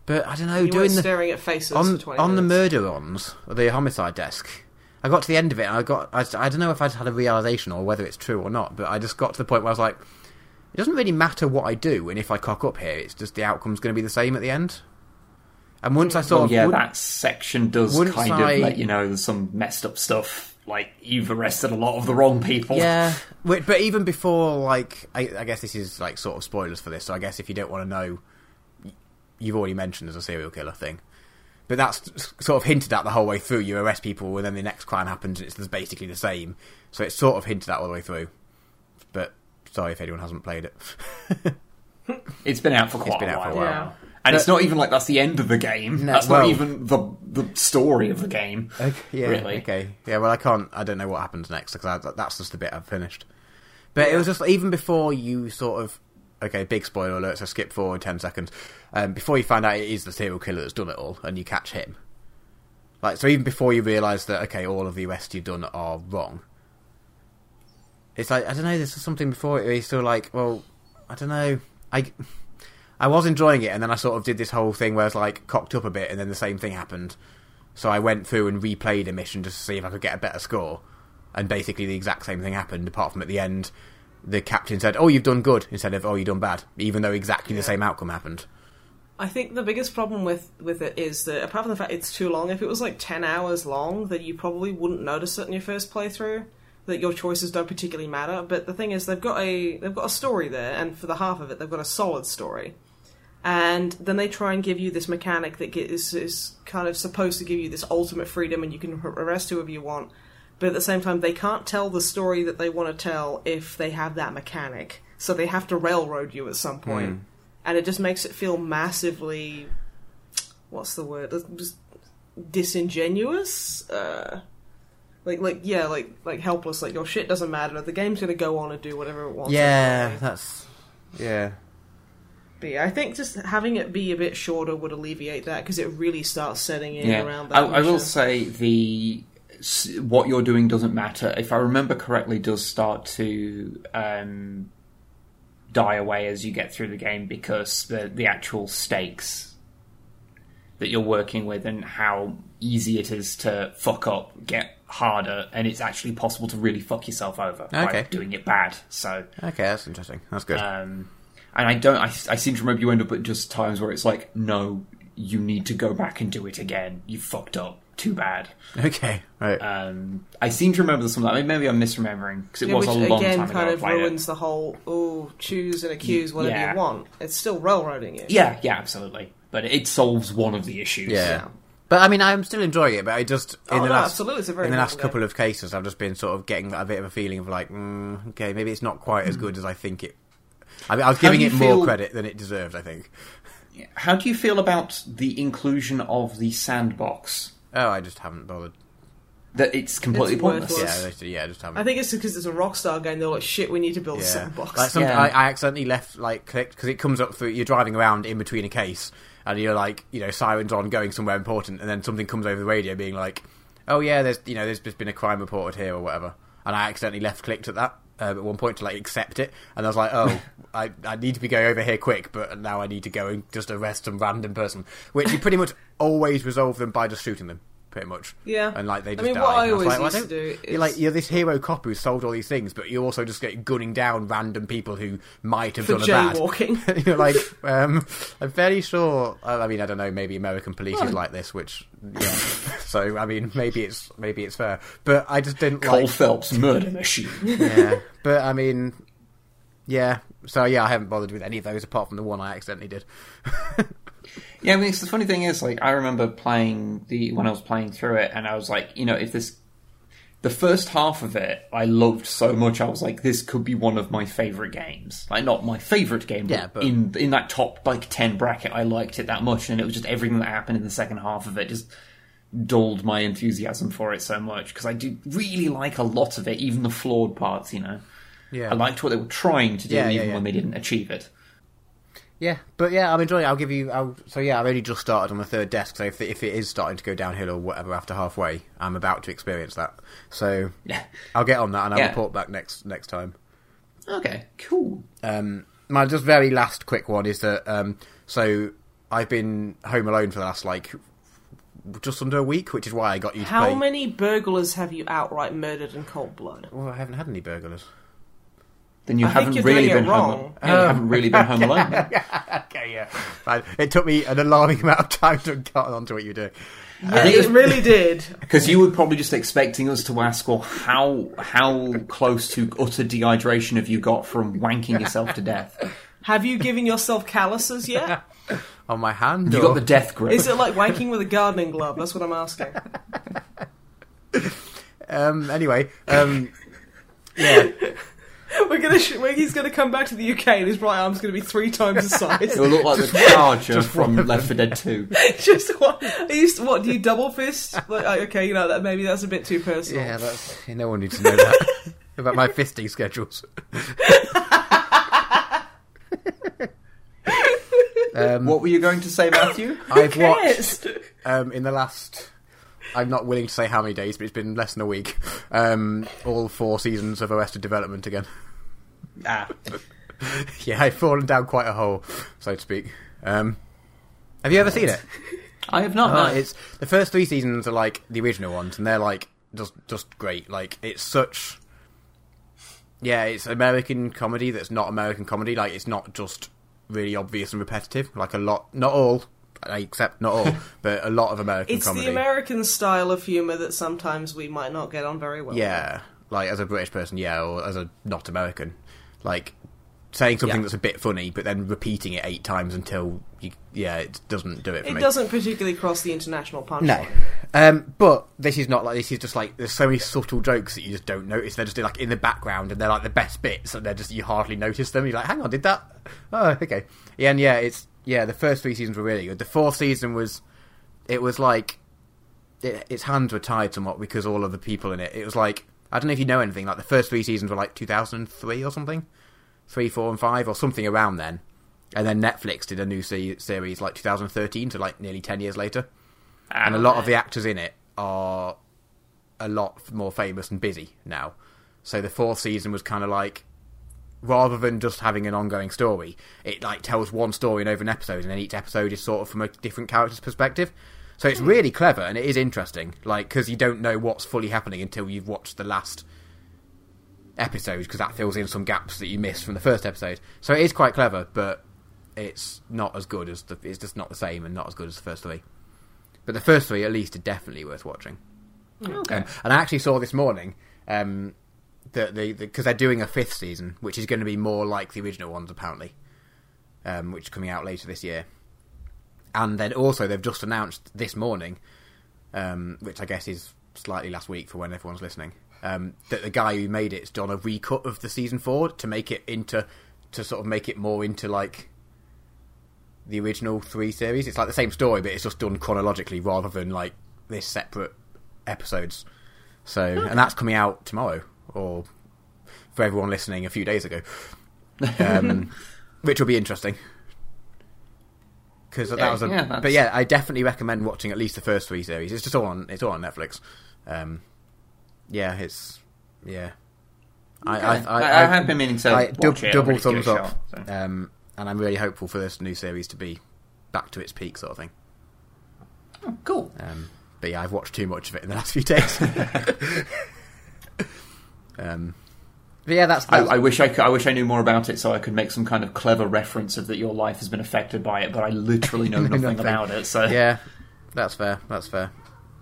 Speaker 3: But I don't know
Speaker 1: you were
Speaker 3: doing the
Speaker 1: staring at faces
Speaker 3: on
Speaker 1: for 20
Speaker 3: on the
Speaker 1: minutes.
Speaker 3: murder ons, the homicide desk. I got to the end of it, and I got I, I don't know if I'd had a realization or whether it's true or not, but I just got to the point where I was like, it doesn't really matter what I do, and if I cock up here, it's just the outcome's going to be the same at the end. And once I sort
Speaker 4: Mm. Well,
Speaker 3: of
Speaker 4: yeah,
Speaker 3: would-
Speaker 4: that section does
Speaker 3: wouldn't
Speaker 4: kind
Speaker 3: I-
Speaker 4: of let you know there's some messed up stuff. Like you've arrested a lot of the wrong people.
Speaker 3: Yeah, Wait, but even before, like, I, I guess this is like sort of spoilers for this. So I guess if you don't want to know, y- you've already mentioned as a serial killer thing. But that's s- sort of hinted at the whole way through. You arrest people, and then the next crime happens, and it's basically the same. So it's sort of hinted at all the way through. But sorry if anyone hasn't played it.
Speaker 4: It's been out for quite
Speaker 3: been
Speaker 4: a
Speaker 3: out
Speaker 4: while.
Speaker 3: for a
Speaker 1: while. Yeah.
Speaker 4: And it's not even like that's the end of the game.
Speaker 3: No,
Speaker 4: that's
Speaker 3: well-
Speaker 4: not even the the story of the game.
Speaker 3: yeah,
Speaker 4: really.
Speaker 3: okay, yeah. Well, I can't. I don't know what happens next because that's just the bit I've finished. But it was just even before you sort of okay, big spoiler alert. So skip forward ten seconds um, before you find out it is the serial killer that's done it all, and you catch him. Like so, even before you realise that okay, all of the arrests you've done are wrong. It's like I don't know. There's something before it. Where you're still like, well, I don't know. I I was enjoying it, and then I sort of did this whole thing where I was like cocked up a bit, and then the same thing happened. So I went through and replayed a mission just to see if I could get a better score. And basically, the exact same thing happened, apart from at the end, the captain said, "Oh, you've done good," instead of "Oh, you've done bad," even though exactly the same outcome happened.
Speaker 1: I think the biggest problem with with it is that apart from the fact it's too long, if it was like ten hours long, then you probably wouldn't notice it in your first playthrough. That your choices don't particularly matter. But the thing is, they've got a they've got a story there, and for the half of it, they've got a solid story. And then they try and give you this mechanic that get, is, is kind of supposed to give you this ultimate freedom, and you can har- arrest whoever you want. But at the same time, they can't tell the story that they want to tell if they have that mechanic. So they have to railroad you at some point and it just makes it feel massively what's the word just disingenuous uh like like yeah like like helpless like your shit doesn't matter the game's gonna go on and do whatever it wants
Speaker 3: Yeah, that's yeah.
Speaker 1: but yeah, i think just having it be a bit shorter would alleviate that because it really starts setting in around that
Speaker 4: I, I will
Speaker 1: mission.
Speaker 4: say the s- what you're doing doesn't matter. If I remember correctly, does start to um, die away as you get through the game because the the actual stakes that you're working with and how easy it is to fuck up get harder, and it's actually possible to really fuck yourself over by
Speaker 3: Okay.
Speaker 4: doing it bad. So
Speaker 3: Okay, that's interesting. That's good.
Speaker 2: Uh,
Speaker 4: um, and I don't. I, I seem to remember you end up at just times where it's like, no, you need to go back and do it again. You fucked up. Too bad.
Speaker 3: okay, right.
Speaker 2: uh,
Speaker 4: Um, I seem to remember some of that. Maybe I'm misremembering because it
Speaker 1: Yeah,
Speaker 4: was
Speaker 1: which
Speaker 4: a long
Speaker 1: again
Speaker 4: time
Speaker 1: kind
Speaker 4: ago. I
Speaker 1: of
Speaker 4: played it.
Speaker 1: ruins the whole oh choose and accuse whatever
Speaker 4: yeah.
Speaker 1: you want it's still railroading you
Speaker 4: Yeah, yeah, absolutely. But it solves one of the issues.
Speaker 3: yeah. But I mean, I'm still enjoying it. But I just in
Speaker 1: Oh,
Speaker 3: the
Speaker 1: no,
Speaker 3: last
Speaker 1: absolutely, it's a very
Speaker 3: in the last
Speaker 1: enjoyable
Speaker 3: couple of cases, I've just been sort of getting a bit of a feeling of like, mm, okay, maybe it's not quite as good as I think it. I mean, I was
Speaker 4: How do
Speaker 3: giving
Speaker 4: you
Speaker 3: it more
Speaker 4: feel-
Speaker 3: credit than it deserved. I think.
Speaker 4: How do you feel about the inclusion of the sandbox?
Speaker 3: Oh, I just haven't bothered.
Speaker 4: That it's completely
Speaker 1: It's
Speaker 4: pointless.
Speaker 1: worthless.
Speaker 3: Yeah, I just, yeah, I just haven't.
Speaker 1: i think it's because it's a rockstar game they're like shit we need to build a
Speaker 3: yeah.
Speaker 1: sandbox
Speaker 3: Like some,
Speaker 4: Yeah.
Speaker 3: I, I accidentally left like clicked because it comes up through. You're driving around in between a case, and you're like, you know, sirens on, going somewhere important, and then something comes over the radio being like, "Oh yeah, there's you know, there's just been a crime reported here or whatever," and I accidentally left clicked at that. um, at one point to like accept it, and I was like, "Oh, I, I need to be going over here quick," but now I need to go and just arrest some random person, which you pretty much always resolve them by just shooting them, pretty much.
Speaker 1: Yeah.
Speaker 3: and like they
Speaker 1: I
Speaker 3: just
Speaker 1: mean,
Speaker 3: die.
Speaker 1: what I
Speaker 3: And was
Speaker 1: always
Speaker 3: like, well,
Speaker 1: used to
Speaker 3: don't-
Speaker 1: do
Speaker 3: you're like
Speaker 1: is-
Speaker 3: you're this hero cop who solved all these things, but you also just get gunning down random people who might have
Speaker 1: For
Speaker 3: done a bad.
Speaker 1: jaywalking.
Speaker 3: you're like, um, I'm fairly sure. I mean, I don't know. Maybe American police is like this, which yeah. so I mean, maybe it's maybe it's fair, but I just didn't
Speaker 4: Cole
Speaker 3: like.
Speaker 4: Phelps murder machine.
Speaker 3: Yeah, but I mean, yeah. So yeah, I haven't bothered with any of those apart from the one I accidentally did.
Speaker 4: Yeah, I mean, it's the funny thing is, like, I remember playing the when I was playing through it, and I was like, you know, if this, the first half of it, I loved so much, I was like, this could be one of my favorite games. Like, not my favorite game, but,
Speaker 3: Yeah, but-
Speaker 4: in in that top like ten bracket, I liked it that much, and it was just everything that happened in the second half of it just dulled my enthusiasm for it so much because I do really like a lot of it, even the flawed parts. You know,
Speaker 3: Yeah.
Speaker 4: I liked what they were trying to do,
Speaker 3: Yeah, yeah,
Speaker 4: even
Speaker 3: yeah.
Speaker 4: when they didn't achieve it.
Speaker 3: Yeah, but yeah, I'm enjoying it. I'll give you. I'll, so yeah, I've only just started on the third desk. So if if it is starting to go downhill or whatever after halfway, I'm about to experience that. So
Speaker 4: Yeah.
Speaker 3: I'll get on that and I'll
Speaker 4: Yeah.
Speaker 3: report back next next time.
Speaker 4: Okay, cool.
Speaker 3: Um, my just very last quick one is that um, so I've been home alone for the last like just under a week, which is why I got you to
Speaker 1: How
Speaker 3: play.
Speaker 1: many burglars have you outright murdered in cold blood?
Speaker 3: Well, Oh, I haven't had any burglars.
Speaker 4: then you
Speaker 1: I think
Speaker 4: haven't
Speaker 1: you're
Speaker 4: really
Speaker 1: doing it
Speaker 4: been home.
Speaker 1: wrong. Oh.
Speaker 4: yeah, you haven't really been home alone.
Speaker 3: Okay, yeah. But it took me an alarming amount of time to get onto what you do.
Speaker 1: Yeah,
Speaker 4: think it
Speaker 1: it really did.
Speaker 4: Because you were probably just expecting us to ask, well, how how close to utter dehydration have you got from wanking yourself to death?
Speaker 1: Have you given yourself calluses yet?
Speaker 3: On my hand,
Speaker 4: You
Speaker 3: or-
Speaker 4: got the death grip.
Speaker 1: Is it like wanking with a gardening glove? That's what I'm asking.
Speaker 3: um, anyway, um, yeah.
Speaker 1: We're gonna sh- we're- he's gonna come back to the UK and his right arm's gonna be three times the size.
Speaker 4: It will look like the charger from Left 4 Dead 2.
Speaker 1: Just what? Are you, what do you double fist? Like, uh, okay, you know that maybe that's a bit too personal.
Speaker 3: Yeah, that's yeah, no one needs to know that about my fisting schedules.
Speaker 4: What were you going to say, Matthew?
Speaker 3: I've watched
Speaker 1: Yes.
Speaker 3: um, in the last. I'm not willing to say how many days, but it's been less than a week. Um, all four seasons of Arrested Development again.
Speaker 4: ah,
Speaker 3: Yeah, I've fallen down quite a hole, so to speak. Um, have you ever seen it?
Speaker 4: I have
Speaker 1: Oh,
Speaker 4: not.
Speaker 3: Uh,
Speaker 4: no.
Speaker 3: it's the first three seasons are like the original ones, and they're like just just great. Like it's such, yeah, it's American comedy that's not American comedy. Like it's not just really obvious and repetitive. Like a lot, not all, I accept not all, but a lot of American
Speaker 1: It's
Speaker 3: comedy.
Speaker 1: the American style of humor that sometimes we might not get on very well.
Speaker 3: yeah, like as a British person, yeah, or as a not American, like saying something
Speaker 4: Yeah.
Speaker 3: that's a bit funny, but then repeating it eight times until you, yeah, it doesn't do it for
Speaker 1: It
Speaker 3: me.
Speaker 1: doesn't particularly cross the international punchline.
Speaker 3: No. Um, but this is not like this is just like there's so many subtle jokes that you just don't notice. They're just like in the background and they're like the best bits and they're just you hardly notice them. You're like, hang on, did that? Oh, okay. Yeah, and yeah, it's yeah. The first three seasons were really good. The fourth season was, it was like, it, its hands were tied somewhat because all of the people in it. It was like I don't know if you know anything. Like the first three seasons were like 2003 or something, three, four, and five or something around then. And then Netflix did a new se- series like 2013, so like nearly ten years later and a lot of the actors in it are a lot more famous and busy now. So the fourth season was kind of like, rather than just having an ongoing story, it like tells one story in over an episode, and then each episode is sort of from a different character's perspective. So it's really clever and it is interesting, like because you don't know what's fully happening until you've watched the last episode, because that fills in some gaps that you missed from the first episode. So it is quite clever, but it's not as good as the. It's just not the same and not as good as the first three. But the first three, at least, are definitely worth watching.
Speaker 4: okay.
Speaker 3: Um, and I actually saw this morning um, that the because they're doing a fifth season, which is going to be more like the original ones, apparently, um, which is coming out later this year. And then also they've just announced this morning, um, which I guess is slightly last week for when everyone's listening, um, that the guy who made it's done a recut of the season four to make it into to sort of make it more into like the original three series. It's like the same story, but it's just done chronologically rather than like this separate episodes. So, and that's coming out tomorrow, or for everyone listening, a few days ago, um, which will be interesting. Because that
Speaker 4: Yeah,
Speaker 3: was a,
Speaker 4: yeah,
Speaker 3: but
Speaker 4: that's-
Speaker 3: yeah, I definitely recommend watching at least the first three series. It's just all on, it's all on Netflix. Um, yeah, it's yeah, I,
Speaker 4: I, I, have been meaning to
Speaker 3: I
Speaker 4: watch
Speaker 3: dub-
Speaker 4: it. I'll
Speaker 3: double
Speaker 4: really give it a
Speaker 3: thumbs up,
Speaker 4: shot, so.
Speaker 3: um, and I'm really hopeful for this new series to be back to its peak, sort of thing.
Speaker 4: Cool.
Speaker 3: Um, but yeah, I've watched too much of it in the last few days. um, but yeah, that's,
Speaker 4: I,
Speaker 3: that's-
Speaker 4: I wish I could, I wish I knew more about it so I could make some kind of clever reference of that your life has been affected by it, but I literally know nothing,
Speaker 3: Nothing.
Speaker 4: about it. So
Speaker 3: yeah, that's fair. That's fair.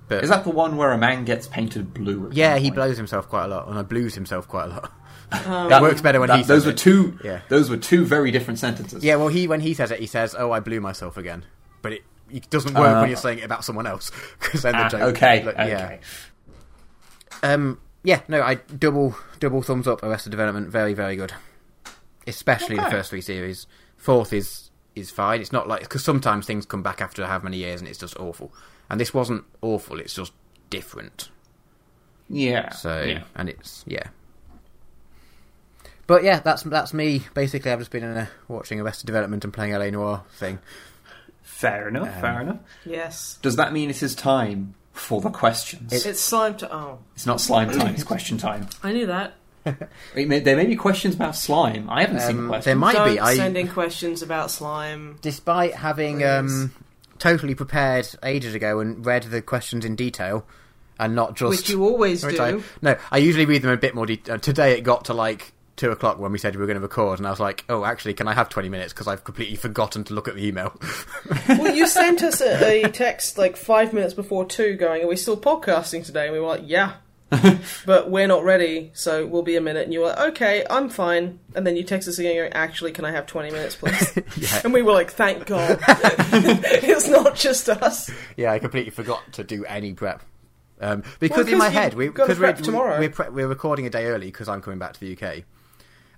Speaker 3: But
Speaker 4: is that the one where a man gets painted blue? At
Speaker 3: yeah,
Speaker 4: one
Speaker 3: he
Speaker 4: point? Um,
Speaker 3: blows himself quite a lot, and I blues himself quite a lot. it works better when
Speaker 4: That-
Speaker 3: he says
Speaker 4: those were
Speaker 3: it.
Speaker 4: two.
Speaker 3: Yeah.
Speaker 4: those were two very different sentences.
Speaker 3: Yeah, well, he when he says it, he says, "Oh, I blew myself again," but it, it doesn't work
Speaker 4: Uh,
Speaker 3: when you're saying it about someone else because then
Speaker 4: Ah,
Speaker 3: the joke.
Speaker 4: okay.
Speaker 3: like,
Speaker 4: okay.
Speaker 3: Yeah. Um. Yeah. No. I double double thumbs up. Arrested Development. Very very good. Especially the
Speaker 4: Okay.
Speaker 3: first three series. Fourth is is fine. It's not like because sometimes things come back after how many years and it's just awful. And this wasn't awful. It's just different.
Speaker 4: Yeah.
Speaker 3: So
Speaker 4: yeah.
Speaker 3: and it's yeah. But yeah, that's that's me. Basically, I've just been in a, watching Arrested Development and playing LA Noir thing.
Speaker 4: fair enough. fair enough.
Speaker 1: Yes.
Speaker 4: Does that mean it is time for the questions?
Speaker 1: It's slime to. Oh,
Speaker 4: it's not slime time. It's question time.
Speaker 1: I knew that.
Speaker 4: It may, there may be questions about slime. I haven't seen
Speaker 3: Um,
Speaker 4: questions.
Speaker 3: there might
Speaker 1: Don't
Speaker 3: be. I
Speaker 1: send in questions about slime.
Speaker 3: despite having um, totally prepared ages ago and read the questions in detail and not just
Speaker 1: Which you always
Speaker 3: which
Speaker 1: do.
Speaker 3: I- no, I usually read them a bit more. De- uh, today it got to like two o'clock when we said we were going to record, and I was like, "Oh, actually, can I have twenty minutes? Because I've completely forgotten to look at the email."
Speaker 1: well, you sent us a, a text like five minutes before two, going, "Are we still podcasting today?" And we were like, "Yeah," but we're not ready, so we'll be a minute. And you were like, "Okay, I'm fine." And then you text us again, going, "Actually, can I have twenty minutes, please?" And we were like, "Thank God, it's not just us."
Speaker 3: yeah, I completely forgot to do any prep. Um, because in
Speaker 1: 'cause
Speaker 3: my
Speaker 1: you've
Speaker 3: head, we,
Speaker 1: gotta
Speaker 3: because we're,
Speaker 1: prep tomorrow.
Speaker 3: we're, pre- we're recording a day early because I'm coming back to the UK.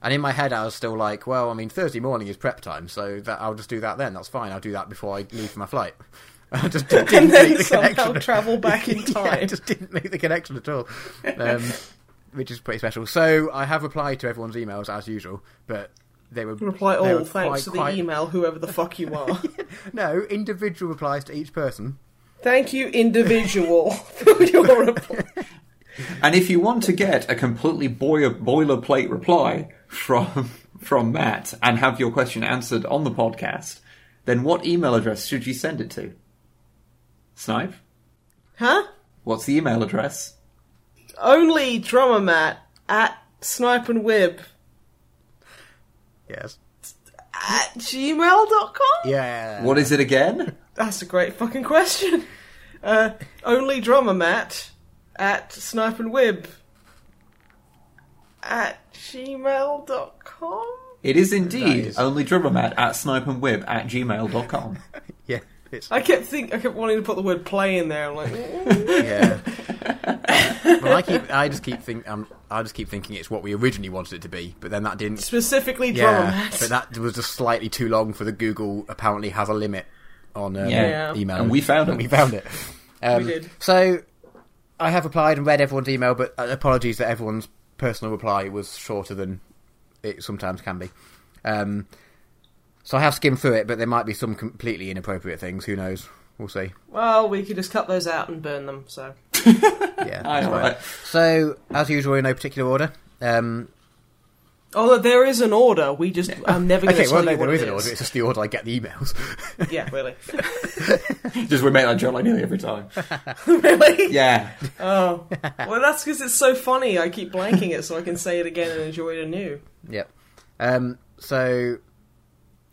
Speaker 3: And in my head, I was still like, well, I mean, Thursday morning is prep time, so that, I'll just do that then. That's fine. I'll do that before I leave for my flight. I just didn't
Speaker 1: And
Speaker 3: make
Speaker 1: then
Speaker 3: the
Speaker 1: somehow
Speaker 3: connection.
Speaker 1: travel back in
Speaker 3: Yeah, I
Speaker 1: time.
Speaker 3: just didn't make the connection at all, um, which is pretty special. So I have replied to everyone's emails as usual, but they were
Speaker 1: Reply
Speaker 3: they
Speaker 1: all
Speaker 3: were
Speaker 1: thanks
Speaker 3: quite-
Speaker 1: to the
Speaker 3: quite-
Speaker 1: email, whoever the fuck you are.
Speaker 3: No, individual replies to each person.
Speaker 1: Thank you, individual, for your reply.
Speaker 4: And if you want to get a completely boiler, boilerplate reply from from Matt and have your question answered on the podcast, then what email address should you send it to? Snipe,
Speaker 1: Huh?
Speaker 4: what's the email address?
Speaker 1: Only drummer Matt at Snipe and Wib
Speaker 3: Yes.
Speaker 1: at gmail.com?
Speaker 3: Yeah.
Speaker 4: What is it again?
Speaker 1: That's a great fucking question. Uh, only drummer Matt at Snipe and Wib at gmail.com?
Speaker 4: It is indeed
Speaker 3: That is-
Speaker 4: only drummer Matt at snipeandwib at gmail.com.
Speaker 3: Yeah. It's,
Speaker 1: I kept think I kept wanting to put the word play in there. I'm like,
Speaker 3: yeah. well, I keep. I just keep think. Um, I just keep thinking it's what we originally wanted it to be, but then that didn't.
Speaker 1: specifically drummer
Speaker 3: Yeah.
Speaker 1: Matt.
Speaker 3: But that was just slightly too long for the Google. Apparently, has a limit on um,
Speaker 4: Yeah.
Speaker 1: Yeah.
Speaker 3: email.
Speaker 4: And we found
Speaker 3: We
Speaker 4: it.
Speaker 3: found it. Um,
Speaker 1: did.
Speaker 3: So I have replied and read everyone's email, but uh, apologies that everyone's personal reply was shorter than it sometimes can be. Um, so I have skimmed through it, but there might be some completely inappropriate things. Who knows? We'll see.
Speaker 1: well, we could just cut those out and burn them, so.
Speaker 3: Yeah.
Speaker 4: I
Speaker 3: that's fine.
Speaker 4: know, right?
Speaker 3: So as usual, in no particular order. Um,
Speaker 1: Although there is an order, we just. I'm never going to
Speaker 3: okay, well,
Speaker 1: tell
Speaker 3: no,
Speaker 1: you what
Speaker 3: there is
Speaker 1: it
Speaker 3: an order. It's just the order I get the emails.
Speaker 1: Yeah, really.
Speaker 4: Just we make that joke like nearly every time.
Speaker 1: really?
Speaker 4: Yeah.
Speaker 1: Oh. Well, that's because it's so funny. I keep blanking it so I can say it again and enjoy it anew.
Speaker 3: Yep. Um, so,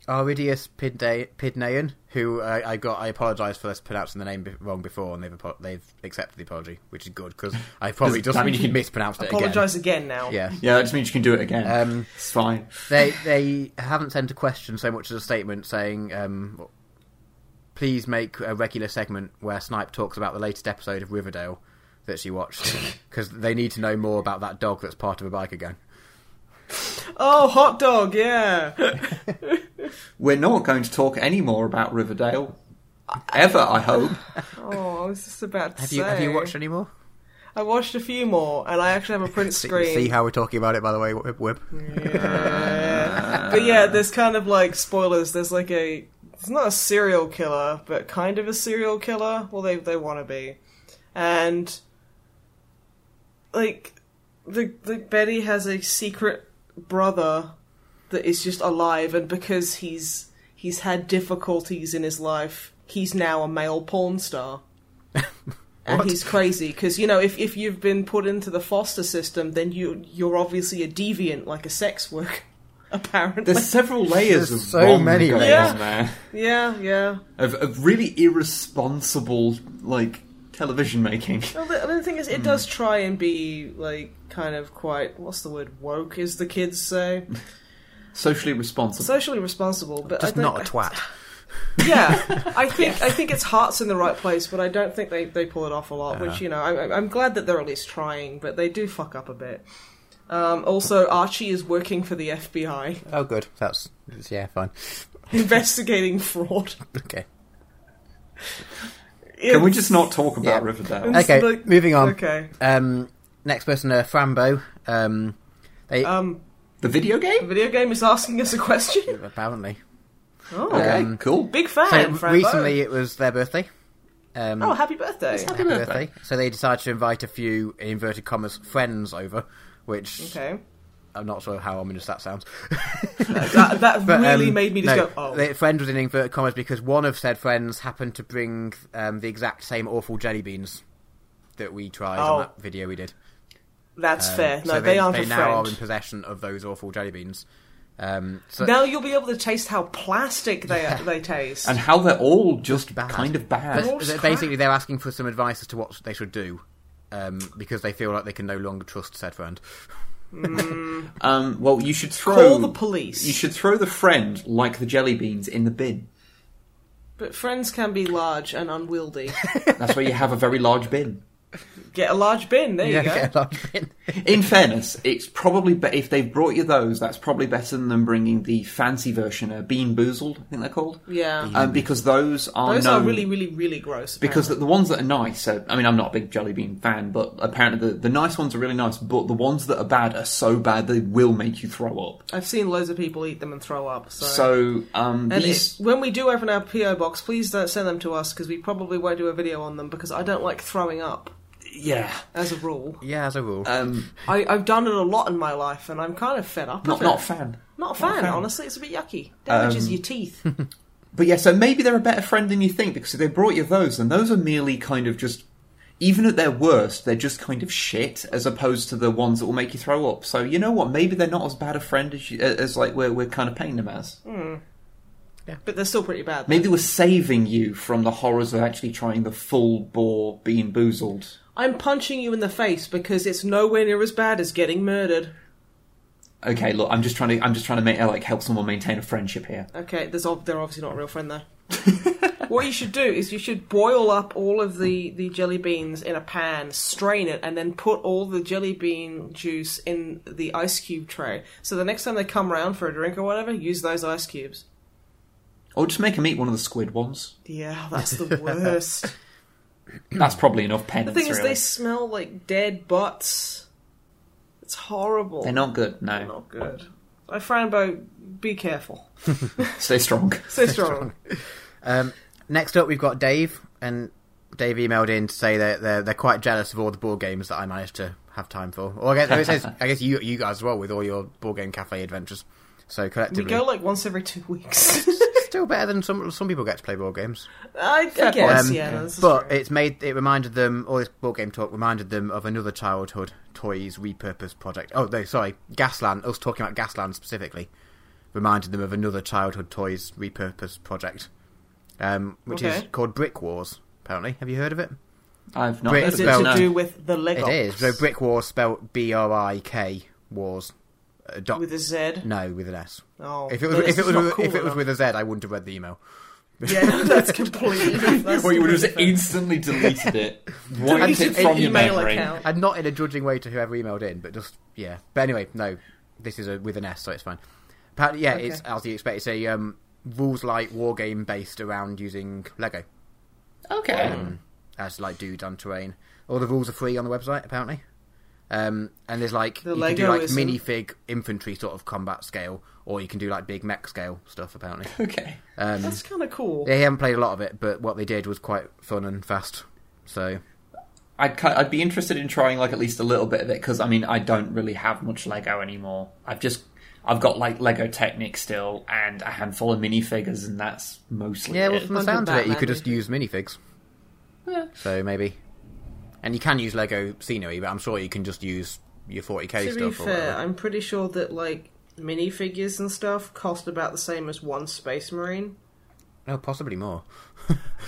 Speaker 3: Aridius Pidna- Pidnaean, who uh, I got, I apologise for us pronouncing the name be- wrong before, and they've apo- they've accepted the apology, which is good because I probably
Speaker 4: Does
Speaker 3: just
Speaker 4: that mean you can
Speaker 3: mispronounced it
Speaker 1: Apologise again now.
Speaker 3: again. Yeah.
Speaker 4: Yeah, that just means you can do it again.
Speaker 3: Um,
Speaker 4: it's fine.
Speaker 3: they they haven't sent a question so much as a statement saying, um, "Please make a regular segment where Snipe talks about the latest episode of Riverdale that she watched because they need to know more about that dog that's part of a biker gang."
Speaker 1: Oh, hot dog, yeah.
Speaker 4: We're not going to talk any more about Riverdale. Ever, I hope.
Speaker 1: oh, I was just about to
Speaker 3: Have
Speaker 1: say.
Speaker 3: you have you watched any more?
Speaker 1: I watched a few more, and I actually have a print
Speaker 3: See,
Speaker 1: screen.
Speaker 3: see how we're talking about it, by the way, Wib. Wib.
Speaker 1: Yeah. but yeah, there's kind of like spoilers. There's like a it's not a serial killer, but kind of a serial killer. Well, they they want to be, and like the, the Betty has a secret brother that is just alive, and because he's he's had difficulties in his life, he's now a male porn star. and
Speaker 3: What?
Speaker 1: he's crazy because you know if, if you've been put into the foster system, then you you're obviously a deviant, like a sex worker. Apparently,
Speaker 4: There's several layers
Speaker 3: There's
Speaker 4: of
Speaker 3: so
Speaker 4: wrong
Speaker 3: many
Speaker 4: going
Speaker 1: layers.
Speaker 4: on there.
Speaker 1: yeah, yeah.
Speaker 4: Of, of really irresponsible, like, television making.
Speaker 1: Well, the, the thing is,
Speaker 3: Hmm.
Speaker 1: it does try and be like kind of quite what's the word woke, as the kids say,
Speaker 4: Socially responsible.
Speaker 1: socially responsible, but I
Speaker 3: Just
Speaker 1: don't-
Speaker 3: not a
Speaker 1: I-
Speaker 3: twat.
Speaker 1: yeah, I think I think its heart's in the right place, but I don't think they, they pull it off a lot.
Speaker 3: Uh-huh.
Speaker 1: Which you know, I, I- I'm glad that they're at least trying, but they do fuck up a bit. Um, also, Archie is working for the FBI,
Speaker 3: Oh, good. That's yeah, fine.
Speaker 1: investigating fraud.
Speaker 3: Okay.
Speaker 4: Can we just not talk about
Speaker 3: Yeah.
Speaker 4: Riverdale?
Speaker 1: It's
Speaker 3: Okay,
Speaker 1: like-
Speaker 3: moving on.
Speaker 1: Okay.
Speaker 3: Um, next person, uh, Frambo. Um, they
Speaker 1: Um,
Speaker 4: The video
Speaker 1: the
Speaker 4: game?
Speaker 1: video game is asking us a question.
Speaker 3: apparently.
Speaker 1: Oh,
Speaker 4: Okay,
Speaker 3: Um,
Speaker 4: cool.
Speaker 1: big fan.
Speaker 3: So
Speaker 1: Frambo.
Speaker 3: recently, it was their birthday. Um,
Speaker 1: oh, happy birthday!
Speaker 4: Happy
Speaker 3: happy
Speaker 4: birthday.
Speaker 3: birthday. So they decided to invite a few in inverted commas friends over, which
Speaker 1: Okay.
Speaker 3: I'm not sure how ominous that sounds.
Speaker 1: that, that
Speaker 3: But,
Speaker 1: really
Speaker 3: um,
Speaker 1: made me just
Speaker 3: no,
Speaker 1: go, oh.
Speaker 3: The friend was in inverted commas because one of said friends happened to bring um, the exact same awful jelly beans that we tried
Speaker 1: Oh.
Speaker 3: on that video we did.
Speaker 1: that's
Speaker 3: Um,
Speaker 1: fair. No,
Speaker 3: so
Speaker 1: they,
Speaker 3: they,
Speaker 1: aren't
Speaker 3: they
Speaker 1: a
Speaker 3: now
Speaker 1: friend.
Speaker 3: are in possession of those awful jelly beans. Um, so
Speaker 1: now you'll be able to taste how plastic they they taste.
Speaker 4: And how they're all just
Speaker 3: bad.
Speaker 4: kind of bad.
Speaker 1: They're all
Speaker 3: But th-
Speaker 1: crap.
Speaker 3: basically, they're asking for some advice as to what they should do um, because they feel like they can no longer trust said friend.
Speaker 4: Um, well, you should throw
Speaker 1: Call the police.
Speaker 4: You should throw the friend like the jelly beans in the bin.
Speaker 1: But friends can be large and unwieldy.
Speaker 4: That's where you have a very large bin.
Speaker 1: Get a large bin. There you go.
Speaker 3: get a large bin.
Speaker 4: In fairness, it's probably be- if they've brought you those, that's probably better than them bringing the fancy version, uh, Bean Boozled, I think they're called.
Speaker 1: Yeah.
Speaker 4: Um, because those are
Speaker 1: Those
Speaker 4: known-
Speaker 1: are really, really, really gross.
Speaker 4: because
Speaker 1: apparently.
Speaker 4: the, the ones that are nice, are, I mean, I'm not a big jelly bean fan, but apparently the, the nice ones are really nice. But the ones that are bad are so bad they will make you throw up.
Speaker 1: I've seen loads of people eat them and throw up. So,
Speaker 4: So um,
Speaker 1: and
Speaker 4: these
Speaker 1: it- when we do open our PO box, please don't send them to us because we probably won't do a video on them because I don't like throwing up
Speaker 4: yeah,
Speaker 1: as a rule.
Speaker 3: Yeah, as a rule.
Speaker 4: um,
Speaker 1: I, I've done it a lot in my life and I'm kind of fed up.
Speaker 4: not
Speaker 1: of it.
Speaker 4: not a fan.
Speaker 1: Not a fan,
Speaker 4: fan. Um,
Speaker 1: honestly. It's a bit yucky. Damages your teeth.
Speaker 4: But yeah, so maybe they're a better friend than you think because if they brought you those, then those are merely kind of just, even at their worst, they're just kind of shit as opposed to the ones that will make you throw up. So you know what? Maybe they're not as bad a friend as you, as like we're we're kind of painting them as.
Speaker 1: but they're still pretty bad.
Speaker 4: Maybe they were saving you from the horrors of actually trying the full bore being boozled.
Speaker 1: I'm punching you in the face because it's nowhere near as bad as getting murdered.
Speaker 4: Okay, look, I'm just trying to I'm just trying to make, like help someone maintain a friendship here.
Speaker 1: Okay, there's ob- they're obviously not a real friend though. what you should do is you should boil up all of the, the jelly beans in a pan, strain it, and then put all the jelly bean juice in the ice cube tray. So the next time they come round for a drink or whatever, use those ice cubes.
Speaker 4: Or just make them eat one of the squid ones.
Speaker 1: Yeah, that's the worst.
Speaker 4: That's probably enough
Speaker 1: the
Speaker 4: penance.
Speaker 1: thing is,
Speaker 4: really.
Speaker 1: they smell like dead butts. It's horrible.
Speaker 4: They're not good. No,
Speaker 1: not good. I Frambo, be careful.
Speaker 4: stay strong.
Speaker 1: Stay strong.
Speaker 3: Um, next up, we've got Dave, and Dave emailed in to say that they're, they're quite jealous of all the board games that I managed to have time for. Or I guess, it says, I guess you you guys as well with all your board game cafe adventures. So
Speaker 1: We
Speaker 3: collectively,
Speaker 1: go like once every two weeks.
Speaker 3: still better than some some people get to play board games.
Speaker 1: I, I guess,
Speaker 3: Um,
Speaker 1: yeah. no, this is
Speaker 3: but
Speaker 1: true.
Speaker 3: it's made it reminded them all this board game talk reminded them of another childhood toys repurposed project. Oh no, sorry, Gasland. Us talking about Gasland specifically reminded them of another childhood toys repurposed project, um, which is
Speaker 1: Okay.
Speaker 3: called Brick Wars. Apparently, have you heard of it?
Speaker 4: I've not.
Speaker 3: Brit-
Speaker 4: heard
Speaker 1: is
Speaker 4: of
Speaker 1: it
Speaker 4: this,
Speaker 3: well,
Speaker 1: to
Speaker 4: no.
Speaker 1: do with the Lego?
Speaker 3: It is. So Brick Wars spelled B R I K Wars. Uh, dot,
Speaker 1: with a Z.
Speaker 3: no, with an S.
Speaker 1: Oh,
Speaker 3: If it was
Speaker 1: then
Speaker 3: if
Speaker 1: it's
Speaker 3: it was
Speaker 1: not
Speaker 3: with-
Speaker 1: cool
Speaker 3: if it was
Speaker 1: enough.
Speaker 3: with a Z, I wouldn't have read the email.
Speaker 1: yeah, no, that's completely. That's
Speaker 4: Well, you would have just
Speaker 1: completely
Speaker 4: instantly deleted it, wiped
Speaker 1: fair.
Speaker 4: it from your
Speaker 1: email
Speaker 4: memory.
Speaker 1: account.
Speaker 3: and not in a judging way to whoever emailed in, but just yeah. But anyway, no, this is a, with an S, so it's fine. Apparently, yeah, it's
Speaker 1: Okay.
Speaker 3: as you expect. It's a um, rules light war game based around using Lego Um,
Speaker 4: Okay.
Speaker 3: as like dudes on terrain. All the rules are free on the website apparently, um, and there's like
Speaker 1: The
Speaker 3: you can do
Speaker 1: Lego
Speaker 3: like
Speaker 1: isn't-
Speaker 3: minifig infantry sort of combat scale, or you can do like big mech scale stuff apparently.
Speaker 4: Okay.
Speaker 3: Um,
Speaker 1: That's kind of cool.
Speaker 3: they haven't played a lot of it, but what they did was quite fun and fast. So
Speaker 4: I'd ki- I'd be interested in trying like at least a little bit of it because I mean I don't really have much Lego anymore. I've just I've got like Lego Technic still and a handful of minifigures and that's mostly
Speaker 3: Yeah, well,
Speaker 4: it.
Speaker 3: from the
Speaker 5: Under
Speaker 3: sound of it, you
Speaker 5: Batman,
Speaker 3: could just use minifigs.
Speaker 4: Yeah.
Speaker 3: So maybe, and you can use Lego scenery, but I'm sure you can just use your 40k
Speaker 1: To be
Speaker 3: stuff. or
Speaker 1: fair,
Speaker 3: whatever.
Speaker 1: I'm pretty sure that like minifigures and stuff cost about the same as one Space Marine.
Speaker 3: No, possibly more.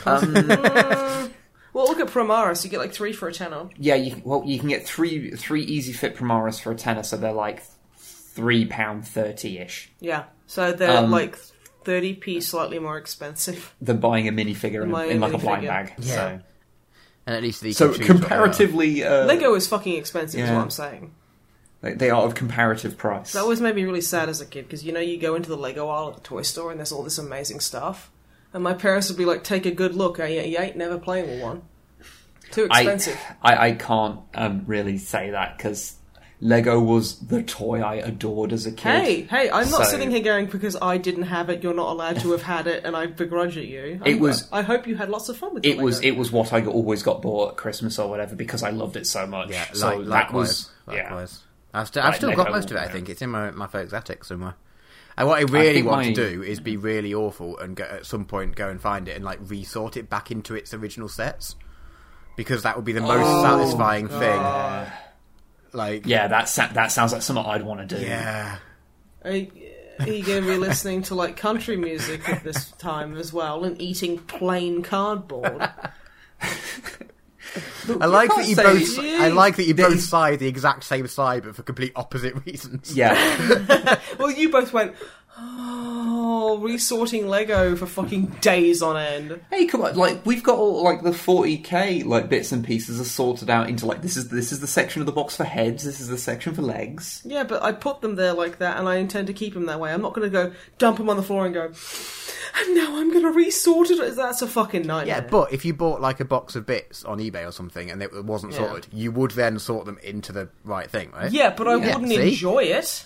Speaker 1: Well, look at Primaris. You get like three for a tenner.
Speaker 4: Yeah, you, well, you can get three three easy fit Primaris for a tenner, so they're like three pound thirty ish
Speaker 1: Yeah. So they're like 30p slightly more expensive.
Speaker 4: than buying a minifigure in, a-
Speaker 1: Buying a
Speaker 4: in like a blind
Speaker 1: minifigure.
Speaker 4: bag.
Speaker 3: Yeah.
Speaker 4: So,
Speaker 3: And at least these.
Speaker 4: so comparatively, uh,
Speaker 1: Lego is fucking expensive, is
Speaker 4: Yeah.
Speaker 1: what I'm saying.
Speaker 4: they- they are of comparative price.
Speaker 1: That always made me really sad as a kid because you know you go into the Lego aisle at the toy store and there's all this amazing stuff, and my parents would be like, "Take a good look. I, you ain't never playing with one. Too expensive."
Speaker 4: I, I, I can't um, really say that because Lego was the toy I adored as a kid.
Speaker 1: Hey, hey! I'm not
Speaker 4: So-
Speaker 1: sitting here going because I didn't have it. You're not allowed to have had it, and I begrudge it you. i
Speaker 4: It was-
Speaker 1: I hope you had lots of fun with
Speaker 4: It
Speaker 1: your
Speaker 4: was
Speaker 1: Lego.
Speaker 4: it was what I always got bought at Christmas or whatever because I loved it so much.
Speaker 3: Yeah,
Speaker 4: so
Speaker 3: like,
Speaker 4: that
Speaker 3: likewise.
Speaker 4: was
Speaker 3: likewise. I've, st-
Speaker 4: Like
Speaker 3: I've still
Speaker 4: Lego,
Speaker 3: got most of it. I
Speaker 4: yeah.
Speaker 3: think it's in my my folks' attic somewhere. And what I really
Speaker 4: think
Speaker 3: want to
Speaker 4: my-
Speaker 3: do is be really awful and go, at some point go and find it and like resort it back into its original sets, because that would be the most
Speaker 4: Oh,
Speaker 3: satisfying thing. Like,
Speaker 4: Yeah, yeah that sa- that sounds like something I'd want to do.
Speaker 3: yeah.
Speaker 1: Are you, are you going to be listening to like country music at this time as well and eating plain cardboard?
Speaker 3: I like
Speaker 4: can't
Speaker 3: that you
Speaker 4: say-
Speaker 3: both. I like that you
Speaker 4: That
Speaker 3: both
Speaker 4: is-
Speaker 3: side the exact same side, but for complete opposite reasons.
Speaker 4: yeah.
Speaker 1: Well, you both went. Oh, resorting Lego for fucking days on end.
Speaker 4: hey, come on! Like we've got all like the 40k like bits and pieces are sorted out into like this is this is the section of the box for heads. This is the section for legs.
Speaker 1: Yeah, but I put them there like that, and I intend to keep them that way. I'm not going to go dump them on the floor and go. And now I'm going to resort it. That's a fucking nightmare.
Speaker 3: Yeah, but if you bought like a box of bits on eBay or something and it wasn't
Speaker 1: Yeah.
Speaker 3: sorted, you would then sort them into the right thing, right?
Speaker 1: yeah, but I
Speaker 3: Yeah,
Speaker 1: wouldn't
Speaker 3: see?
Speaker 1: enjoy it.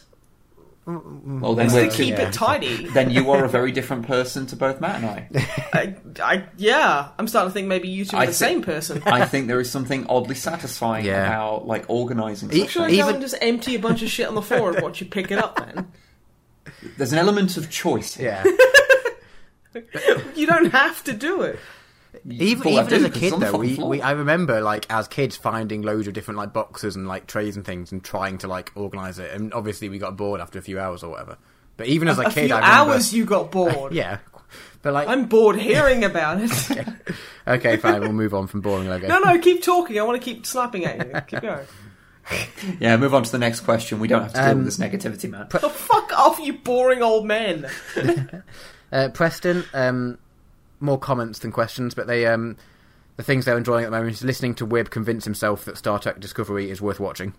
Speaker 4: Well, then
Speaker 1: To
Speaker 4: we're
Speaker 1: keep
Speaker 4: yeah.
Speaker 1: it tidy.
Speaker 4: Then you are a very different person to both Matt and I.
Speaker 1: I, I, yeah, I'm starting to think maybe you two are
Speaker 4: I
Speaker 1: the
Speaker 4: thi-
Speaker 1: same person.
Speaker 4: I think there is something oddly satisfying
Speaker 3: Yeah.
Speaker 4: about like organising.
Speaker 3: E-
Speaker 4: such
Speaker 1: Should I
Speaker 4: things.
Speaker 1: go
Speaker 3: Even-
Speaker 1: and just empty a bunch of shit on the floor and watch you pick it up, man?
Speaker 4: There's an element of choice. Here.
Speaker 3: Yeah.
Speaker 1: You don't have to do it.
Speaker 3: even
Speaker 4: Well, I
Speaker 3: even as
Speaker 4: do,
Speaker 3: a
Speaker 4: 'cause
Speaker 3: kid
Speaker 4: it's on the
Speaker 3: though,
Speaker 4: fucking
Speaker 3: we,
Speaker 4: floor.
Speaker 3: we I remember like as kids finding loads of different like boxes and like trays and things and trying to like organize it. And obviously we got bored after a few hours or whatever. But even as
Speaker 1: A
Speaker 3: a, kid,
Speaker 1: few
Speaker 3: I remember.
Speaker 1: hours you got bored.
Speaker 3: Yeah. But like,
Speaker 1: I'm bored hearing about it.
Speaker 3: okay, fine. We'll move on from boring Lego.
Speaker 1: No, no, keep talking. I want to keep slapping at you. Keep going.
Speaker 4: Yeah, move on to the next question. We don't have to deal
Speaker 3: Um,
Speaker 4: with this negativity, man.
Speaker 1: The fuck off, you boring old men.
Speaker 3: Uh, Preston, um, more comments than questions, but they um, the things they're enjoying at the moment is listening to Wib convince himself that Star Trek Discovery is worth watching.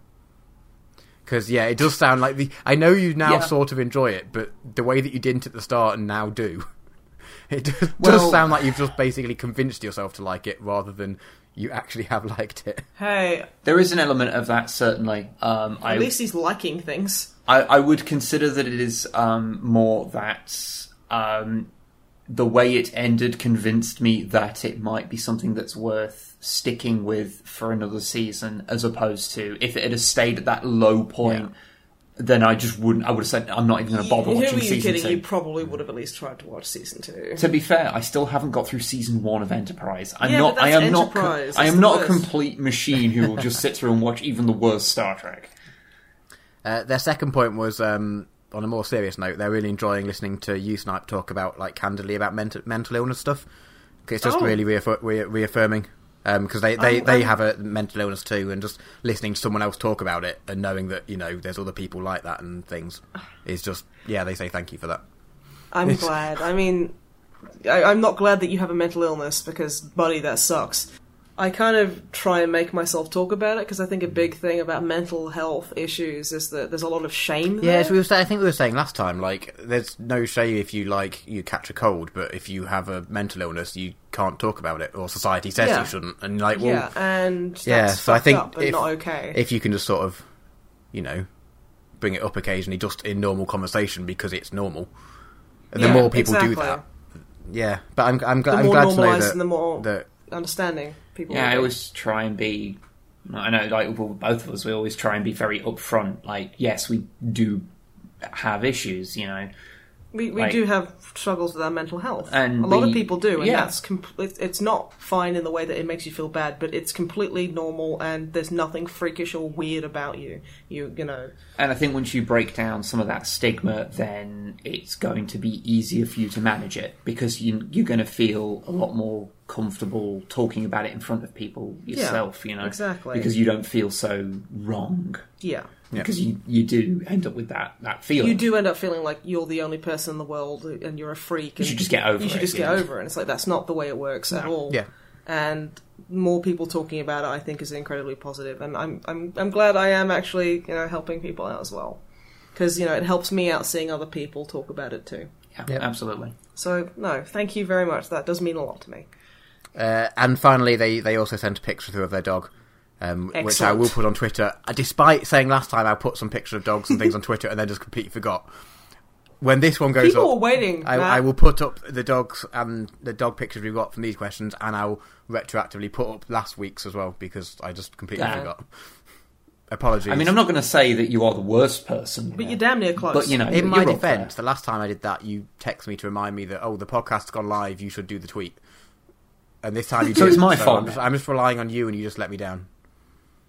Speaker 3: Because yeah, it does sound like the. I know you now
Speaker 4: Yeah.
Speaker 3: sort of enjoy it, but the way that you didn't at the start and now do, it does, does
Speaker 4: Well-
Speaker 3: sound like you've just basically convinced yourself to like it rather than you actually have liked it.
Speaker 1: Hey,
Speaker 4: There is an element of that certainly. Um, I,
Speaker 1: at least he's liking things.
Speaker 4: I I would consider that it is um, more that um, the way it ended convinced me that it might be something that's worth sticking with for another season, as opposed to if it had stayed at that low point. Then I just wouldn't. I would have said I'm not even going to bother
Speaker 1: Who
Speaker 4: watching
Speaker 1: are you
Speaker 4: season
Speaker 1: kidding?
Speaker 4: two.
Speaker 1: You probably would have at least tried to watch season two.
Speaker 4: To be fair, I still haven't got through season one of Enterprise. I'm
Speaker 1: Yeah,
Speaker 4: not.
Speaker 1: but
Speaker 4: I
Speaker 1: that's
Speaker 4: am not. co-
Speaker 1: Enterprise.
Speaker 4: I
Speaker 1: That's
Speaker 4: am
Speaker 1: the
Speaker 4: not
Speaker 1: worst.
Speaker 4: a complete machine who will just sit through and watch even the worst Star Trek.
Speaker 3: Uh, their second point was um, on a more serious note. They're really enjoying listening to you Snipe talk about like candidly about mental mental illness stuff. 'Cause It's just
Speaker 1: Oh.
Speaker 3: really reaffir- re- reaffirming because they they,
Speaker 1: Oh,
Speaker 3: they
Speaker 1: um,
Speaker 3: have a mental illness too, and just listening to someone else talk about it and knowing that you know there's other people like that and things is just yeah. They say thank you for that.
Speaker 1: I'm glad. I mean, I, I'm not glad that you have a mental illness because, buddy, that sucks. I kind of try and make myself talk about it because I think a big thing about mental health issues is that there's a lot of shame.
Speaker 3: Yeah,
Speaker 1: there.
Speaker 3: as we were saying, I think we were saying last time, like there's no shame if you like you catch a cold, but if you have a mental illness, you can't talk about it, or society says
Speaker 1: Yeah.
Speaker 3: you shouldn't. And like, well,
Speaker 1: yeah, and that's
Speaker 3: yeah, so I
Speaker 1: fucked
Speaker 3: think
Speaker 1: up and
Speaker 3: if,
Speaker 1: not okay.
Speaker 3: if you can just sort of, you know, bring it up occasionally, just in normal conversation because it's normal. And
Speaker 1: Yeah,
Speaker 3: the more people do
Speaker 1: exactly.
Speaker 3: that, yeah. But I'm I'm, gl-
Speaker 1: The
Speaker 3: I'm
Speaker 1: more
Speaker 3: glad to know
Speaker 1: normalised
Speaker 3: that
Speaker 1: and the more
Speaker 3: that
Speaker 1: understanding people.
Speaker 4: Yeah,
Speaker 1: will
Speaker 4: I
Speaker 1: be.
Speaker 4: always try and be. I know, like well, both of us, we always try and be very upfront. Like, yes, we do have issues, you know.
Speaker 1: we, we
Speaker 4: like-
Speaker 1: do have struggles with our mental health.
Speaker 4: And
Speaker 1: a lot
Speaker 4: we-
Speaker 1: of people do, and
Speaker 4: yeah.
Speaker 1: that's com- it's it's not fine in the way that it makes you feel bad, but it's completely normal, and there's nothing freakish or weird about you. You you know,
Speaker 4: And I think once you break down some of that stigma, then it's going to be easier for you to manage it because you, you're going to feel a lot more comfortable talking about it in front of people yourself. you know,
Speaker 1: exactly.
Speaker 4: because you don't feel so wrong.
Speaker 1: yeah.
Speaker 4: Because you, you do end up with that that feeling.
Speaker 1: You do end up feeling like you're the only person in the world, and you're a freak. And
Speaker 4: should just get over
Speaker 1: You should
Speaker 4: it,
Speaker 1: just get
Speaker 4: yeah.
Speaker 1: over it. And it's like that's not the way it works at all.
Speaker 3: Yeah.
Speaker 1: And more people talking about it, I think, is incredibly positive. And I'm I'm I'm glad I am actually you know helping people out as well, because you know it helps me out seeing other people talk about it too.
Speaker 4: Yeah,
Speaker 3: Yep.
Speaker 4: absolutely.
Speaker 1: So no, thank you very much. That does mean a lot to me.
Speaker 3: Uh, and finally, they, they also sent a picture through of their dog, um, which I
Speaker 1: Excellent.
Speaker 3: will put on Twitter. Uh, Despite saying last time I put some pictures of dogs and things on Twitter and then just completely forgot. When this one goes
Speaker 1: People
Speaker 3: up,
Speaker 1: were waiting,
Speaker 3: I,
Speaker 1: Matt.
Speaker 3: I will put up the dogs and the dog pictures we got from these questions, and I will retroactively put up last week's as well because I just completely
Speaker 4: Yeah.
Speaker 3: forgot. Apologies.
Speaker 4: I mean, I'm not going to say that you are the worst person,
Speaker 1: But you're damn near close.
Speaker 4: But you know,
Speaker 3: in my
Speaker 4: you're up there.
Speaker 3: defence, the last time I did that, you texted me to remind me that oh, the podcast's gone live. You should do the tweet. And this time you
Speaker 4: So
Speaker 3: did,
Speaker 4: it's my
Speaker 3: so
Speaker 4: fault.
Speaker 3: I'm just, I'm just relying on you, and you just let me down.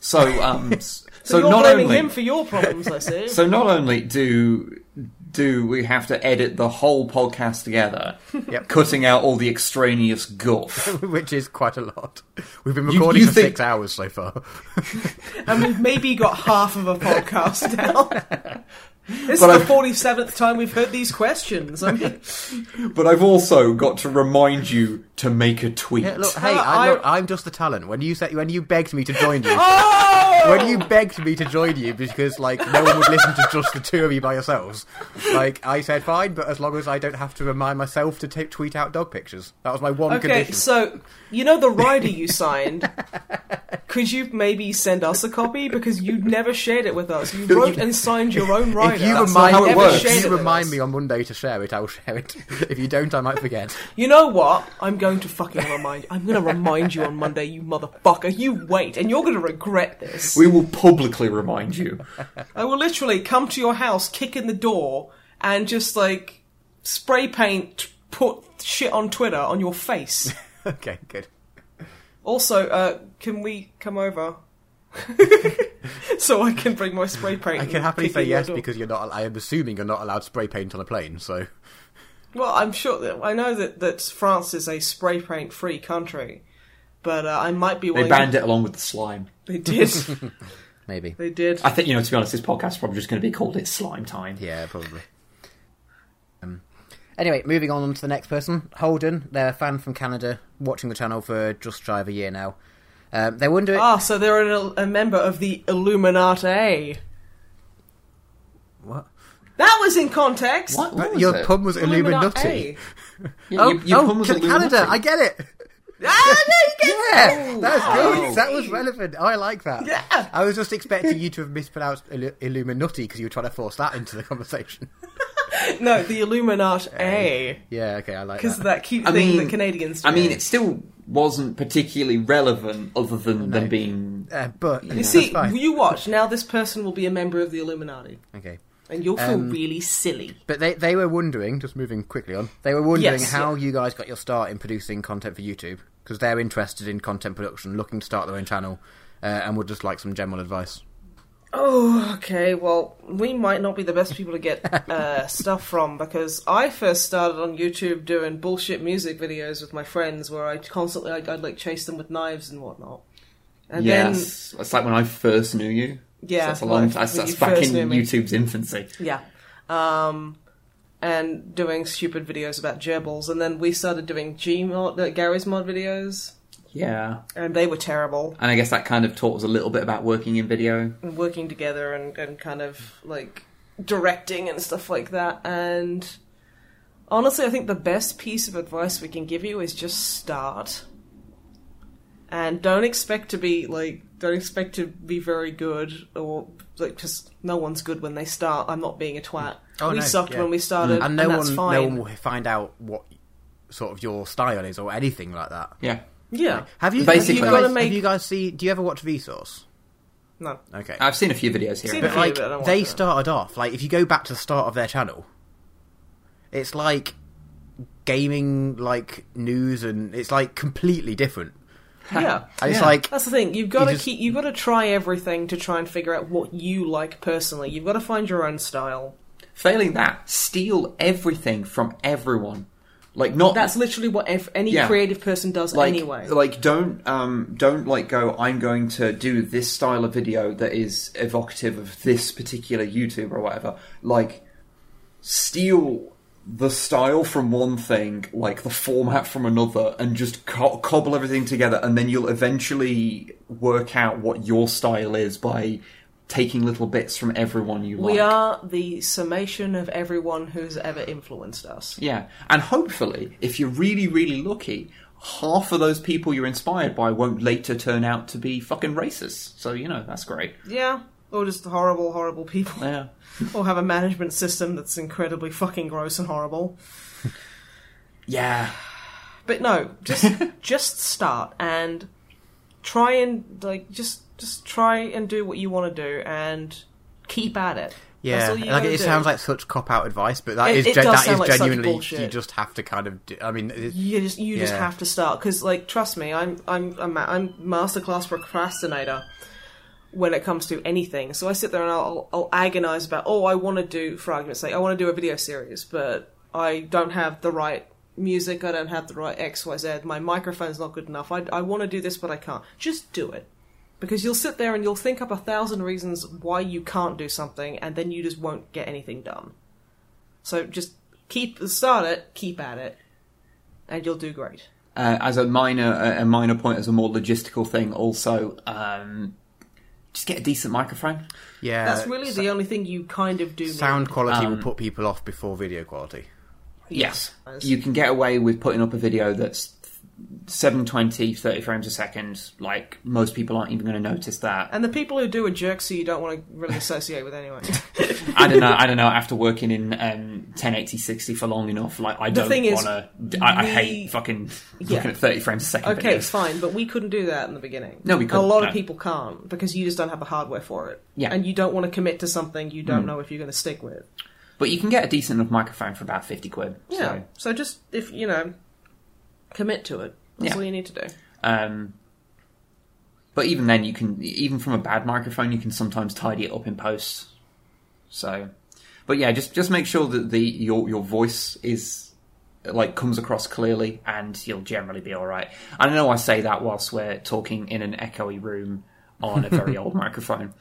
Speaker 4: So, um, s-
Speaker 1: So,
Speaker 4: so,
Speaker 1: you're
Speaker 4: not
Speaker 1: blaming
Speaker 4: only
Speaker 1: him for your problems, I see.
Speaker 4: so not only do do we have to edit the whole podcast together,
Speaker 3: Yep.
Speaker 4: cutting out all the extraneous guff.
Speaker 3: which is quite a lot. We've been
Speaker 4: You-
Speaker 3: recording
Speaker 4: you
Speaker 3: for
Speaker 4: think-
Speaker 3: six hours so far.
Speaker 1: and we've maybe got half of a podcast down. This
Speaker 4: But
Speaker 1: is
Speaker 4: I've-
Speaker 1: the forty seventh time we've heard these questions. I mean,
Speaker 4: But I've also got to remind you to make a tweet.
Speaker 3: Yeah, look, hey,
Speaker 1: Uh,
Speaker 3: I,
Speaker 1: I-
Speaker 3: look, I'm just the talent. When you said, when you begged me to join you,
Speaker 1: oh,
Speaker 3: when you begged me to join you because like no one would listen to just the two of you by yourselves, like I said fine, but as long as I don't have to remind myself to t- tweet out dog pictures, that was my one
Speaker 1: okay.
Speaker 3: condition.
Speaker 1: So you know the rider you signed. Could you maybe send us a copy because you never shared it with us? You wrote and signed your own rider.
Speaker 3: if you
Speaker 1: That's
Speaker 3: remind,
Speaker 1: not
Speaker 4: how it
Speaker 1: ever
Speaker 4: works.
Speaker 1: shared
Speaker 3: if
Speaker 1: it
Speaker 3: you
Speaker 1: with
Speaker 3: remind
Speaker 1: us.
Speaker 3: me on Monday to share it, I will share it. if you don't, I might forget.
Speaker 1: You know what? I'm going to fucking remind. I'm going to remind you on Monday, you motherfucker. You wait, and you're going to regret this.
Speaker 4: We will publicly remind you.
Speaker 1: I will literally come to your house, kick in the door, and just like spray paint, put shit on Twitter on your face.
Speaker 3: okay, good.
Speaker 1: Also, uh, can we come over? so I can bring my spray paint.
Speaker 3: I can
Speaker 1: and
Speaker 3: happily
Speaker 1: kick
Speaker 3: say
Speaker 1: in your
Speaker 3: yes
Speaker 1: door.
Speaker 3: because you're not. I am assuming you're not allowed spray paint on a plane, so.
Speaker 1: Well, I'm sure that I know that, that France is a spray paint free country, but uh, I might be
Speaker 4: They
Speaker 1: willing.
Speaker 4: banned it along with the slime.
Speaker 1: They did.
Speaker 3: Maybe.
Speaker 1: they did.
Speaker 4: I think you know. To be honest, this podcast is probably just going to be called "It's Slime Time."
Speaker 3: Yeah, probably. Um, anyway, moving on to the next person. Holden, they're a fan from Canada, watching the channel for just shy of a year now. Um, they wonder.
Speaker 1: Ah, so they're an, a member of the Illuminati.
Speaker 3: What?
Speaker 1: That was in context.
Speaker 4: What, what was
Speaker 3: Your
Speaker 4: it?
Speaker 3: pub was
Speaker 1: eh?
Speaker 3: Illuminati.
Speaker 4: Yeah,
Speaker 3: Oh,
Speaker 4: your- your
Speaker 3: oh,
Speaker 4: pub was
Speaker 3: Ca- Canada!
Speaker 4: Illuminati.
Speaker 3: I get it!
Speaker 1: Ah, there you go.
Speaker 3: Yeah! That was good!
Speaker 4: wow.
Speaker 3: That was relevant. I like that.
Speaker 1: Oh. Yeah.
Speaker 3: I was just expecting you to have mispronounced Illu- Illuminati because you were trying to force that into the conversation.
Speaker 1: No, the Illuminati.
Speaker 3: Yeah, okay, I like
Speaker 1: Because
Speaker 3: that.
Speaker 1: of that cute
Speaker 4: I
Speaker 1: thing
Speaker 4: mean-
Speaker 1: that Canadians do.
Speaker 4: I mean, it still wasn't particularly relevant, other than than being
Speaker 3: Uh, but.
Speaker 1: you see, you watch. Now this person will be a member of the Illuminati.
Speaker 3: Okay.
Speaker 1: And you'll feel
Speaker 3: Um,
Speaker 1: really silly.
Speaker 3: But they, they were wondering, just moving quickly on, they were wondering
Speaker 1: Yes,
Speaker 3: how you guys got your start in producing content for YouTube, because they're interested in content production, looking to start their own channel, uh, and would just like some general advice.
Speaker 1: Oh, okay. Well, we might not be the best people to get uh, stuff from because I first started on YouTube doing bullshit music videos with my friends, where I constantly I'd, I'd like chase them with knives and whatnot. And
Speaker 4: yes. that's like when I first knew you.
Speaker 1: Yeah,
Speaker 4: So that's a long
Speaker 1: like
Speaker 4: time. That's,
Speaker 1: when
Speaker 4: that's
Speaker 1: you
Speaker 4: back
Speaker 1: first
Speaker 4: in
Speaker 1: knew me.
Speaker 4: YouTube's infancy.
Speaker 1: then yeah, um, and doing stupid videos about gerbils, and then we started doing Gmod, uh, Gary's mod videos,
Speaker 4: Yeah,
Speaker 1: and they were terrible.
Speaker 4: and I guess that kind of taught us a little bit about working in video.
Speaker 1: and working together and, and kind of like directing and stuff like that. And honestly, I think the best piece of advice we can give you is just start. And don't expect to be like, don't expect to be very good or like, because no one's good when they start. I'm not being a twat.
Speaker 3: Oh,
Speaker 1: we
Speaker 3: no,
Speaker 1: sucked
Speaker 3: yeah. Mm.
Speaker 1: when we started,
Speaker 3: And no
Speaker 1: that's
Speaker 3: one,
Speaker 1: fine.
Speaker 3: no one will find out what sort of your style is or anything like that.
Speaker 4: Yeah.
Speaker 1: Yeah.
Speaker 3: Have you
Speaker 4: Basically-
Speaker 3: have you, guys,
Speaker 1: Gotta make-
Speaker 3: have you guys see? Do you ever watch Vsauce?
Speaker 1: No.
Speaker 3: Okay,
Speaker 4: I've seen a few videos here.
Speaker 1: Seen
Speaker 4: and
Speaker 1: a
Speaker 4: there.
Speaker 1: few.
Speaker 3: like
Speaker 1: but I don't watch
Speaker 3: they
Speaker 1: it.
Speaker 3: started off like if you go back to the start of their channel, it's like gaming like news and it's like completely different.
Speaker 1: Yeah.
Speaker 3: And it's
Speaker 4: Yeah.
Speaker 3: like
Speaker 1: That's the thing. You've got to
Speaker 3: You just-
Speaker 1: keep. You've got to try everything to try and figure out what you like personally. You've got to find your own style.
Speaker 4: Failing that, steal everything from everyone. Like not
Speaker 1: That's literally what ev- any
Speaker 4: Yeah.
Speaker 1: creative person does
Speaker 4: like
Speaker 1: anyway.
Speaker 4: like don't um don't like go i'm going to do this style of video that is evocative of this particular youtuber or whatever like steal the style from one thing like the format from another and just co- cobble everything together and then you'll eventually work out what your style is by taking little bits from everyone you like
Speaker 1: we are the summation of everyone who's ever influenced us.
Speaker 4: yeah. And hopefully, if you're really, really lucky, half of those people you're inspired by won't later turn out to be fucking racists. So, you know, that's great.
Speaker 1: Yeah. Or just horrible, horrible people.
Speaker 4: Yeah.
Speaker 1: or have a management system that's incredibly fucking gross and horrible.
Speaker 4: Yeah.
Speaker 1: But no, just just start and try and like just just try and do what you want to do and keep at it. That's
Speaker 3: Yeah,
Speaker 1: all you
Speaker 3: like
Speaker 1: gotta
Speaker 3: it
Speaker 1: do.
Speaker 3: sounds like such cop out advice, but that
Speaker 1: It-
Speaker 3: is
Speaker 1: it
Speaker 3: gen-
Speaker 1: does
Speaker 3: that
Speaker 1: sound
Speaker 3: is
Speaker 1: like such
Speaker 3: genuinely
Speaker 1: bullshit.
Speaker 3: you just have to kind of. Do, I mean, it,
Speaker 1: you just you just
Speaker 3: Yeah.
Speaker 1: have to start because like trust me i'm i'm i'm, a- I'm masterclass procrastinator when it comes to anything so i sit there and i'll, I'll agonize about oh i want to do for argument's sake i want to do a video series but i don't have the right music i don't have the right xyz my microphone's not good enough i, I want to do this but i can't just do it because you'll sit there and you'll think up a thousand reasons why you can't do something and then you just won't get anything done so just keep start it keep at it and you'll do great.
Speaker 4: Uh, as a minor, a a minor point, as a more logistical thing, also, um, just get a decent microphone. Uh,
Speaker 3: yeah,
Speaker 1: That's really the only thing you kind of do.
Speaker 3: sound quality will put people off before video quality.
Speaker 1: need.
Speaker 4: You can get away with putting up a video that's 720, 30 frames a second. Like, most people aren't even going to notice that.
Speaker 1: And the people who do are jerks who you don't want to really associate with anyway.
Speaker 4: I don't know. I don't know. After working in um, 1080 60 for long enough, like I
Speaker 1: The
Speaker 4: don't
Speaker 1: thing is,
Speaker 4: wanna. I, I
Speaker 1: we-
Speaker 4: hate fucking
Speaker 1: Yeah.
Speaker 4: looking at 30 frames a second.
Speaker 1: okay,
Speaker 4: videos.
Speaker 1: fine, but we couldn't do that in the beginning.
Speaker 4: No, we couldn't,
Speaker 1: A lot
Speaker 4: no.
Speaker 1: of people can't because you just don't have the hardware for it.
Speaker 4: Yeah. Mm.
Speaker 1: And you don't want to commit to something you don't know if you're going to stick with.
Speaker 4: But you can get a decent enough microphone for about 50 quid.
Speaker 1: Yeah.
Speaker 4: So,
Speaker 1: So, just if you know, commit to it. That's
Speaker 4: Yeah.
Speaker 1: all you need to do.
Speaker 4: um, but even then, you can even from a bad microphone, you can sometimes tidy it up in post. So, but yeah, just just make sure that the your your voice is like comes across clearly, and you'll generally be all right. I know I say that whilst we're talking in an echoey room on a very old microphone,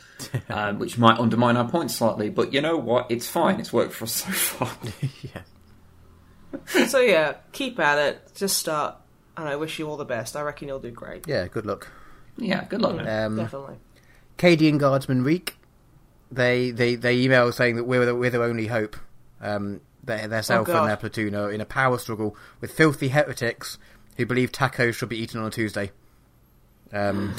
Speaker 4: um, which might undermine our point slightly. But you know what? It's fine. It's worked for us so far.
Speaker 3: yeah,
Speaker 1: so yeah, keep at it. Just start. And I wish you all the best. I reckon you'll do great.
Speaker 3: yeah. Good luck.
Speaker 4: yeah. Good luck. man.
Speaker 3: Um,
Speaker 1: Definitely.
Speaker 3: KD and Guardsman Reek, they they they email saying that we're the, we're their only hope. Um, their their self
Speaker 1: Oh, God.
Speaker 3: and their platoon are in a power struggle with filthy heretics who believe tacos should be eaten on a Tuesday. Um,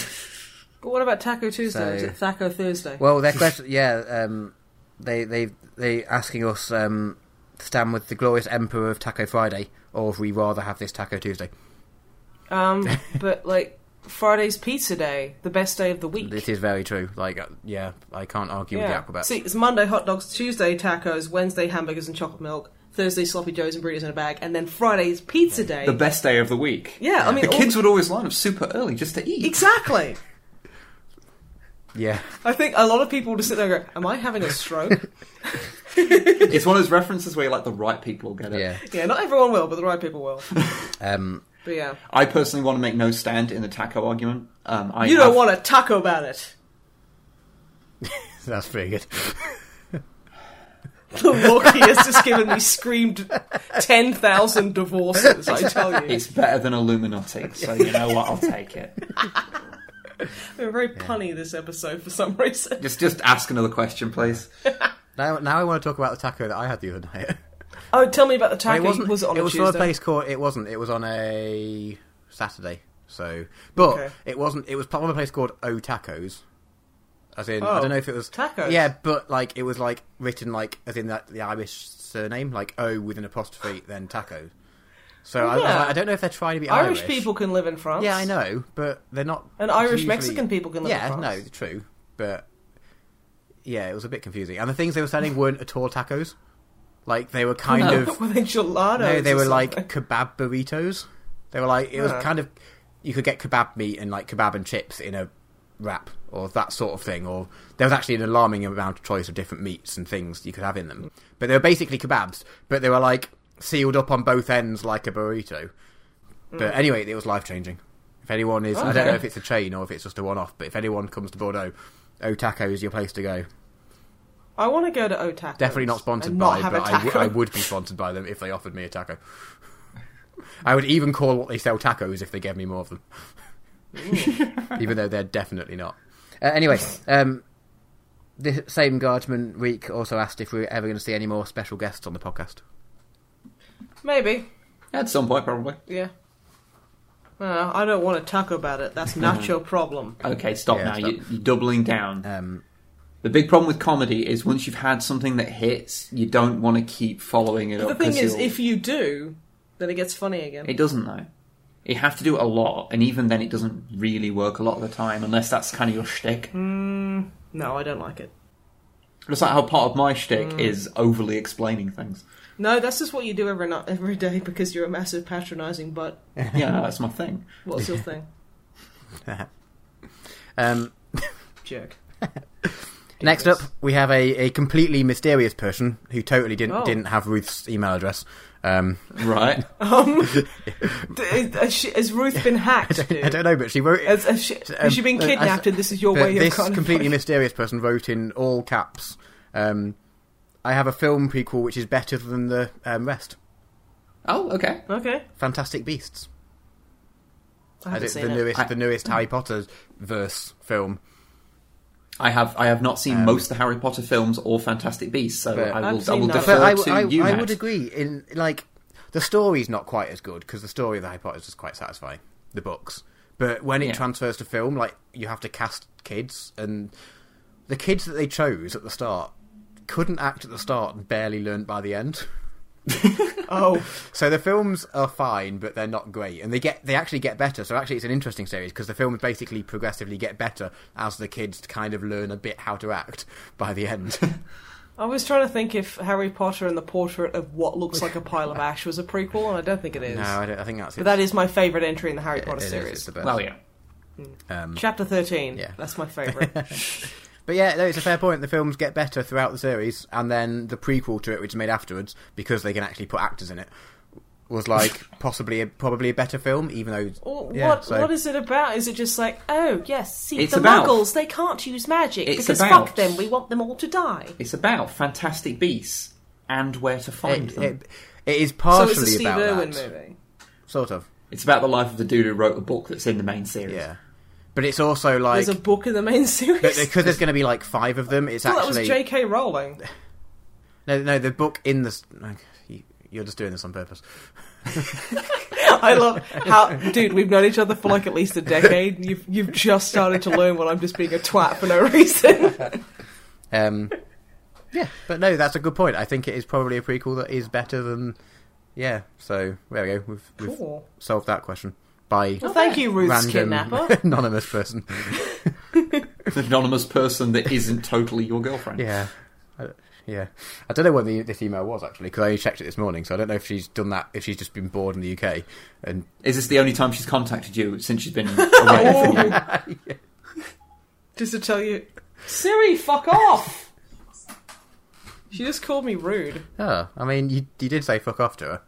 Speaker 1: But what about Taco Tuesday?
Speaker 3: So-
Speaker 1: Or is it Taco Thursday?
Speaker 3: well, their question, yeah, um, they they they asking us um, to stand with the glorious emperor of Taco Friday, or if we rather have this Taco Tuesday.
Speaker 1: Um, but like Friday's pizza day, the best day of the week.
Speaker 3: This is very true. Like, uh, yeah, I can't argue
Speaker 1: yeah.
Speaker 3: with the acrobats.
Speaker 1: See, it's Monday hot dogs, Tuesday tacos, Wednesday hamburgers and chocolate milk, Thursday sloppy joes and burritos in a bag, and then Friday's pizza day.
Speaker 4: The best day of the week.
Speaker 1: yeah, I mean,
Speaker 4: The
Speaker 1: all-
Speaker 4: kids would always line up super early just to eat.
Speaker 1: exactly.
Speaker 3: yeah,
Speaker 1: I think a lot of people just sit there and go, "Am I having a stroke?"
Speaker 4: It's one of those references where like the right people will get it.
Speaker 3: yeah.
Speaker 1: yeah, not everyone will, but the right people will.
Speaker 3: Um,
Speaker 1: But yeah,
Speaker 4: I personally want to make no stand in the taco argument. Um, I
Speaker 1: you don't
Speaker 4: have-
Speaker 1: want to taco about it.
Speaker 3: that's pretty good.
Speaker 1: The look he has just given me screamed ten thousand divorces. I tell you,
Speaker 4: It's better than Illuminati, so you know what? I'll take it.
Speaker 1: we're very punny this episode for some reason.
Speaker 4: Just, just ask another question, please.
Speaker 3: Now, now I want to talk about the taco that I had the other night.
Speaker 1: Oh, tell me about the taco.
Speaker 3: it wasn't.
Speaker 1: was it on
Speaker 3: it
Speaker 1: a
Speaker 3: was
Speaker 1: Tuesday?
Speaker 3: from a place called. It wasn't. It was on a Saturday. So, but
Speaker 1: Okay.
Speaker 3: it wasn't. It was from a place called O Tacos. As in, I
Speaker 1: Oh,
Speaker 3: don't know if it was
Speaker 1: tacos.
Speaker 3: Yeah, but like it was like written like as in that the Irish surname, like O with an apostrophe, then tacos. So I-
Speaker 1: Yeah.
Speaker 3: I, I don't know if they're trying to be
Speaker 1: Irish,
Speaker 3: Irish.
Speaker 1: people can live in France.
Speaker 3: Yeah, I know, but they're not.
Speaker 1: And Irish
Speaker 3: usually-
Speaker 1: Mexican people can live
Speaker 3: Yeah,
Speaker 1: in France.
Speaker 3: no, true, but yeah, it was a bit confusing. And the things they were selling weren't at all tacos. Like they were kind of
Speaker 1: were they gelatos?
Speaker 3: no, they
Speaker 1: or
Speaker 3: were like
Speaker 1: something?
Speaker 3: kebab burritos. They were like it was
Speaker 1: Huh.
Speaker 3: kind of you could get kebab meat and like kebab and chips in a wrap or that sort of thing. Or there was actually an alarming amount of choice of different meats and things you could have in them. But they were basically kebabs, but they were like sealed up on both ends like a burrito.
Speaker 1: Hmm.
Speaker 3: But anyway, it was life changing. If anyone is, I don't
Speaker 4: Okay.
Speaker 3: know if it's a chain or if it's just a one off, but if anyone comes to Bordeaux, O Taco is your place to go.
Speaker 1: I want to go to Otaku.
Speaker 3: Definitely not sponsored
Speaker 1: and not
Speaker 3: by,
Speaker 1: have
Speaker 3: but
Speaker 1: a
Speaker 3: I, w-
Speaker 1: taco.
Speaker 3: I would be sponsored by them if they offered me a taco. I would even call what they sell tacos if they gave me more of them, even though they're definitely not. Uh, anyway, um, the same Guardsman week also asked if we were ever going to see any more special guests on the podcast.
Speaker 1: Maybe.
Speaker 4: At some point, probably.
Speaker 1: Yeah. Uh, I don't want to talk about it. That's not your problem.
Speaker 4: Okay, stop
Speaker 3: Yeah,
Speaker 4: now.
Speaker 3: stop.
Speaker 4: You, you're doubling down.
Speaker 3: Um,
Speaker 4: The big problem with comedy is once you've had something that hits, you don't want to keep following it up.
Speaker 1: The thing
Speaker 4: 'cause
Speaker 1: is,
Speaker 4: you'll-
Speaker 1: if you do, then it gets funny again.
Speaker 4: It doesn't though. You have to do it a lot, and even then, it doesn't really work a lot of the time, unless that's kind of your shtick.
Speaker 1: Mm. No, I don't like it.
Speaker 4: Just like how part of my shtick
Speaker 1: Mm.
Speaker 4: is overly explaining things.
Speaker 1: No, that's just what you do every night, every day because you're a massive patronising butt.
Speaker 4: Yeah, no, that's my thing.
Speaker 1: What's your thing,
Speaker 3: um,
Speaker 1: jerk?
Speaker 3: next up, we have a, a completely mysterious person who totally didn't
Speaker 1: Oh.
Speaker 3: didn't have Ruth's email address. Um,
Speaker 4: Right?
Speaker 1: Um, d- is- has, she, has Ruth been hacked? Dude?
Speaker 3: I don't know, but she wrote it.
Speaker 1: Has, has she, has she been
Speaker 3: Um,
Speaker 1: kidnapped?
Speaker 3: I-
Speaker 1: and this is your
Speaker 3: But
Speaker 1: way
Speaker 3: this
Speaker 1: of kind
Speaker 3: completely mysterious person wrote in all caps. Um, I have a film prequel which is better than the um, rest.
Speaker 4: oh, okay.
Speaker 1: of... Okay,
Speaker 3: Fantastic Beasts.
Speaker 1: I
Speaker 3: I
Speaker 1: haven't
Speaker 3: don't-
Speaker 1: seen
Speaker 3: the
Speaker 1: it.
Speaker 3: newest,
Speaker 4: I-
Speaker 3: the newest Harry Potter verse film.
Speaker 4: I have I have not seen
Speaker 3: Um,
Speaker 4: most of the Harry Potter films or Fantastic Beasts, so
Speaker 3: But-
Speaker 4: I
Speaker 1: I've
Speaker 4: will I
Speaker 1: seen
Speaker 4: will
Speaker 1: none.
Speaker 4: defer
Speaker 3: I,
Speaker 4: to
Speaker 3: I,
Speaker 4: you.
Speaker 3: I
Speaker 4: Matt.
Speaker 3: would agree. In like, the story's not quite as good because the story of the Harry Potter is just quite satisfying. The books, but when it
Speaker 4: Yeah.
Speaker 3: transfers to film, like you have to cast kids, and the kids that they chose at the start couldn't act at the start and barely learnt by the end.
Speaker 1: Oh,
Speaker 3: So the films are fine, but they're not great, and they get they actually get better. So actually, it's an interesting series because the films basically progressively get better as the kids kind of learn a bit how to act by the end.
Speaker 1: I was trying to think if Harry Potter and the Portrait of What Looks Like a Pile of Ash was a prequel, and I don't think it is.
Speaker 3: no, I, don't, I think that's it.
Speaker 1: But that is my favourite entry in the Harry Potter
Speaker 3: It is, it's
Speaker 1: series.
Speaker 3: the best.
Speaker 4: Well, yeah.
Speaker 3: Um,
Speaker 1: Chapter 13.
Speaker 3: Yeah.
Speaker 1: That's my favourite.
Speaker 3: but yeah, no, it's a fair point. The films get better throughout the series, and then the prequel to it, which is made afterwards, because they can actually put actors in it, was like possibly a, probably a better film, even though
Speaker 1: Well,
Speaker 3: yeah,
Speaker 1: Oh, what
Speaker 3: so-
Speaker 1: what is it about? Is it just like, oh yes, see
Speaker 4: It's
Speaker 1: the
Speaker 4: about-
Speaker 1: muggles they can't use magic
Speaker 4: It's
Speaker 1: because
Speaker 4: about-
Speaker 1: fuck them, we want them all to die.
Speaker 4: It's about Fantastic Beasts and where to find
Speaker 3: it,
Speaker 4: them.
Speaker 3: it- it is
Speaker 1: So
Speaker 3: partially
Speaker 1: it's a Steve
Speaker 3: about
Speaker 1: Irwin
Speaker 3: that,
Speaker 1: movie.
Speaker 3: sort of.
Speaker 4: it's about the life of the dude who wrote the book that's in the main series.
Speaker 3: Yeah, but it's also like
Speaker 1: There's a book in the main series.
Speaker 3: But because there's going to be like five of them, it's
Speaker 1: I thought that was
Speaker 3: actually
Speaker 1: J.K. Rowling.
Speaker 3: no, no. The book in the s- like, you- you're just doing this on purpose.
Speaker 1: I love how, dude. We've known each other for like at least a decade. You've you've just started to learn when I'm just being a twat for no reason.
Speaker 3: Um, yeah, but no, that's a good point. I think it is probably a prequel that is better than yeah. So there we go. We've, we've
Speaker 1: Cool.
Speaker 3: solved that question by
Speaker 1: Well, thank you, Ruth's
Speaker 3: random
Speaker 1: kidnapper.
Speaker 3: anonymous person.
Speaker 4: An anonymous person that isn't totally your girlfriend.
Speaker 3: Yeah. I- Yeah, I don't know when the, this email was actually because I only checked it this morning, so I don't know if she's done that. If she's just been bored in the UK, and
Speaker 4: Is this the only time she's contacted you since she's been away from you?
Speaker 1: Just to tell you, Siri, fuck off. She just called me rude.
Speaker 3: oh, I mean, you, you did say fuck off to her.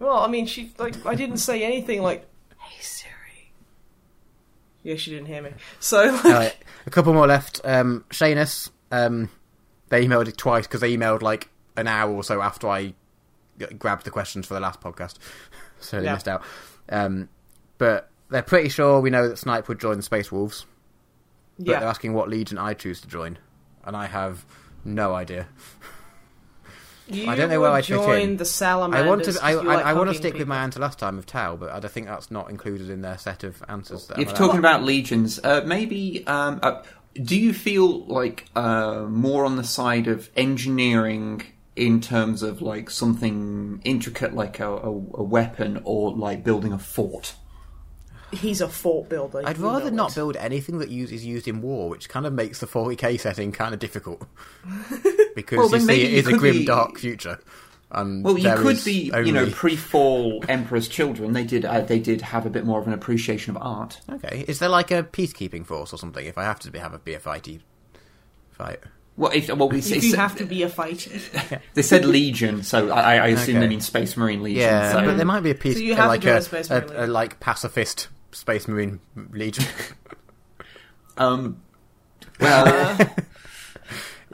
Speaker 1: Well, I mean, she like I didn't say anything like, "Hey Siri." Yeah, she didn't hear me. So like,
Speaker 3: All right, Uh, a couple more left. Um, Shanus, um, they emailed it twice because they emailed like an hour or so after I g- grabbed the questions for the last podcast, so they
Speaker 1: Yeah.
Speaker 3: missed out. Um, but they're pretty sure we know that Snipe would join the Space Wolves, but uh, they're
Speaker 1: yeah,
Speaker 3: asking what Legion I choose to join, and I have no idea.
Speaker 1: you
Speaker 3: I don't know where
Speaker 1: would
Speaker 3: I'd fit
Speaker 1: join
Speaker 3: in.
Speaker 1: the salamanders.
Speaker 3: I want to. I,
Speaker 1: 'cause Oh, you
Speaker 3: I,
Speaker 1: like
Speaker 3: I want to
Speaker 1: hugging
Speaker 3: stick with my
Speaker 1: people.
Speaker 3: answer last time of Tau, but I don't think that's not included in their set of answers. That
Speaker 4: If you're
Speaker 3: I'm
Speaker 4: talking about legions, uh, maybe um, uh, do you feel like uh, more on the side of engineering in terms of like something intricate like a, a, a weapon or like building a fort.
Speaker 1: He's a fort builder.
Speaker 3: I'd
Speaker 1: you
Speaker 3: rather
Speaker 1: know
Speaker 3: not
Speaker 1: it.
Speaker 3: build anything that use, is used in war, which kind of makes the 40k setting kind of difficult. Because
Speaker 4: Well,
Speaker 3: you
Speaker 4: then
Speaker 3: see,
Speaker 4: maybe
Speaker 3: it
Speaker 4: you
Speaker 3: is a
Speaker 4: could
Speaker 3: grim,
Speaker 4: be-
Speaker 3: dark future. And
Speaker 4: Well, you
Speaker 3: there
Speaker 4: could
Speaker 3: is
Speaker 4: be,
Speaker 3: only...
Speaker 4: you know, pre-fall Emperor's Children. They did, uh, they did have a bit more of an appreciation of art.
Speaker 3: Okay, is there like a peacekeeping force or something? If I have to be, have a be a fighty fight,
Speaker 4: Well, if, well, we say,
Speaker 1: If you have to be a fighter,
Speaker 4: they said Legion, so I, I assume
Speaker 3: Okay.
Speaker 4: they mean Space Marine Legion.
Speaker 3: yeah,
Speaker 4: so-
Speaker 3: but there might be a peace,
Speaker 1: So you have to
Speaker 3: like
Speaker 1: join
Speaker 3: a,
Speaker 1: a space
Speaker 3: a-
Speaker 1: marine
Speaker 3: a, like pacifist space marine legion.
Speaker 4: um, well,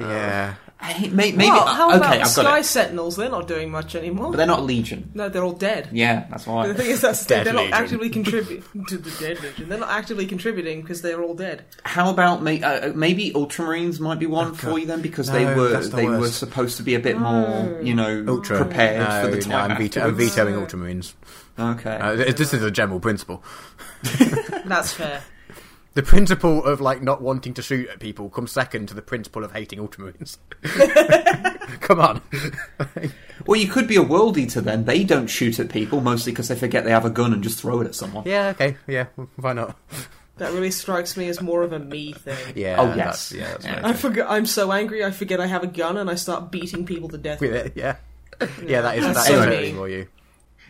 Speaker 4: Oh.
Speaker 3: yeah,
Speaker 4: I- may, maybe
Speaker 1: well, how
Speaker 4: okay,
Speaker 1: about the
Speaker 4: I've got
Speaker 1: Sky
Speaker 4: it.
Speaker 1: Sentinels? They're not doing much anymore.
Speaker 4: But they're not Legion.
Speaker 1: No, they're all dead.
Speaker 4: Yeah, that's why.
Speaker 1: The thing is, that's the thing,
Speaker 3: Dead
Speaker 1: they're not
Speaker 3: Legion.
Speaker 1: actively contributing to the dead legion. They're not actively contributing because they're all dead.
Speaker 4: How about may, uh, uh, maybe Ultramarines might be one for you then because they
Speaker 3: No,
Speaker 4: were
Speaker 3: that's the
Speaker 4: they were
Speaker 3: worst.
Speaker 4: supposed to be a bit more you know
Speaker 3: ultra
Speaker 4: prepared
Speaker 3: no,
Speaker 4: for the
Speaker 3: no,
Speaker 4: time.
Speaker 3: I'm, veto- I'm
Speaker 4: afterwards.
Speaker 3: vetoing ultramarines.
Speaker 4: okay.
Speaker 3: Uh, th- this is a general principle.
Speaker 1: That's fair.
Speaker 3: The principle of like not wanting to shoot at people comes second to the principle of hating ultramarines. Come on,
Speaker 4: well, you could be a World Eater then. They don't shoot at people mostly because they forget they have a gun and just throw it at someone.
Speaker 3: yeah, okay, yeah, why not?
Speaker 1: That really strikes me as more of a me thing.
Speaker 3: Yeah,
Speaker 4: Oh, yes.
Speaker 3: that's, yeah, that's
Speaker 4: Yeah.
Speaker 3: very
Speaker 1: I forget. I'm so angry. I forget I have a gun, and I start beating people to death.
Speaker 3: with it. Yeah, yeah, that is
Speaker 1: That's
Speaker 3: that is
Speaker 4: so
Speaker 3: very
Speaker 1: mean.
Speaker 3: for you.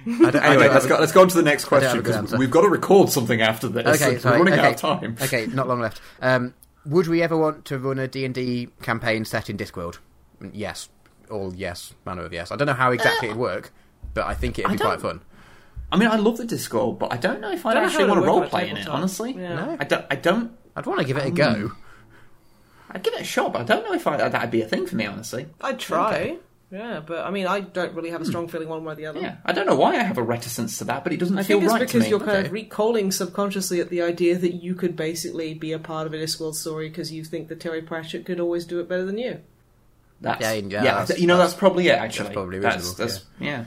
Speaker 3: I don't, I
Speaker 4: Anyway,
Speaker 3: don't
Speaker 4: let's
Speaker 3: have-
Speaker 4: go. Let's go on to the next
Speaker 3: have
Speaker 4: question
Speaker 3: a good
Speaker 4: because
Speaker 3: answer.
Speaker 4: we've got to record something after this.
Speaker 3: Okay,
Speaker 4: we're
Speaker 3: sorry,
Speaker 4: running
Speaker 3: okay,
Speaker 4: out of time.
Speaker 3: okay, not long left. Um, would we ever want to run a D and D campaign set in Discworld? Yes, all yes, manner of yes. I don't know how exactly it'd work, but I think it'd
Speaker 4: I
Speaker 3: be quite
Speaker 4: don't-
Speaker 3: fun.
Speaker 4: I mean, I love the Discworld, but I don't know if I'd
Speaker 1: Don't know
Speaker 4: actually
Speaker 1: how
Speaker 4: want
Speaker 1: it'd
Speaker 4: to
Speaker 1: work on a
Speaker 4: roleplay in it.
Speaker 1: tabletop.
Speaker 4: Honestly,
Speaker 1: Yeah.
Speaker 3: No?
Speaker 4: I don't. I don't.
Speaker 3: I'd want to give it a
Speaker 4: Hmm.
Speaker 3: go.
Speaker 4: I'd give it a shot, but I don't know if I, that'd be a thing for me. Honestly,
Speaker 1: I'd try. Yeah, but I mean, I don't really have a strong feeling one way or the other.
Speaker 4: yeah, I don't know why I have a reticence to that, but it doesn't
Speaker 1: I
Speaker 4: feel
Speaker 1: think it's
Speaker 4: right to
Speaker 1: because
Speaker 4: me.
Speaker 1: you're kind
Speaker 3: Okay.
Speaker 1: of recalling subconsciously at the idea that you could basically be a part of a Discworld story because you think that Terry Pratchett could always do it better than you.
Speaker 4: That's,
Speaker 3: Yeah,
Speaker 4: yeah,
Speaker 3: yeah, that's-
Speaker 4: you know, that's,
Speaker 3: that's-
Speaker 4: probably it. Actually,
Speaker 3: probably reasonable,
Speaker 4: yeah.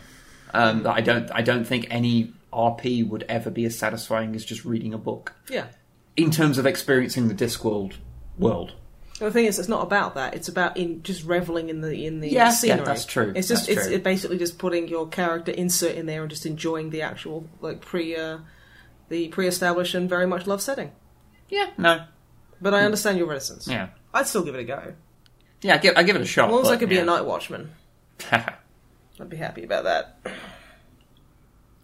Speaker 4: Um, I don't. I don't think any RP would ever be as satisfying as just reading a book
Speaker 1: Yeah.
Speaker 4: in terms of experiencing the Discworld world.
Speaker 1: And the thing is, it's not about that. It's about in just reveling in the in the
Speaker 4: Yeah, yeah,
Speaker 1: scenery.
Speaker 4: that's true.
Speaker 1: It's just
Speaker 4: That's
Speaker 1: it's
Speaker 4: true.
Speaker 1: it basically just putting your character insert in there and just enjoying the actual like pre uh, the pre-established and very much love setting.
Speaker 4: Yeah, no,
Speaker 1: But
Speaker 4: Hmm.
Speaker 1: I understand your reticence.
Speaker 4: yeah,
Speaker 1: I'd still give it a go.
Speaker 4: yeah. I give, I give it a shot.
Speaker 1: As long as
Speaker 4: but,
Speaker 1: I could
Speaker 4: yeah.
Speaker 1: be a night watchman, I'd be happy about that.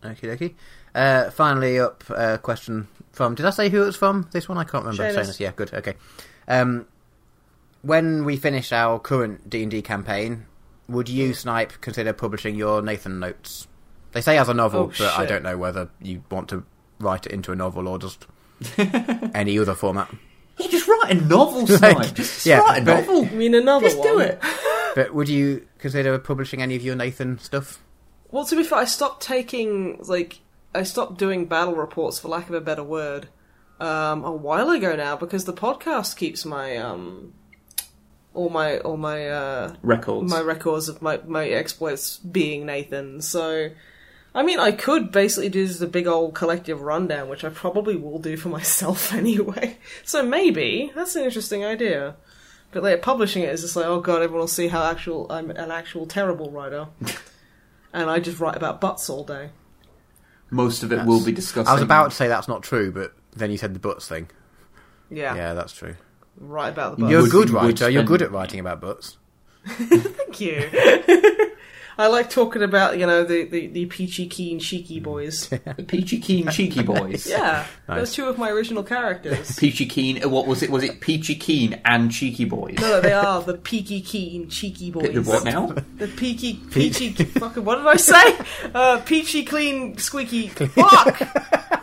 Speaker 3: Okay, okay. Uh, finally, up uh, question from. Did I say who it was from? This one I can't remember.
Speaker 1: Seamus.
Speaker 3: Saying this, yeah, good. Okay. Um, when we finish our current D and D campaign, would
Speaker 1: Hmm.
Speaker 3: you, Snipe, consider publishing your Nathan notes? They say as a novel,
Speaker 1: Oh,
Speaker 3: but I
Speaker 1: shit.
Speaker 3: don't know whether you want to write it into a novel or just any other format.
Speaker 4: Yeah, just write a novel, Snipe. just
Speaker 3: yeah,
Speaker 4: write a
Speaker 3: but-
Speaker 4: novel.
Speaker 1: I mean, another
Speaker 4: Just
Speaker 1: one.
Speaker 4: do it.
Speaker 3: But would you consider publishing any of your Nathan stuff?
Speaker 1: Well, to be fair, I stopped taking like I stopped doing battle reports for lack of a better word um, a while ago now because the podcast keeps my um all my all my uh,
Speaker 4: Records.
Speaker 1: my records of my my exploits being Nathan. So. I mean, I could basically do the big old collective rundown, which I probably will do for myself anyway. So maybe that's an interesting idea. But like publishing it is just like, oh god, everyone will see how actual I'm an actual terrible writer, and I just write about butts all day.
Speaker 4: Most of it will be discussing.
Speaker 3: I was about to say that's not true, but then you said the butts thing.
Speaker 1: Yeah,
Speaker 3: Yeah, that's true.
Speaker 1: write about the butts.
Speaker 3: You're a
Speaker 4: Uh, Would-
Speaker 3: good
Speaker 4: would
Speaker 3: writer. You're
Speaker 4: spend-
Speaker 3: good at writing about butts.
Speaker 1: Thank you. I like talking about you know the the, the peachy keen
Speaker 3: Mm.
Speaker 1: cheeky boys.
Speaker 4: the Peachy Keen Cheeky Boys.
Speaker 1: Yeah, those two of my original characters.
Speaker 4: Peachy Keen. uh, What was it? Was it Peachy Keen and Cheeky Boys?
Speaker 1: No, no, they are the peaky keen cheeky boys.
Speaker 4: The what now?
Speaker 1: The peaky peachy fucking what did I say? Uh, peachy clean squeaky fuck.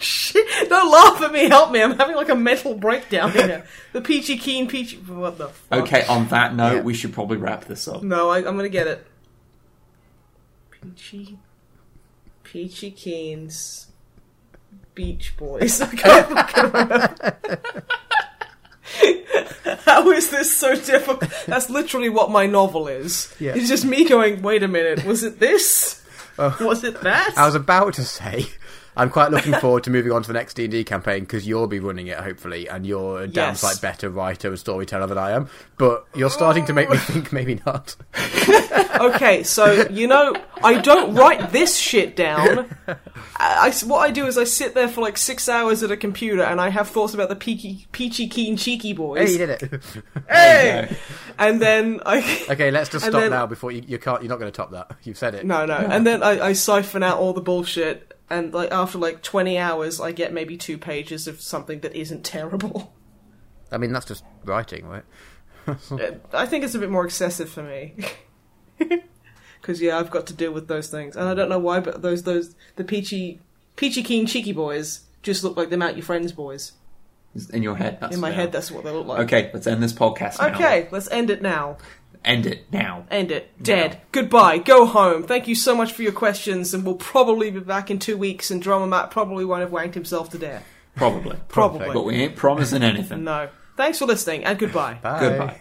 Speaker 1: Shit! Don't laugh at me. Help me. I'm having like a mental breakdown here. The peachy keen peachy. What the fuck?
Speaker 4: Okay. On that note,
Speaker 3: Yeah.
Speaker 4: we should probably wrap this up.
Speaker 1: No, I, I'm gonna get it. Peachy, peachy keens, Beach Boys. I can't fucking remember. How is this so difficult? That's literally what my novel is.
Speaker 3: Yeah.
Speaker 1: It's just me going. Wait a minute. Was it this?
Speaker 3: Oh.
Speaker 1: Was it that?
Speaker 3: I was about to say, I'm quite looking forward to moving on to the next D&D campaign because you'll be running it hopefully, and you're a damn
Speaker 1: Yes.
Speaker 3: sight better writer and storyteller than I am. But you're starting to make me think maybe not.
Speaker 1: Okay, so you know, I don't write this shit down. I, I s- what I do is I sit there for like six hours at a computer and I have thoughts about the peaky, peachy, keen, cheeky boys,
Speaker 3: Hey, you did it.
Speaker 1: Hey! and then I
Speaker 3: Okay, let's just
Speaker 1: And
Speaker 3: stop
Speaker 1: then-
Speaker 3: now before you, you can't. You're not going to top that. You've said it.
Speaker 1: no no, and then I, I siphon out all the bullshit, and like after like twenty hours, I get maybe two pages of something that isn't terrible.
Speaker 3: I mean that's just writing, right?
Speaker 1: Uh, I think it's a bit more excessive for me. Because yeah, I've got to deal with those things, and I don't know why, but those those the peachy, peachy keen cheeky boys just look like them out your friends boys.
Speaker 4: In your head. That's
Speaker 1: In my
Speaker 4: fair.
Speaker 1: head, that's what they look like.
Speaker 4: Okay, let's end this podcast now.
Speaker 1: Okay, let's end it now.
Speaker 4: End it now.
Speaker 1: End it. Dead. Goodbye. Go home. Thank you so much for your questions, and we'll probably be back in two weeks. And drama Matt probably won't have wanked himself to death.
Speaker 4: Probably.
Speaker 1: Probably.
Speaker 4: But we ain't promising anything.
Speaker 1: No. Thanks for listening, and goodbye.
Speaker 3: Bye.
Speaker 4: Goodbye.